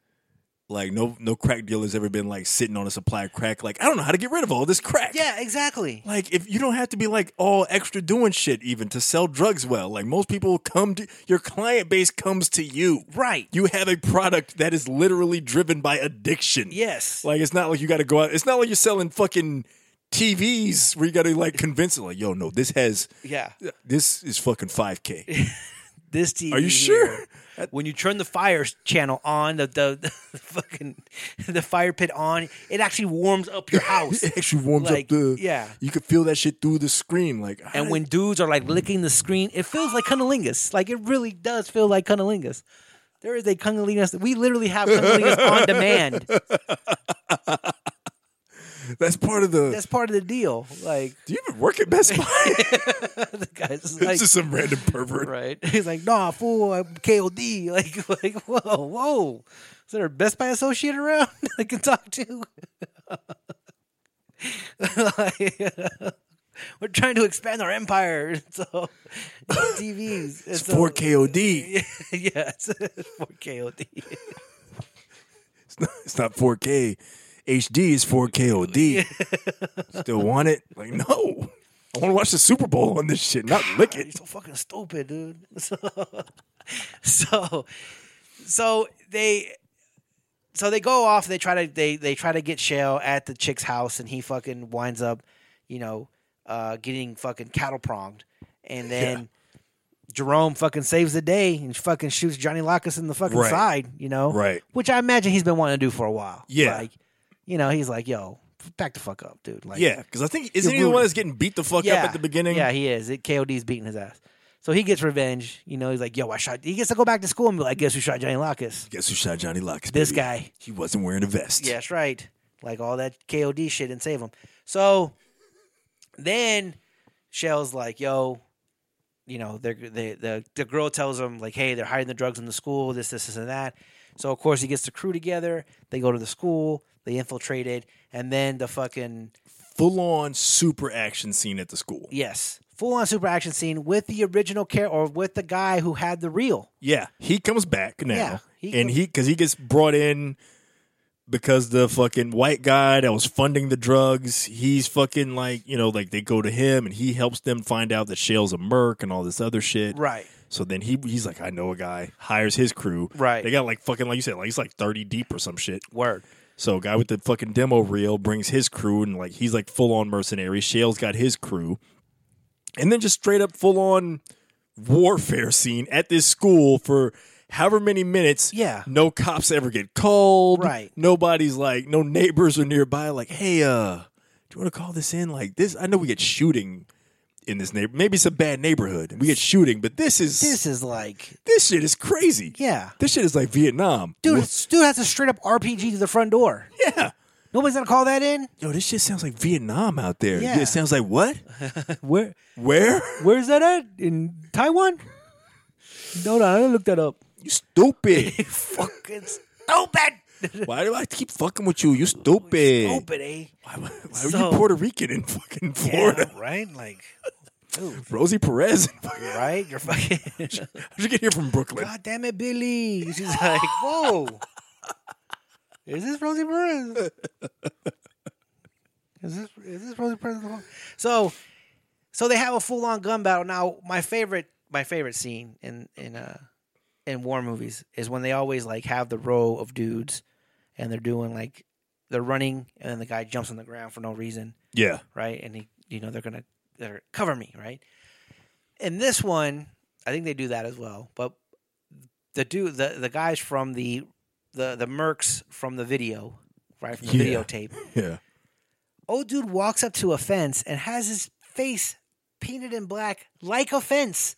S2: Like no no crack dealer's ever been like sitting on a supply of crack. Like I don't know how to get rid of all this crack.
S1: Yeah, exactly.
S2: Like if you don't have to be like all extra doing shit even to sell drugs well. Like most people come to your client base comes to you.
S1: Right.
S2: You have a product that is literally driven by addiction.
S1: Yes.
S2: Like it's not like you got to go out. It's not like you're selling fucking TVs where you got to like convince it, like, yo, no, this has
S1: Yeah.
S2: this is fucking
S1: [LAUGHS]
S2: five k.
S1: This TV.
S2: Are you
S1: here,
S2: sure?
S1: [LAUGHS] When you turn the fire channel on, the, the, [LAUGHS] the fucking the fire pit on, it actually warms up your house.
S2: [LAUGHS] It actually warms
S1: Like,
S2: up the.
S1: yeah.
S2: you could feel that shit through the screen, like.
S1: And when dudes are like licking the screen, it feels like cunnilingus. Like it really does feel like cunnilingus. There is a cunnilingus. We literally have cunnilingus
S2: [LAUGHS]
S1: on demand.
S2: that's part of the.
S1: That's part of the deal. Like [LAUGHS]
S2: do you even work at Best Buy? [LAUGHS]
S1: the guy's just
S2: It's
S1: like,
S2: just some random pervert.
S1: right? [LAUGHS] He's like, nah, fool, I'm KOD. [LAUGHS] Like, like, whoa, whoa. Is there a Best Buy associate around [LAUGHS] I can talk to? [LAUGHS] Like, We're trying to expand our empire, [LAUGHS] so TVs.
S2: It's four KOD.
S1: Yeah, [LAUGHS] yes, for KOD.
S2: It's not four K. HD is four KOD. Still want it? Like no. I want to watch the Super Bowl on this shit, not lick
S1: You're
S2: it.
S1: so fucking stupid, dude. So, so, so they, so they go off. They try to they they try to get Shale at the chick's house, and he fucking winds up, you know, uh, getting fucking cattle pronged, and then. Jerome fucking saves the day and fucking shoots Johnny Locus in the fucking
S2: Right.
S1: side, you know?
S2: Right.
S1: Which I imagine he's been wanting to do for a while.
S2: Yeah.
S1: Like, you know, he's like, yo, back the fuck up, dude. Like,
S2: Yeah, because I think isn't
S1: You're
S2: he the
S1: rude.
S2: one that's getting beat the fuck up at the beginning?
S1: Yeah, he is. It, KOD's beating his ass. So he gets revenge. You know, he's like, yo, I shot. He gets to go back to school and be like, guess who shot Johnny Locus?
S2: Guess who shot Johnny Locke?
S1: This
S2: baby?
S1: guy.
S2: He wasn't wearing a vest.
S1: Yeah, that's right. Like all that KOD shit and save him. So then Shell's like, yo, you know, they're, they, the, the girl tells him, like, hey, they're hiding the drugs in the school, this, this, this, and that. So, of course, he gets the crew together. They go to the school. They infiltrate it. And then the fucking
S2: Full on super action scene at the school.
S1: Yes. Full on super action scene with the original care or with the guy who had the reel.
S2: Yeah, he comes back now,
S1: Yeah, he
S2: and
S1: com-
S2: he because he gets brought in because the fucking white guy that was funding the drugs, he's fucking like you know like they go to him and he helps them find out that Shale's a merc and all this other shit.
S1: Right.
S2: So then he he's like, I know a guy, hires his crew.
S1: Right.
S2: They got like fucking like you said, like he's like thirty deep or some shit.
S1: Word.
S2: So guy with the fucking demo reel brings his crew and like he's like full on mercenary. Shale's got his crew. And then just straight up full on warfare scene at this school for however many minutes.
S1: Yeah.
S2: No cops ever get called.
S1: Right.
S2: Nobody's like no neighbors are nearby like, "Hey, uh, do you want to call this in like this? I know we get shooting in this neighbor. Maybe it's a bad neighborhood. and We get shooting, but this is this,
S1: This is like,
S2: shit is crazy.
S1: yeah.
S2: This shit is like Vietnam.
S1: Dude, this dude has a straight up RPG to the front door.
S2: [LAUGHS] Yeah.
S1: Nobody's gonna call that in.
S2: yo, this shit sounds like Vietnam out there.
S1: Yeah.
S2: It sounds like what?
S1: [LAUGHS] Where
S2: Where?
S1: where's that at? In Taiwan? No, no, I didn't look that up. [LAUGHS]
S2: You stupid.
S1: Fucking stupid. [LAUGHS]
S2: Why do I keep fucking with you? You stupid.
S1: Stupid, eh?
S2: Why, why are
S1: So-
S2: you Puerto Rican in fucking Florida? [LAUGHS]
S1: Yeah, right? Like dude,
S2: Rosie Perez. How'd
S1: right? You're fucking
S2: you get here from Brooklyn?
S1: God damn it, Billy. She's like, whoa. Is this Rosie Perez? Is this is this Rosie Perez? So so they have a full on gun battle. Now my favorite my favorite scene in in uh in war movies is when they always like have the row of dudes and they're doing like they're running and then the guy jumps on the ground for no reason
S2: Yeah.
S1: right? And he, you know, they're gonna they're cover me, right? And this one, I think they do that as well. But the dude, the the guys from the the the mercs from the video, right? From the
S2: Yeah.
S1: videotape.
S2: Yeah.
S1: Old dude walks up to a fence and has his face painted in black like a fence.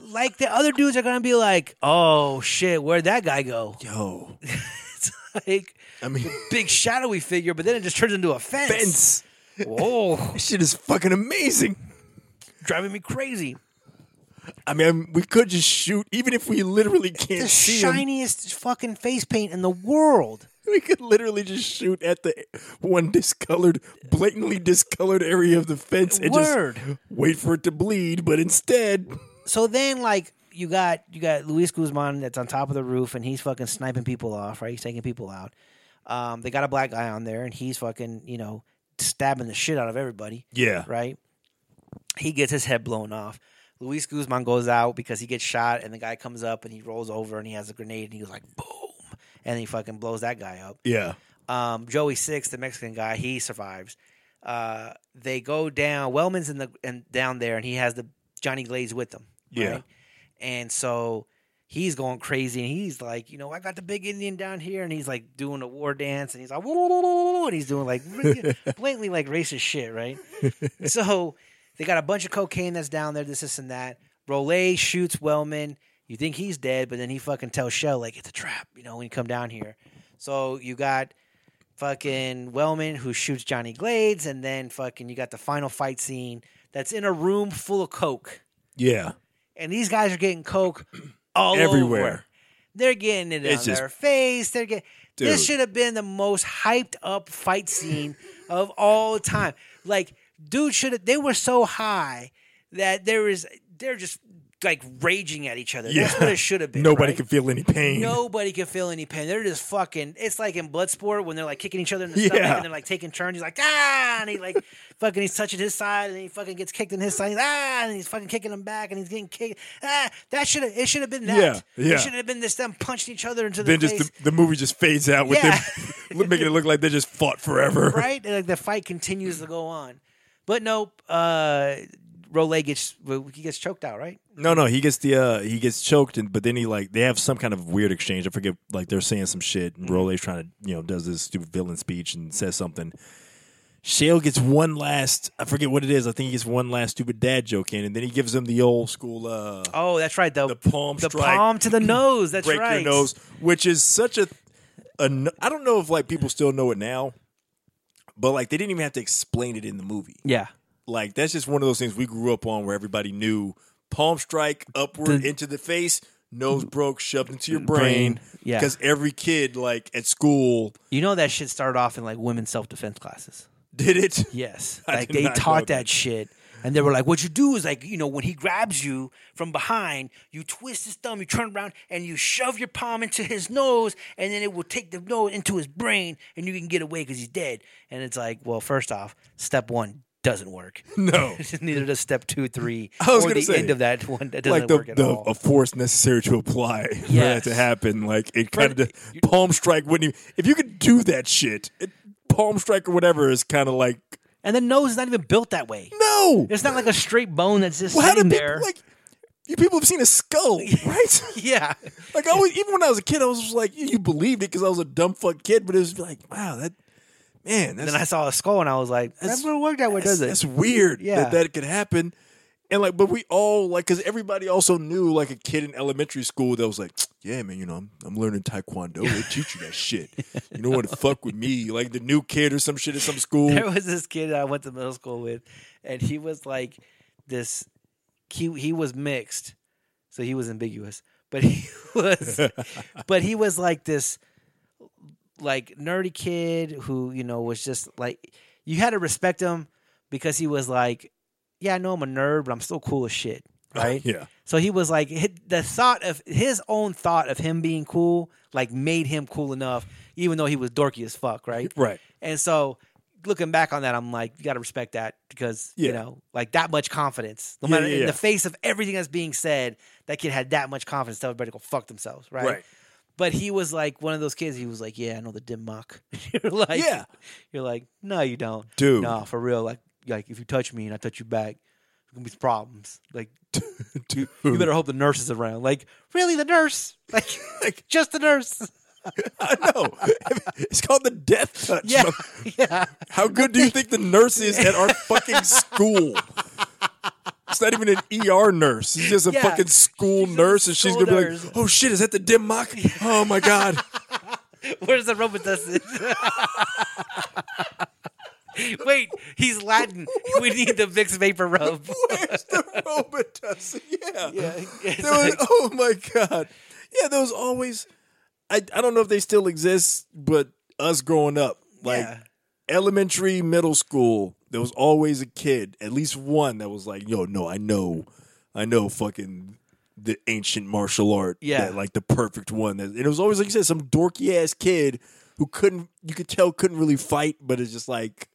S1: Like the other dudes are gonna be like, oh shit, where'd that guy go? [LAUGHS]
S2: Yo.
S1: It's like
S2: I [LAUGHS] mean,
S1: big shadowy figure, but then it just turns into a fence.
S2: fence.
S1: Whoa,
S2: This shit is fucking amazing.
S1: [LAUGHS] driving me crazy.
S2: I mean, we could just shoot, even if we literally can't
S1: the
S2: see 'em,
S1: shiniest fucking face paint in the world.
S2: [LAUGHS] We could literally just shoot at the one discolored, blatantly discolored area of the fence and
S1: Word.
S2: just wait for it to bleed. But instead,
S1: So then, like, you got you got Luis Guzman that's on top of the roof and he's fucking sniping people off, right? He's taking people out. Um, they got a black guy on there and he's fucking you know stabbing the shit out of everybody,
S2: [LAUGHS] yeah,
S1: right? He gets his head blown off. Luis Guzman goes out because he gets shot and the guy comes up and he rolls over and he has a grenade and he goes like boom and he fucking blows that guy up.
S2: yeah,
S1: Um, Joey Six, the Mexican guy, he survives. Uh, they go down. Wellman's in the and down there, and he has the Johnny Glaze with him.
S2: Yeah.
S1: and so he's going crazy, and he's like, you know, I got the big Indian down here, and he's like doing a war dance, and he's like, "Woo-woo-woo-woo-woo," and he's doing like really blatantly like racist shit, right? so they got a bunch of cocaine that's down there, this, this, and that. Rolay shoots Wellman. You think he's dead, but then he fucking tells Shell, like, it's a trap, you know, when you come down here. So you got fucking Wellman who shoots Johnny Glades, and then fucking you got the final fight scene that's in a room full of coke.
S2: Yeah.
S1: And these guys are getting
S2: [CLEARS THROAT]
S1: coke all
S2: Everywhere.
S1: over. They're getting it
S2: It's
S1: on
S2: just-
S1: their face. They're getting this
S2: Dude.
S1: should have been the most hyped up fight scene [LAUGHS] of all time. Like, dude should have they were so high that there is they're just like raging at each other. That's
S2: Yeah.
S1: what it should have been.
S2: [LAUGHS] Nobody
S1: right?
S2: can feel any pain.
S1: Nobody can feel any pain. They're just fucking. It's like in Bloodsport when they're like kicking each other in the stomach
S2: Yeah.
S1: and they're like taking turns. He's like ah, and he
S2: [LAUGHS]
S1: like fucking he's touching his side and then he fucking gets kicked in his side. He's, ah, and he's fucking kicking him back and he's getting kicked. Ah, that should have it should have been that.
S2: Yeah, yeah.
S1: It should have been just them punching each other into the
S2: then
S1: face.
S2: just the, the movie just fades out with
S1: Yeah.
S2: them making it [LAUGHS] look like they just fought forever.
S1: right? And, like the fight continues to go on, but nope. Uh, Role gets he gets choked out, right?
S2: No, no, he gets the uh he gets choked and but then he like they have some kind of weird exchange. I forget like they're saying some shit and Role's trying to, you know, does this stupid villain speech and says something. Shale gets one last I forget what it is. I think he gets one last stupid dad joke in and then he gives him the old school uh
S1: Oh, that's right. The,
S2: the palm
S1: the
S2: strike
S1: palm to
S2: [CLEARS THROAT]
S1: the nose. That's
S2: break
S1: right.
S2: your nose, which is such a, a n- I don't know if like people still know it now, but like they didn't even have to explain it in the movie.
S1: Yeah.
S2: Like that's just one of those things we grew up on where everybody knew palm strike upward into the face, nose broke, shoved into your brain.
S1: Brain, yeah.
S2: because every kid like at school
S1: You know that shit started off in like women's self defense classes.
S2: did it.
S1: Yes,
S2: [LAUGHS] I
S1: like
S2: did
S1: they
S2: not know
S1: taught that
S2: that.
S1: shit, and they were like, "What you do is like, you know, when he grabs you from behind, you twist his thumb, you turn around, and you shove your palm into his nose, and then it will take the nose into his brain, and you can get away because he's dead." And it's like, well, first off, step one doesn't work.
S2: [LAUGHS] No.
S1: [LAUGHS] Neither does step two, three,
S2: [LAUGHS] I was
S1: or
S2: gonna
S1: the
S2: say,
S1: end of that [LAUGHS] one. That doesn't
S2: Like the,
S1: work at
S2: the
S1: all.
S2: a force necessary to apply [LAUGHS] for that
S1: Yes.
S2: to happen, like it kind of palm strike wouldn't. Even, if you could do that shit, it, palm strike or whatever is kind of like
S1: and the nose is not even built that way.
S2: no.
S1: It's not like a straight bone that's just
S2: Well, how do
S1: sitting
S2: people
S1: there.
S2: like? You people have seen a skull, right?
S1: [LAUGHS] yeah.
S2: like I always, even when I was a kid, I was just like, you, you believed it because I was a dumb fuck kid, but it was like, wow, that man, that's
S1: Then I saw a skull and I was like, "That doesn't work that way,
S2: that's,
S1: does it?"
S2: that's weird
S1: Yeah.
S2: that that could happen. And like, but we all like, because everybody also knew like a kid in elementary school that was like, yeah, man, you know, I'm, I'm learning
S1: [LAUGHS]
S2: taekwondo. They teach you that shit. You don't want to fuck with me, like the new kid or some
S1: [LAUGHS]
S2: shit at some school.
S1: there was this kid I went to middle school with, and he was like this. He he was mixed, so he was ambiguous. But he [LAUGHS] was, but he was like this, like nerdy kid who you know was just like you had to respect him because he was like, yeah, I know I'm a nerd, but I'm still cool as shit, right?
S2: [LAUGHS] yeah,
S1: So he was like hi- the thought of his own thought of him being cool, like made him cool enough, even though he was dorky as fuck, right?
S2: right.
S1: And so looking back on that, I'm like, you got to respect that because, you
S2: Yeah.
S1: know, like that much confidence, no
S2: Yeah,
S1: matter
S2: yeah,
S1: in
S2: yeah.
S1: the face of everything that's being said, that kid had that much confidence. Tell everybody to go fuck themselves, right?
S2: Right.
S1: But he was like one of those kids. He was like, "Yeah, I know the dim mock." [LAUGHS] you're like,
S2: Yeah.
S1: You're like, "No, you don't,
S2: Dude. [LAUGHS]
S1: No, for real. Like, like if you touch me and I touch you back, there's gonna be some problems. Like,
S2: Dude.
S1: you better hope the nurse is around. Like, really, the nurse? [LAUGHS] Like, like just the
S2: [LAUGHS]
S1: nurse?
S2: I know. [LAUGHS] It's called the death touch.
S1: Yeah,
S2: mother-
S1: [LAUGHS] yeah.
S2: How good do you think the nurse is at our fucking school? It's not even an ER nurse. She's just a
S1: Yeah.
S2: fucking school
S1: She's a
S2: nurse, and she's
S1: school
S2: gonna be
S1: nurse.
S2: like, "Oh shit, is that the dim mock? Oh my god,
S1: [LAUGHS] Where's the Roman dusted? Wait, he's Latin. We need the mixed vapor robe.
S2: where's the Robitussin? [LAUGHS] Yeah,
S1: Yeah, it's
S2: There was,
S1: like-
S2: oh my god, yeah. There was always. I I don't know if they still exist, but us growing up, like
S1: Yeah.
S2: elementary, middle school, there was always a kid, at least one, that was like, "Yo, no, I know, I know, fucking." The ancient martial art,
S1: Yeah.
S2: that, like the perfect one. That, and it was always like you said, some dorky ass kid who couldn't, you could tell, couldn't really fight, but it's just like,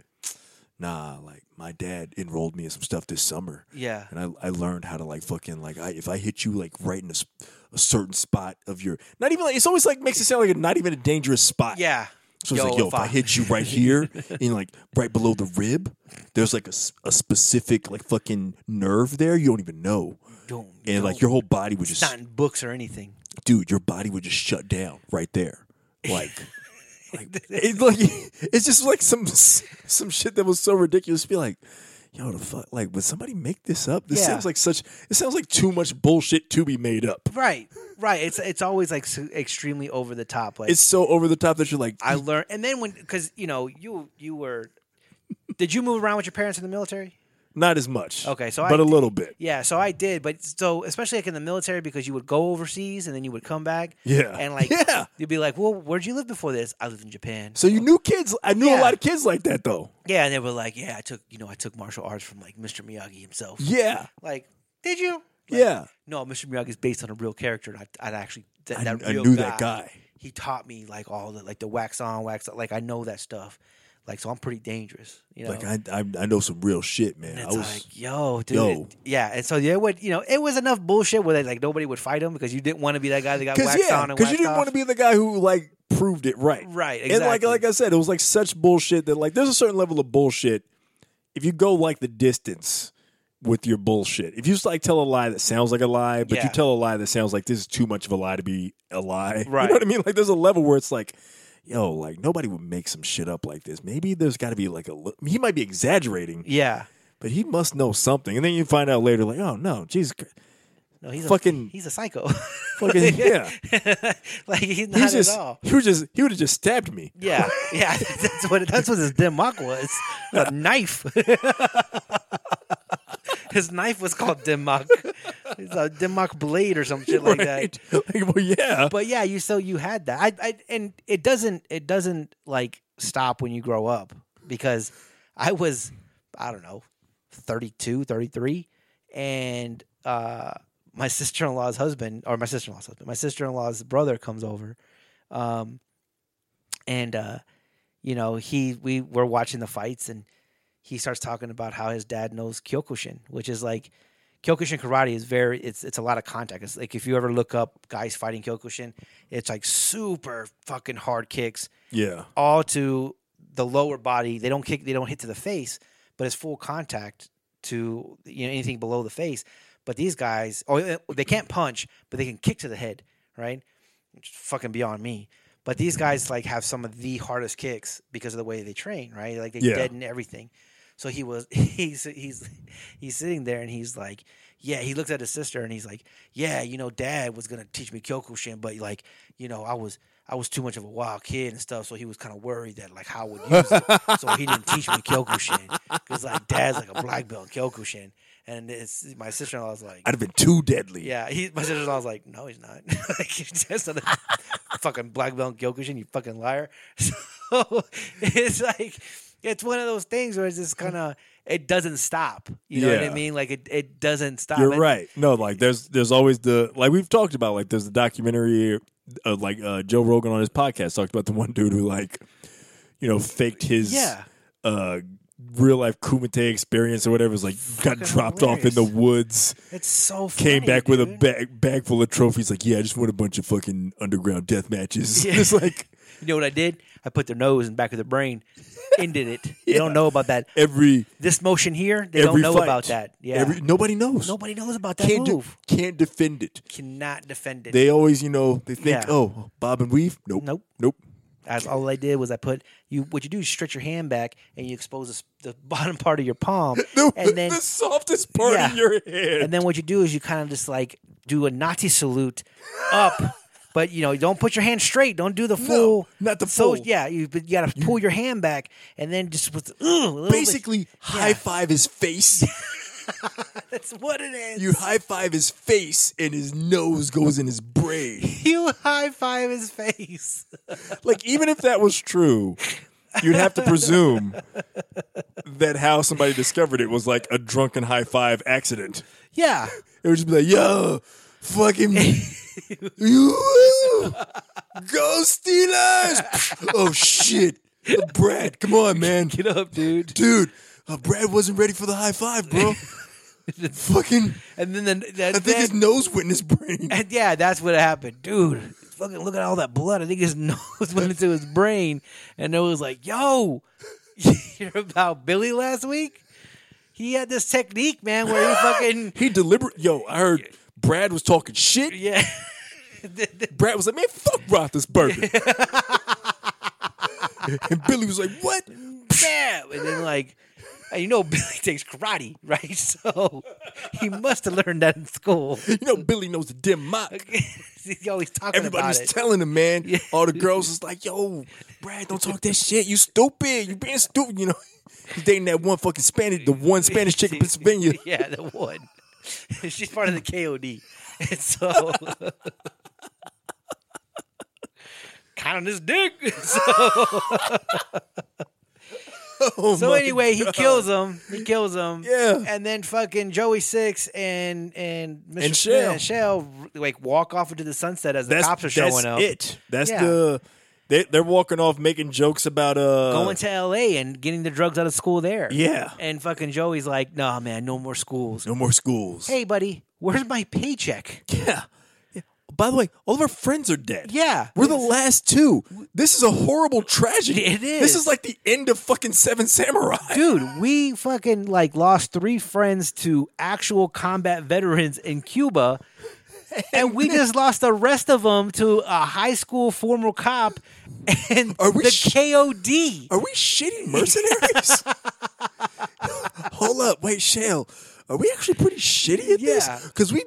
S2: nah, like my dad enrolled me in some stuff this summer,
S1: Yeah.
S2: and I, I learned how to like fucking like I, if I hit you like right in a, s- a certain spot of your not even like it's always like makes it sound like not even a dangerous spot.
S1: Yeah.
S2: So it's like, yo, if I hit
S1: [LAUGHS]
S2: you right here and like right below the rib, there's like a, s- a specific like fucking nerve there you don't even know,
S1: don't,
S2: and like
S1: don't-
S2: your whole body would
S1: it's
S2: just,
S1: not in books or anything.
S2: dude, your body would just shut down right there,
S1: [LAUGHS]
S2: like. like, it's like [LAUGHS] it's just like some some shit that was so ridiculous. to Be like, yo, the fuck, like, would somebody make this up? This
S1: Yeah.
S2: sounds like such. It sounds like too much bullshit to be made up.
S1: Right, right. It's it's always like s- extremely over the top. Like
S2: It's so over the top that you're like,
S1: I learned, and then when because you know you you were, did you move around with your parents in the military?
S2: not as much.
S1: Okay, so I-
S2: but a little bit.
S1: Yeah, so I did, but so especially like in the military because you would go overseas and then you would come back.
S2: Yeah.
S1: and like
S2: [LAUGHS] Yeah.
S1: you'd be like, well, where'd you live before this? I lived in Japan.
S2: So you knew kids. I knew
S1: Yeah.
S2: a lot of kids like that though.
S1: Yeah, and they were like, yeah, I took you know I took martial arts from like Mr. Miyagi himself.
S2: Yeah,
S1: Like, did you? Like,
S2: yeah.
S1: No, Mr. Miyagi is based on a real character. And I, I actually that,
S2: I,
S1: that
S2: I
S1: real
S2: knew that guy.
S1: He taught me like all the like the wax on, wax off. Like I know that stuff. Like so, I'm pretty dangerous. You know.
S2: Like I, I, I know some real shit, man.
S1: And
S2: I
S1: it's
S2: was
S1: like, yo, dude.
S2: Yo.
S1: Yeah. And so there would, you know, it was enough bullshit where they, like nobody would fight him because you didn't want to be that guy that got
S2: because
S1: waxed
S2: yeah,
S1: on and
S2: because
S1: waxed
S2: you didn't
S1: off.
S2: want to be the guy who like proved it right.
S1: Right. Exactly.
S2: And like like I said, it was like such bullshit that like there's a certain level of bullshit. If you go like the distance with your bullshit, if you just like tell a lie that sounds like a lie, but
S1: Yeah.
S2: you tell a lie that sounds like this is too much of a lie to be a lie. [LAUGHS] You
S1: Right.
S2: know what I mean? Like there's a level where it's like, yo, like nobody would make some shit up like this. Maybe there's got to be like a li- he might be exaggerating,
S1: yeah.
S2: but he must know something. And then you find out later, like, oh no, Jesus, Christ.
S1: No, he's
S2: Fucking-
S1: A, he's a psycho. [LAUGHS]
S2: Fucking- yeah.
S1: like he's not
S2: he's
S1: at
S2: just
S1: all.
S2: he was just he would have just stabbed me.
S1: [LAUGHS] Yeah, yeah, that's what that's what his dim mock was. A knife. [LAUGHS] his knife was called dim mock. It's a dim mock blade or some shit like that.
S2: [LAUGHS] Right? Like, well, yeah.
S1: But yeah, you so you had that. I, I and it doesn't it doesn't like stop when you grow up because I was I don't know 32, 33 and uh my [LAUGHS] sister-in-law's husband or my sister-in-law's husband, my sister-in-law's brother comes over. Um and uh you know, he we were watching the fights and he starts talking about how his dad knows Kyokushin, which is like Kyokushin karate is very it's it's a lot of contact. It's like if you ever look up guys fighting Kyokushin, it's like super fucking hard kicks
S2: yeah.
S1: all to the lower body. They don't kick, they don't hit to the face, but it's full contact to you know anything below the face. But these guys, oh, they can't punch, but they can kick to the head, right? Which is fucking beyond me. But these guys like have some of the hardest kicks because of the way they train, right? Like they
S2: Yeah.
S1: deaden everything. So he was [LAUGHS] he's he's he's sitting there and he's like, yeah. He looks at his sister and he's like, yeah, you know, Dad was gonna teach me Kyokushin, but like, you know, I was I was too much of a wild kid and stuff, so he was kind of worried that like how I would use it, so he didn't teach me Kyokushin because like Dad's like a black belt in Kyokushin, and it's my sister in law was like,
S2: I'd have been too deadly.
S1: yeah, he, my sister in law was like, no, he's not. [LAUGHS] like, he's just a fucking black belt in Kyokushin, you fucking liar. [LAUGHS] So it's like, it's one of those things where it's just kind of, it doesn't stop. You know what I
S2: Yeah.
S1: mean? Like, it, it doesn't stop.
S2: You're
S1: And-
S2: right. No, like there's there's always the like we've talked about like there's the documentary uh, like uh, Joe Rogan on his podcast talked about the one dude who like you know faked his
S1: Yeah.
S2: uh real life Kumite experience or whatever It's like got
S1: Fucking
S2: dropped off in
S1: hilarious.
S2: the woods
S1: It's so funny.
S2: came back with a
S1: dude.
S2: bag bag full of trophies like yeah I just won a bunch of fucking underground death matches
S1: Yeah.
S2: [LAUGHS] it's like
S1: You know what I did? I put their nose in the back of their brain, ended it. They don't
S2: [LAUGHS] Yeah.
S1: know about that.
S2: every
S1: This motion here, they
S2: every
S1: don't know
S2: fight.
S1: about that. Yeah.
S2: every, nobody knows
S1: Nobody knows about that
S2: can't de-
S1: move.
S2: can't defend it
S1: Cannot defend it.
S2: they always, you know, they
S1: Yeah.
S2: think, oh, bob and weave. Nope.
S1: Nope.
S2: Nope.
S1: That's all I did was I put you. What you do is stretch your hand back and you expose this- the [LAUGHS] bottom part of your
S2: [LAUGHS]
S1: palm,
S2: The,
S1: and then
S2: the softest part
S1: Yeah.
S2: of your head.
S1: and then what you do is you kind of just like do a Nazi salute up, but you know you don't put your hand straight. Don't do the full.
S2: not the
S1: so
S2: full.
S1: yeah, you but you gotta pull your hand back and then just with ugh, a little bit-
S2: Basically, high five his face.
S1: [LAUGHS] that's what it is.
S2: you high five his face, and his nose goes in his
S1: [LAUGHS]
S2: brain.
S1: [LAUGHS] you high five his face.
S2: like, even if that was true, you'd have to presume that how somebody discovered it was like a drunken high five accident.
S1: Yeah,
S2: It would just be like, yo, fucking you, go Steelers! [LAUGHS] oh shit, Brad, come on,
S1: [LAUGHS]
S2: man,
S1: get up, dude.
S2: dude. Uh, Brad wasn't ready for the high five, bro. fucking,
S1: And then the,
S2: I think his nose went in his brain.
S1: And yeah, that's what happened, dude. fucking look at all that blood. I think his [LAUGHS] nose went into his brain. And it was like, yo, [LAUGHS] you hear about Billy last week? He had this technique, man, where he fucking
S2: He deliberate. Yo, I heard Brad was talking shit.
S1: yeah. [LAUGHS]
S2: Brad was like, "Man, fuck Roethlisberger," and Billy was like, "What?"
S1: bam, and then like, and you know, Billy [LAUGHS] takes karate, right? [LAUGHS] So he must have learned that in school. [LAUGHS]
S2: You know, Billy knows the dim mock.
S1: He's always talking
S2: Everybody's
S1: about it.
S2: telling
S1: [LAUGHS]
S2: him, man. All the girls is like, "Yo, Brad, don't talk that shit. You stupid. You being stupid." You know, [LAUGHS] he's dating that one fucking Spanish, the
S1: [LAUGHS]
S2: one Spanish chick in Pennsylvania.
S1: yeah, the one. [LAUGHS] She's part of the KOD, [LAUGHS] and so [LAUGHS] kind of this dick. [LAUGHS] so
S2: Oh
S1: so
S2: my
S1: anyway, he [LAUGHS]
S2: God.
S1: kills him. He kills him.
S2: Yeah.
S1: And then fucking Joey Six and and Mr. Smith
S2: And Shell.
S1: and Shell like walk off into the sunset as the cops are showing
S2: that's
S1: up.
S2: It. That's
S1: Yeah.
S2: the. They, they're walking off making jokes about uh
S1: going to LA and getting the drugs out of school there.
S2: Yeah.
S1: And fucking Joey's like, nah, man, no more schools.
S2: no more schools.
S1: Hey, buddy, where's my paycheck?
S2: Yeah. Yeah. By the way, all of our friends are dead.
S1: Yeah.
S2: We're the last two. This is a horrible tragedy.
S1: It
S2: This
S1: is.
S2: is like the end of fucking Seven Samurai.
S1: Dude, we fucking like lost three friends to actual combat veterans in
S2: [LAUGHS]
S1: Cuba. And we just lost the rest of them to a high school former cop and
S2: Are we
S1: the
S2: sh-
S1: KOD.
S2: Are we
S1: [LAUGHS]
S2: shitty mercenaries? Hold up. Wait, Shale. Are we actually pretty shitty at
S1: Yeah.
S2: this? Because we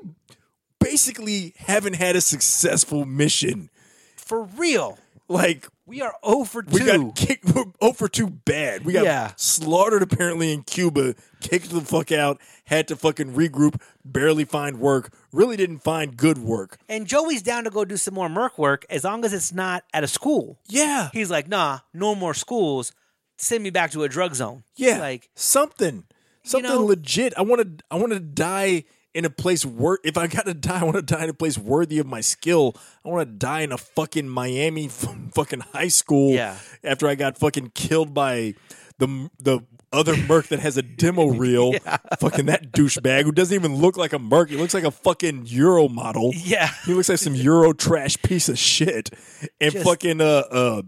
S2: basically haven't had a successful mission.
S1: For real.
S2: Like,
S1: We are 0 for 2.
S2: we got kicked we're over too bad. We got
S1: Yeah.
S2: slaughtered apparently in Cuba, kicked the fuck out, had to fucking regroup, barely find work, really didn't find good work.
S1: and Joey's down to go do some more merc work as long as it's not at a school.
S2: Yeah.
S1: He's like, nah, no more schools. Send me back to a drug zone.
S2: Yeah.
S1: Like,
S2: something. Something
S1: know-
S2: legit. I want to I want to die in a place wor if I got to [LAUGHS] die, I want to die in a place worthy of my skill. I want to die in a fucking Miami [LAUGHS] f- fucking high school
S1: Yeah.
S2: after I got fucking killed by the the other merc that has a
S1: [LAUGHS]
S2: demo reel, fucking that douchebag who doesn't even look like a merc. He looks like a fucking Euro model.
S1: Yeah. [LAUGHS]
S2: he looks like some Euro trash piece of shit. And
S1: Just-
S2: fucking uh uh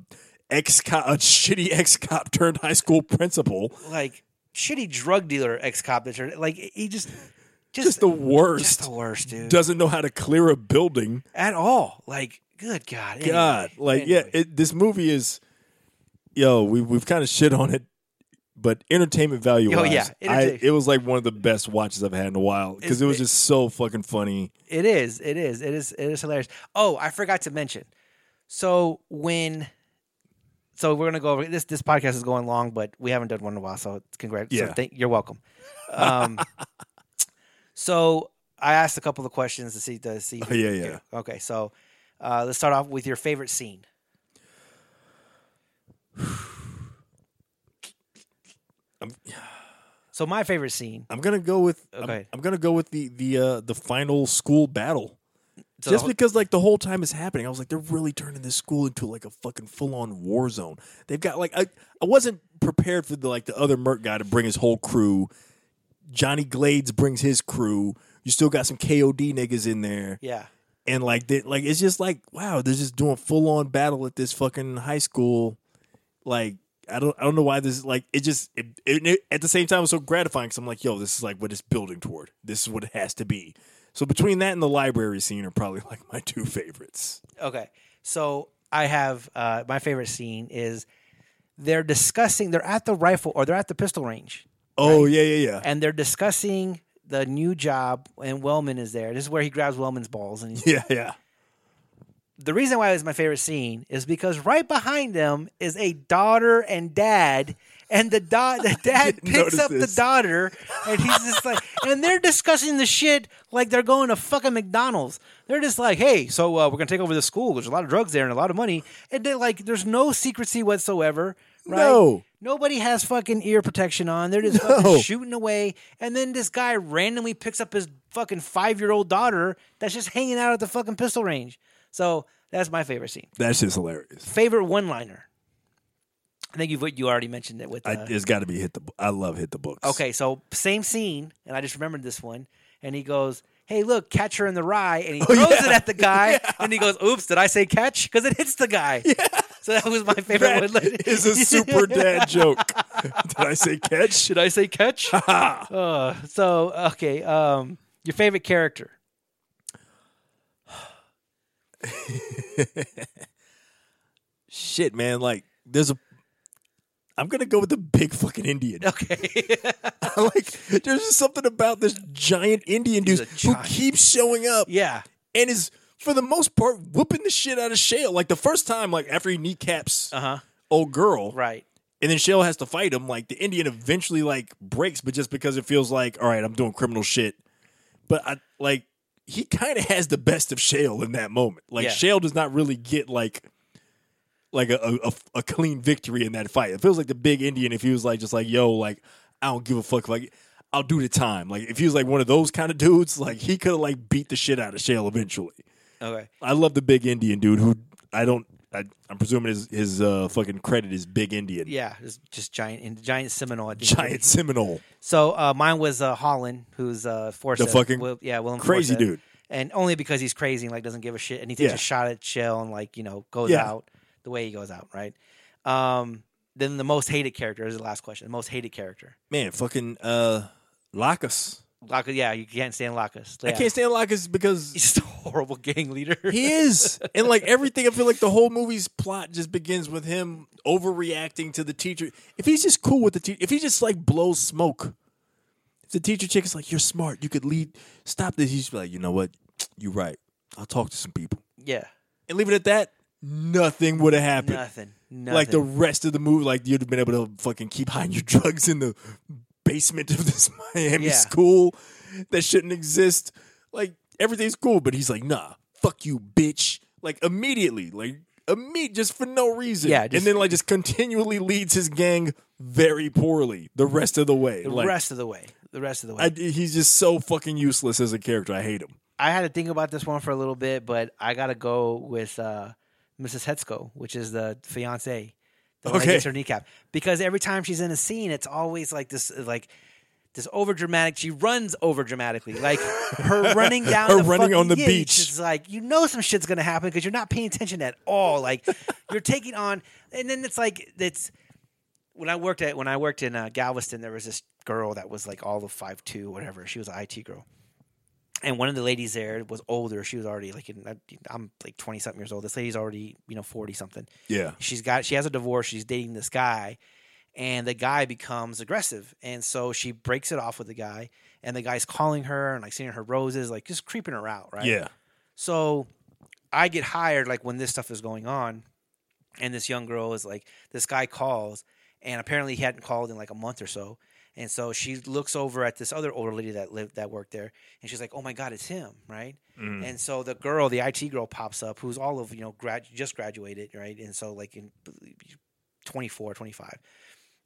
S2: ex cop, a shitty ex cop turned high school principal.
S1: like shitty drug dealer ex cop that you're like, he just, just,
S2: just the worst.
S1: just the worst, dude.
S2: Doesn't know how to clear a building.
S1: at all. Like, good God. Anyway.
S2: God, like
S1: Anyway.
S2: yeah, it, this movie is. Yo, we we've kind of shit on it, but entertainment value.
S1: Oh, yeah.
S2: I,
S1: Entertain-
S2: it was like one of the best watches I've had in a while because it was just so fucking funny.
S1: It is. It is. It is. It is hilarious. Oh, I forgot to mention. So when, so we're gonna go over this. This podcast is going long, but we haven't done one in a while. So congrats. So
S2: Yeah.
S1: thank, you're welcome. Um,
S2: [LAUGHS]
S1: so I asked a couple of questions to see to see.
S2: Oh, yeah, yeah.
S1: Okay, so uh, let's start off with your favorite
S2: [SIGHS]
S1: scene. So my favorite scene.
S2: I'm gonna go with I'm,
S1: Okay.
S2: I'm gonna go with the the uh, the final school battle.
S1: So
S2: Just
S1: the-
S2: because like the whole time is happening, I was like, they're really turning this school into like a fucking full on war zone. They've got like I, I wasn't prepared for the like the other Merc guy to bring his whole crew. Johnny Glades brings his crew. You still got some KOD niggas in there,
S1: yeah.
S2: and like they, like it's just like wow, they're just doing full on battle at this fucking high school. Like I don't I don't know why this like it just it, it, it- at the same time it's so gratifying because I'm like yo, this is like what it's building toward. This is what it has to be. So between that and the library scene are probably like my two favorites.
S1: Okay. So I have uh, my favorite scene is they're discussing they're at the rifle or they're at the pistol range
S2: Oh yeah yeah yeah.
S1: and they're discussing the new job and Wellman is there. This is where he grabs Wellman's balls and he's,
S2: Yeah, yeah.
S1: the reason why it was my favorite scene is because right behind them is a daughter and dad and the da-
S2: [LAUGHS]
S1: the dad
S2: didn't
S1: picks
S2: notice
S1: up
S2: this.
S1: the daughter and he's just like and they're discussing the shit like they're going to fucking McDonald's. They're just like, "Hey, so uh, we're going to take over the school. There's a lot of drugs there and a lot of money." And they are like there's no secrecy whatsoever, right?
S2: No.
S1: Nobody has fucking ear protection on. They're just
S2: [LAUGHS] No.
S1: fucking shooting away. And then this guy randomly picks up his fucking five year old daughter that's just hanging out at the fucking pistol range. So that's my favorite scene.
S2: That's just hilarious.
S1: Favorite one liner. I think you've you already mentioned it with.
S2: I,
S1: uh,
S2: it's got to be hit the. I love hit the books.
S1: okay, so same scene, and I just remembered this one. And he goes, hey, look, catch her in the rye, and he throws
S2: Oh, [LAUGHS] yeah.
S1: it at the guy, and he goes, oops, did I say catch? Because it hits the
S2: [LAUGHS]
S1: guy. So that was my [LAUGHS] favorite one.
S2: That is a
S1: [LAUGHS]
S2: super dad joke. Did I say catch?
S1: Did I say
S2: [LAUGHS]
S1: catch? [LAUGHS]
S2: Ha.
S1: Uh, so okay, um, your favorite character?
S2: Shit, man. Like, there's a. I'm gonna go with the big fucking Indian. [LAUGHS]
S1: Okay,
S2: like, there's just something about this giant Indian
S1: He's
S2: dude
S1: a
S2: who
S1: giant.
S2: keeps showing up
S1: [LAUGHS] yeah,
S2: and is, for the most part, whooping the shit out of Shale. Like the first time, like after he kneecaps
S1: uh huh,
S2: old girl,
S1: right,
S2: and then Shale has to fight him. Like the Indian eventually like breaks, but just because it feels like, all right, I'm doing criminal shit. But I like he kind of has the best of Shale in that moment. Like
S1: Yeah.
S2: Shale does not really get like like a, a- a a clean victory in that fight. It feels like the big Indian if he was like just like yo like I don't give a fuck like. I'll do the time. Like if he was like one of those kind of dudes, like he could have like beat the shit out of Shale eventually.
S1: okay,
S2: I love the big Indian dude who I don't. I, I'm presuming his his uh, fucking credit is big Indian.
S1: yeah, just, just giant and giant Seminole. at the end.
S2: [LAUGHS] giant Seminole.
S1: So uh, mine was uh, Holland, who's uh, Forsyth.
S2: The fucking
S1: Will, yeah, Willem
S2: crazy
S1: Forsyth.
S2: dude.
S1: and only because he's crazy, and, like doesn't give a shit, and he takes
S2: Yeah.
S1: a shot at Shell and like you know goes
S2: Yeah.
S1: out the way he goes out, right? Um, then the most hated character is the last question. The most hated character,
S2: Man, fucking uh Lacus.
S1: Lacus. Yeah, you can't stand Lacus.
S2: I can't stand Lacus
S1: [LAUGHS]
S2: because
S1: He's just a horrible gang leader.
S2: he is. and like everything, I feel like the whole movie's plot just begins with him overreacting to the teacher. If he's just cool with the teacher, if he just like blows smoke, if the teacher chick is like, You're smart, you could lead stop this, he's like, you know what? You're right. I'll talk to some people.
S1: yeah,
S2: And leave it at that, nothing would have happened.
S1: nothing. Nothing.
S2: Like the rest of the movie, like you'd have been able to fucking keep hiding your [LAUGHS] drugs in the basement of this [LAUGHS] Miami
S1: Yeah.
S2: school that shouldn't exist. Like everything's cool, but he's like, nah, fuck you, bitch. Like immediately, like immediate, just for no reason.
S1: Yeah,
S2: and
S1: just-
S2: then like just continually leads his gang very poorly the rest of the way.
S1: the
S2: like
S1: rest of the way. The rest of the way.
S2: I, he's just so fucking useless as a character. I hate him.
S1: I, had to think about this one for a little bit, but I gotta go with uh, Mrs. Hetzko, which is the fiance. The one that
S2: Okay.
S1: gets her kneecap because every time she's in a scene, it's always like this, like this over dramatic. She runs over dramatically, like
S2: [LAUGHS]
S1: her running down,
S2: Her
S1: the
S2: running on
S1: fucking
S2: the
S1: yeah,
S2: beach.
S1: It's like you know some shit's gonna happen because you're not paying attention at all. Like you're taking on, and then it's like it's when I worked at when I worked in uh, Galveston, there was this girl that was like all of five two, whatever. She was an IT girl, and one of the ladies there was older. She was already like in, uh, I'm like twenty something years old. This lady's already you know forty something.
S2: Yeah.
S1: She's got she has a divorce. She's dating this guy, and the guy becomes aggressive, and so she breaks it off with the guy, and the guy's calling her and like sending her roses, like just creeping her out, right?
S2: Yeah.
S1: So I get hired like when this stuff is going on, and this young girl is like, this guy calls, and apparently he hadn't called in like a month or so. And so she looks over at this other older lady that lived that worked there, and she's like, "Oh my God, it's him!" Right?
S2: Mm.
S1: And so the girl, the IT girl, pops up, who's all of you know, grad, just graduated, right? And so like in 24, 25,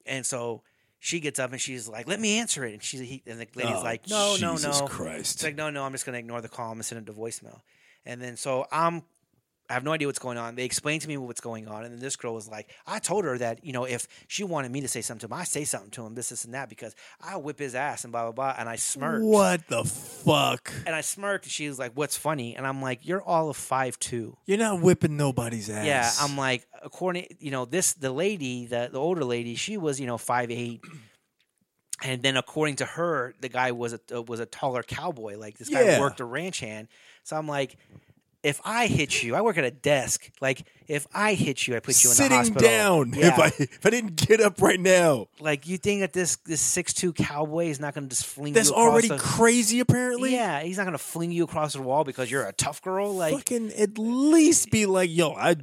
S1: and so she gets up and she's like, "Let me answer it," and she's he, and the lady's
S2: Oh,
S1: like, "No, no,
S2: Jesus
S1: no,
S2: Christ.
S1: it's like, no, no, I'm just going to ignore the call. I'm going to send it to voicemail. And then so I'm, I have no idea what's going on. They explain to me what's going on. And then this girl was like, I told her that, you know, if she wanted me to say something to him, I say something to him, this, this, and that, because I whip his ass and blah, blah, blah. And I smirked.
S2: what the fuck?
S1: And I smirked. And she was like, What's funny? And I'm like, You're all of five two.
S2: You're not whipping nobody's ass.
S1: Yeah, I'm like, according, you know, this the lady, the, the older lady, she was, you know, five eight, and then according to her, the guy was a uh, was a taller cowboy. Like this guy
S2: Yeah.
S1: worked a ranch hand. So I'm like, if I hit you, I work at a desk. Like if I hit you, I put you in the
S2: sitting
S1: hospital.
S2: down. [LAUGHS]
S1: Yeah.
S2: If I if I didn't get up right now,
S1: like you think that this this six two cowboy is not going to just fling
S2: that's
S1: you across
S2: already
S1: the,
S2: crazy. Apparently,
S1: yeah, he's not going to fling you across the wall because you're a tough girl. Like
S2: Fucking at least be like, yo, I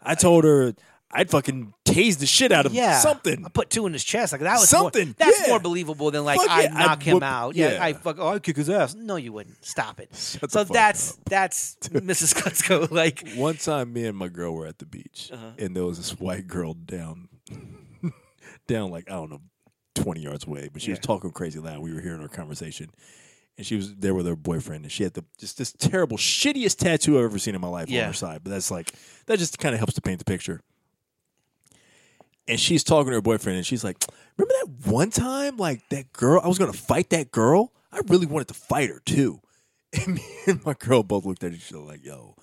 S2: I told her I'd fucking tase the shit out of
S1: yeah,
S2: something.
S1: I put two in his chest. Like that was more-
S2: Something,
S1: that's
S2: yeah.
S1: more believable than like
S2: Fuck
S1: I
S2: yeah, I
S1: knock him
S2: whoop-
S1: out. Yeah,
S2: yeah.
S1: I fuck. Oh, I kick his ass. No, you wouldn't. Stop it.
S2: Shut
S1: so
S2: the fuck
S1: that's
S2: [LAUGHS]
S1: that's Mrs. Cutco. Like
S2: One time, me and my girl were at the beach,
S1: Uh-huh.
S2: and there was this white girl down, [LAUGHS] down like I don't know, twenty yards away. But she was
S1: Yeah.
S2: talking crazy loud. We were hearing her conversation, and she was there with her boyfriend, and she had the just this terrible, shittiest tattoo I've ever seen in my life on
S1: Yeah.
S2: her side. But that's like that just kind of helps to paint the picture. And she's talking to her boyfriend, and she's like, "Remember that one time, like that girl? I was gonna fight that girl. I really wanted to fight her too." [LAUGHS] And me and my girl both looked at each other like, yo,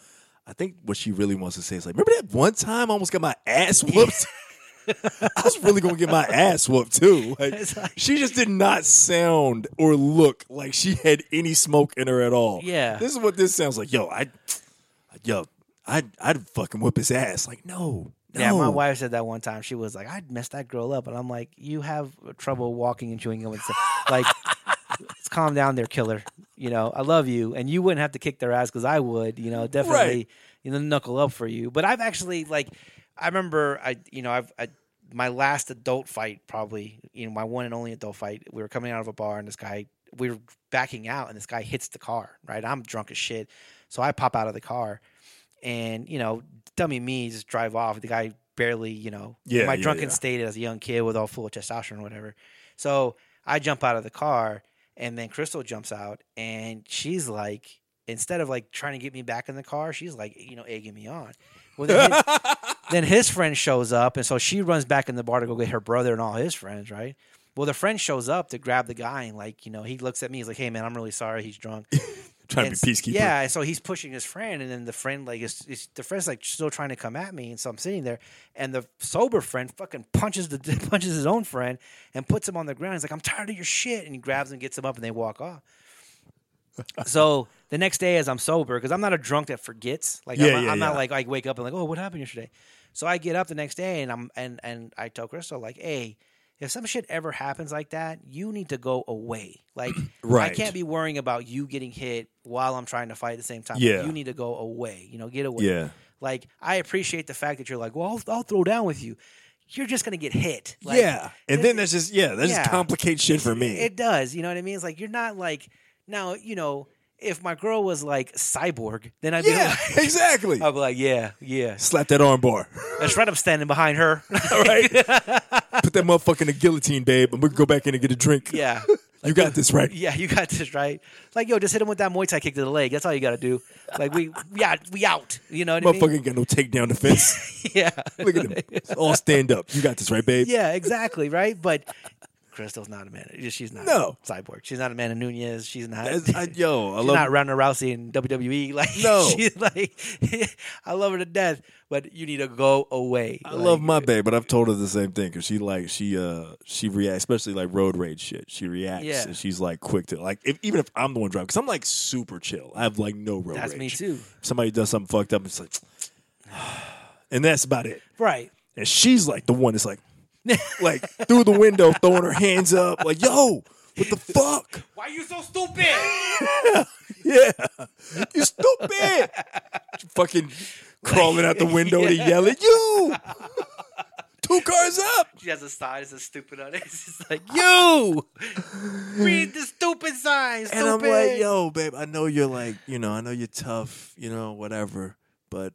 S2: I think what she really wants to say is like, remember that one time I almost got my ass whooped? [LAUGHS] I was really gonna
S1: [LAUGHS]
S2: get my ass whooped too. Like,
S1: It's like-
S2: she just did not sound or look like she had any smoke in her at all.
S1: Yeah.
S2: This is what this sounds like. Yo, I yo, I'd I'd fucking whip his ass. Like, no. no.
S1: Yeah, my
S2: [LAUGHS]
S1: wife said that one time. She was like, "I messed that girl up," and I'm like, "You have trouble walking and chewing gum and stuff. Like, let's calm down, there, killer. You know, I love you, and you wouldn't have to kick their ass because I would. You know, definitely, you know, knuckle up for you. But I've actually like, I remember, I you know, I've I, my last adult fight probably, you know, my one and only adult fight. We were coming out of a bar, and this guy, we were backing out, and this guy hits the car. Right, I'm drunk as shit, so I pop out of the car and you know, dummy me just drive off. The guy barely, you know,
S2: Yeah,
S1: my
S2: yeah,
S1: drunken
S2: yeah.
S1: state as a young kid with all full of testosterone, or whatever. So I jump out of the car, and then Crystal jumps out, and she's like, instead of like trying to get me back in the car, she's like, you know, egging me on. Well,
S2: [LAUGHS]
S1: then, his, then his friend shows up, and so she runs back in the bar to go get her brother and all his friends, right? Well, the friend shows up to grab the guy, and like, you know, he looks at me. He's like, "Hey, man, I'm really sorry. He's drunk."
S2: trying to
S1: And
S2: be
S1: s-
S2: peacekeeper.
S1: Yeah, so he's pushing his friend, and then the friend like is, is the friend's like still trying to come at me, and so I'm sitting there, and the sober friend fucking punches the [LAUGHS] punches his own friend and puts him on the ground. He's like, "I'm tired of your shit," and he grabs him, gets him up, and they walk
S2: [LAUGHS]
S1: off. so the next day, as I'm sober, because I'm not a drunk that forgets. Like
S2: Yeah,
S1: I'm,
S2: yeah,
S1: I'm
S2: yeah.
S1: not like I wake up and like, "Oh, what happened yesterday?" So I get up the next day, and I'm and and I tell Crystal like, "Hey." If some shit ever happens like that, you need to go away. Like, I
S2: Right.
S1: can't be be worrying about you getting hit while I'm trying to fight at the same time. Like,
S2: Yeah.
S1: you need to go away. You know, get away.
S2: Yeah.
S1: Like I appreciate the fact that you're like, well, I'll, I'll throw down with you. You're just gonna get hit. Like,
S2: yeah. And then that's just yeah, that
S1: Yeah.
S2: just complicates shit for me.
S1: It does. You know what I mean? It's like you're not like now. You know, if my girl was like cyborg, then I'd
S2: yeah,
S1: be like, [LAUGHS]
S2: [LAUGHS] exactly.
S1: I'd be like, yeah,
S2: [LAUGHS]
S1: yeah.
S2: Slap that arm bar.
S1: That's right. I'm standing behind her.
S2: [LAUGHS] right? Put that motherfucker in the guillotine, babe, and we can go back in and get a drink.
S1: [LAUGHS] yeah.
S2: You got this, right?
S1: Yeah, you got this right. Like, yo, just hit him with that Muay Thai kick to the leg. That's all you got to do. Like, we, yeah, we out. You know what I
S2: Motherfucker
S1: mean?
S2: ain't got no
S1: [LAUGHS]
S2: takedown defense.
S1: Yeah.
S2: Look at him. It's all stand up. You got this, right, babe?
S1: Yeah, exactly, right? But [LAUGHS] Crystal's not Amanda. She's not
S2: No.
S1: cyborg. She's not Amanda Nunez. She's not.
S2: That's- I,
S1: [LAUGHS]
S2: yo, I
S1: she's
S2: love
S1: not Ronda Rousey in WWE. [LAUGHS] Like
S2: No.
S1: she's like, [LAUGHS] I love her to death, but you need to go away.
S2: I love my babe, but I've told her the same thing because she like she uh she reacts, especially like road rage shit. She reacts
S1: Yeah.
S2: and she's like quick to like if, even if I'm the one driving because I'm like super chill. I have like no road
S1: That's
S2: rage.
S1: me too.
S2: Somebody does something fucked up, it's like, [SIGHS] and that's about it.
S1: Right.
S2: And she's like the one that's like, [LAUGHS] like through the window, throwing her hands up, like, yo, what the fuck?
S1: Why you so stupid?
S2: Yeah. You stupid. Fucking crawling out the window to yell at you. Two cars up.
S1: [LAUGHS] She has a sign that says stupid on it. [LAUGHS] It's just like, you
S2: [LAUGHS]
S1: read the stupid sign, stupid.
S2: And I'm like, yo, babe, I know you're like, you know, I know you're tough, you know, whatever. But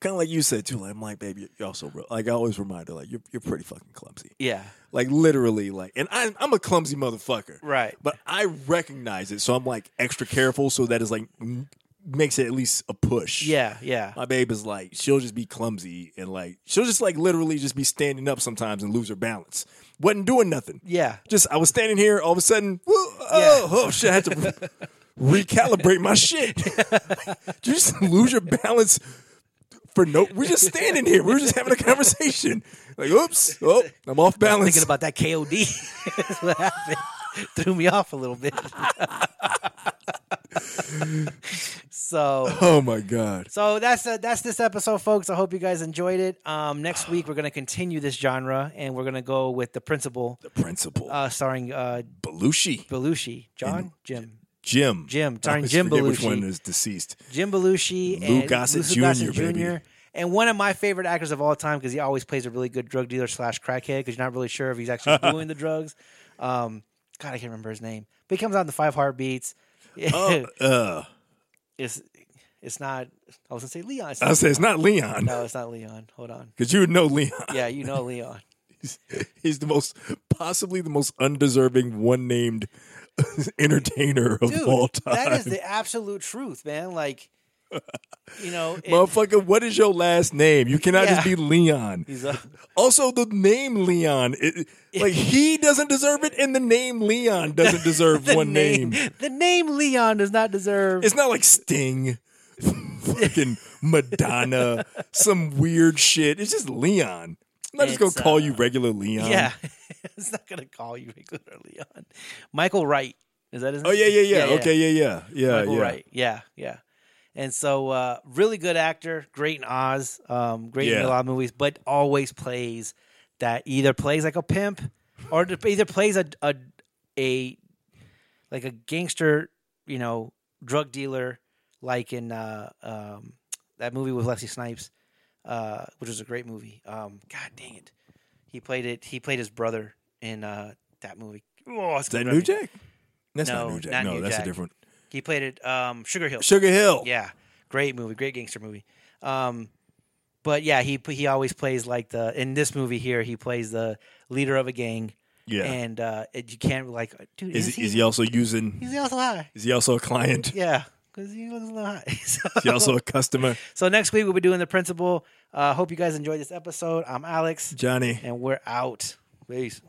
S2: kind of like you said too, like, I'm like, babe, you're- you're also real. Like, I always remind her, like, you're, you're pretty fucking clumsy.
S1: Yeah.
S2: Like, literally, like, and I'm, I'm a clumsy motherfucker.
S1: Right.
S2: But I recognize it. So I'm like extra careful. So that is like, m- makes it at least a push.
S1: Yeah. Yeah.
S2: My babe is like, she'll just be clumsy and like, she'll just like literally just be standing up sometimes and lose her balance. Wasn't doing nothing.
S1: Yeah.
S2: Just, I was standing here, all of a sudden, woo, oh, oh shit, I had to
S1: [LAUGHS]
S2: re- recalibrate my shit. Did you just lose your balance for no, we're just standing here. We were just having a conversation. Like, oops, oh, I'm off balance.
S1: Thinking about that KOD. [LAUGHS] That's what happened. Threw me off a little bit. [LAUGHS] so
S2: oh my God.
S1: so that's uh, that's this episode, folks. I hope you guys enjoyed it. Um, next week we're gonna continue this genre and we're gonna go with the principal,
S2: The principal,
S1: uh, starring uh,
S2: Belushi,
S1: Belushi, John, Jim,
S2: Jim.
S1: Jim,
S2: I
S1: starring
S2: always
S1: Jim
S2: forget which
S1: Belushi.
S2: one
S1: [LAUGHS]
S2: is deceased.
S1: Jim Belushi,
S2: Lou
S1: and
S2: Gossett
S1: Lou
S2: Jr.,
S1: Gossett Jr.
S2: baby.
S1: And one of my favorite actors of all time because he always plays a really good drug dealer slash crackhead because you're not really sure if he's
S2: [LAUGHS]
S1: actually doing the drugs. Um, God, I can't remember his name, but he comes out in the Five Heartbeats. [LAUGHS]
S2: Oh, uh,
S1: it's it's not. I was gonna say Leon. It's
S2: I
S1: not,
S2: say it's not Leon.
S1: no, it's not Leon. Hold on.
S2: Because you would know Leon. [LAUGHS]
S1: Yeah, you know Leon.
S2: He's the most, possibly the most undeserving one named [LAUGHS] entertainer of
S1: Dude,
S2: all time.
S1: that is the absolute truth, man. Like, you know,
S2: [LAUGHS]
S1: it-
S2: Motherfucker, what is your last name? You cannot just
S1: Yeah.
S2: be Leon. [LAUGHS]
S1: he's a,
S2: Also, the name Leon, it, like he doesn't deserve it, and the name
S1: [LAUGHS]
S2: Leon doesn't deserve
S1: the
S2: one name.
S1: The name Leon does not deserve.
S2: It's not like Sting, fucking Madonna, some weird shit. It's just Leon. I'm not just gonna
S1: It's,
S2: call
S1: uh,
S2: you regular Leon.
S1: yeah, [LAUGHS] it's not gonna call you regular Leon. Michael Wright is that his?
S2: Oh yeah, yeah, yeah. okay, yeah, yeah, yeah,
S1: Michael
S2: yeah.
S1: Wright. Yeah, yeah. And so, uh, really good actor, great in Oz, um, great in
S2: Yeah.
S1: a lot of movies, but always plays that either plays like a pimp or d- either plays a a, a like a gangster, you know, drug dealer, like in uh, um, that movie with Leslie Snipes, uh, which was a great movie. Um, God dang it, he played it. He played his brother in uh, that movie. Oh, it's
S2: Is that
S1: gonna
S2: New
S1: drive me-
S2: Jack? That's
S1: No,
S2: not New Jack.
S1: not
S2: no,
S1: New
S2: that's
S1: Jack.
S2: a different
S1: He played it. Um, Sugar Hill.
S2: Sugar Hill.
S1: Yeah, great movie, great gangster movie. Um, but yeah, he he always plays like the in this movie here he plays the leader of a gang,
S2: Yeah.
S1: and uh, it, you can't like dude
S2: is,
S1: is,
S2: is he,
S1: he,
S2: also using?
S1: he's also high,
S2: Is he also a client?
S1: yeah, because he looks a little high. [LAUGHS] So,
S2: Is he also a
S1: [LAUGHS]
S2: customer?
S1: so next week we'll be doing the principal. Uh, hope you guys enjoyed this episode. I'm Alex,
S2: Johnny.
S1: and we're out. Peace.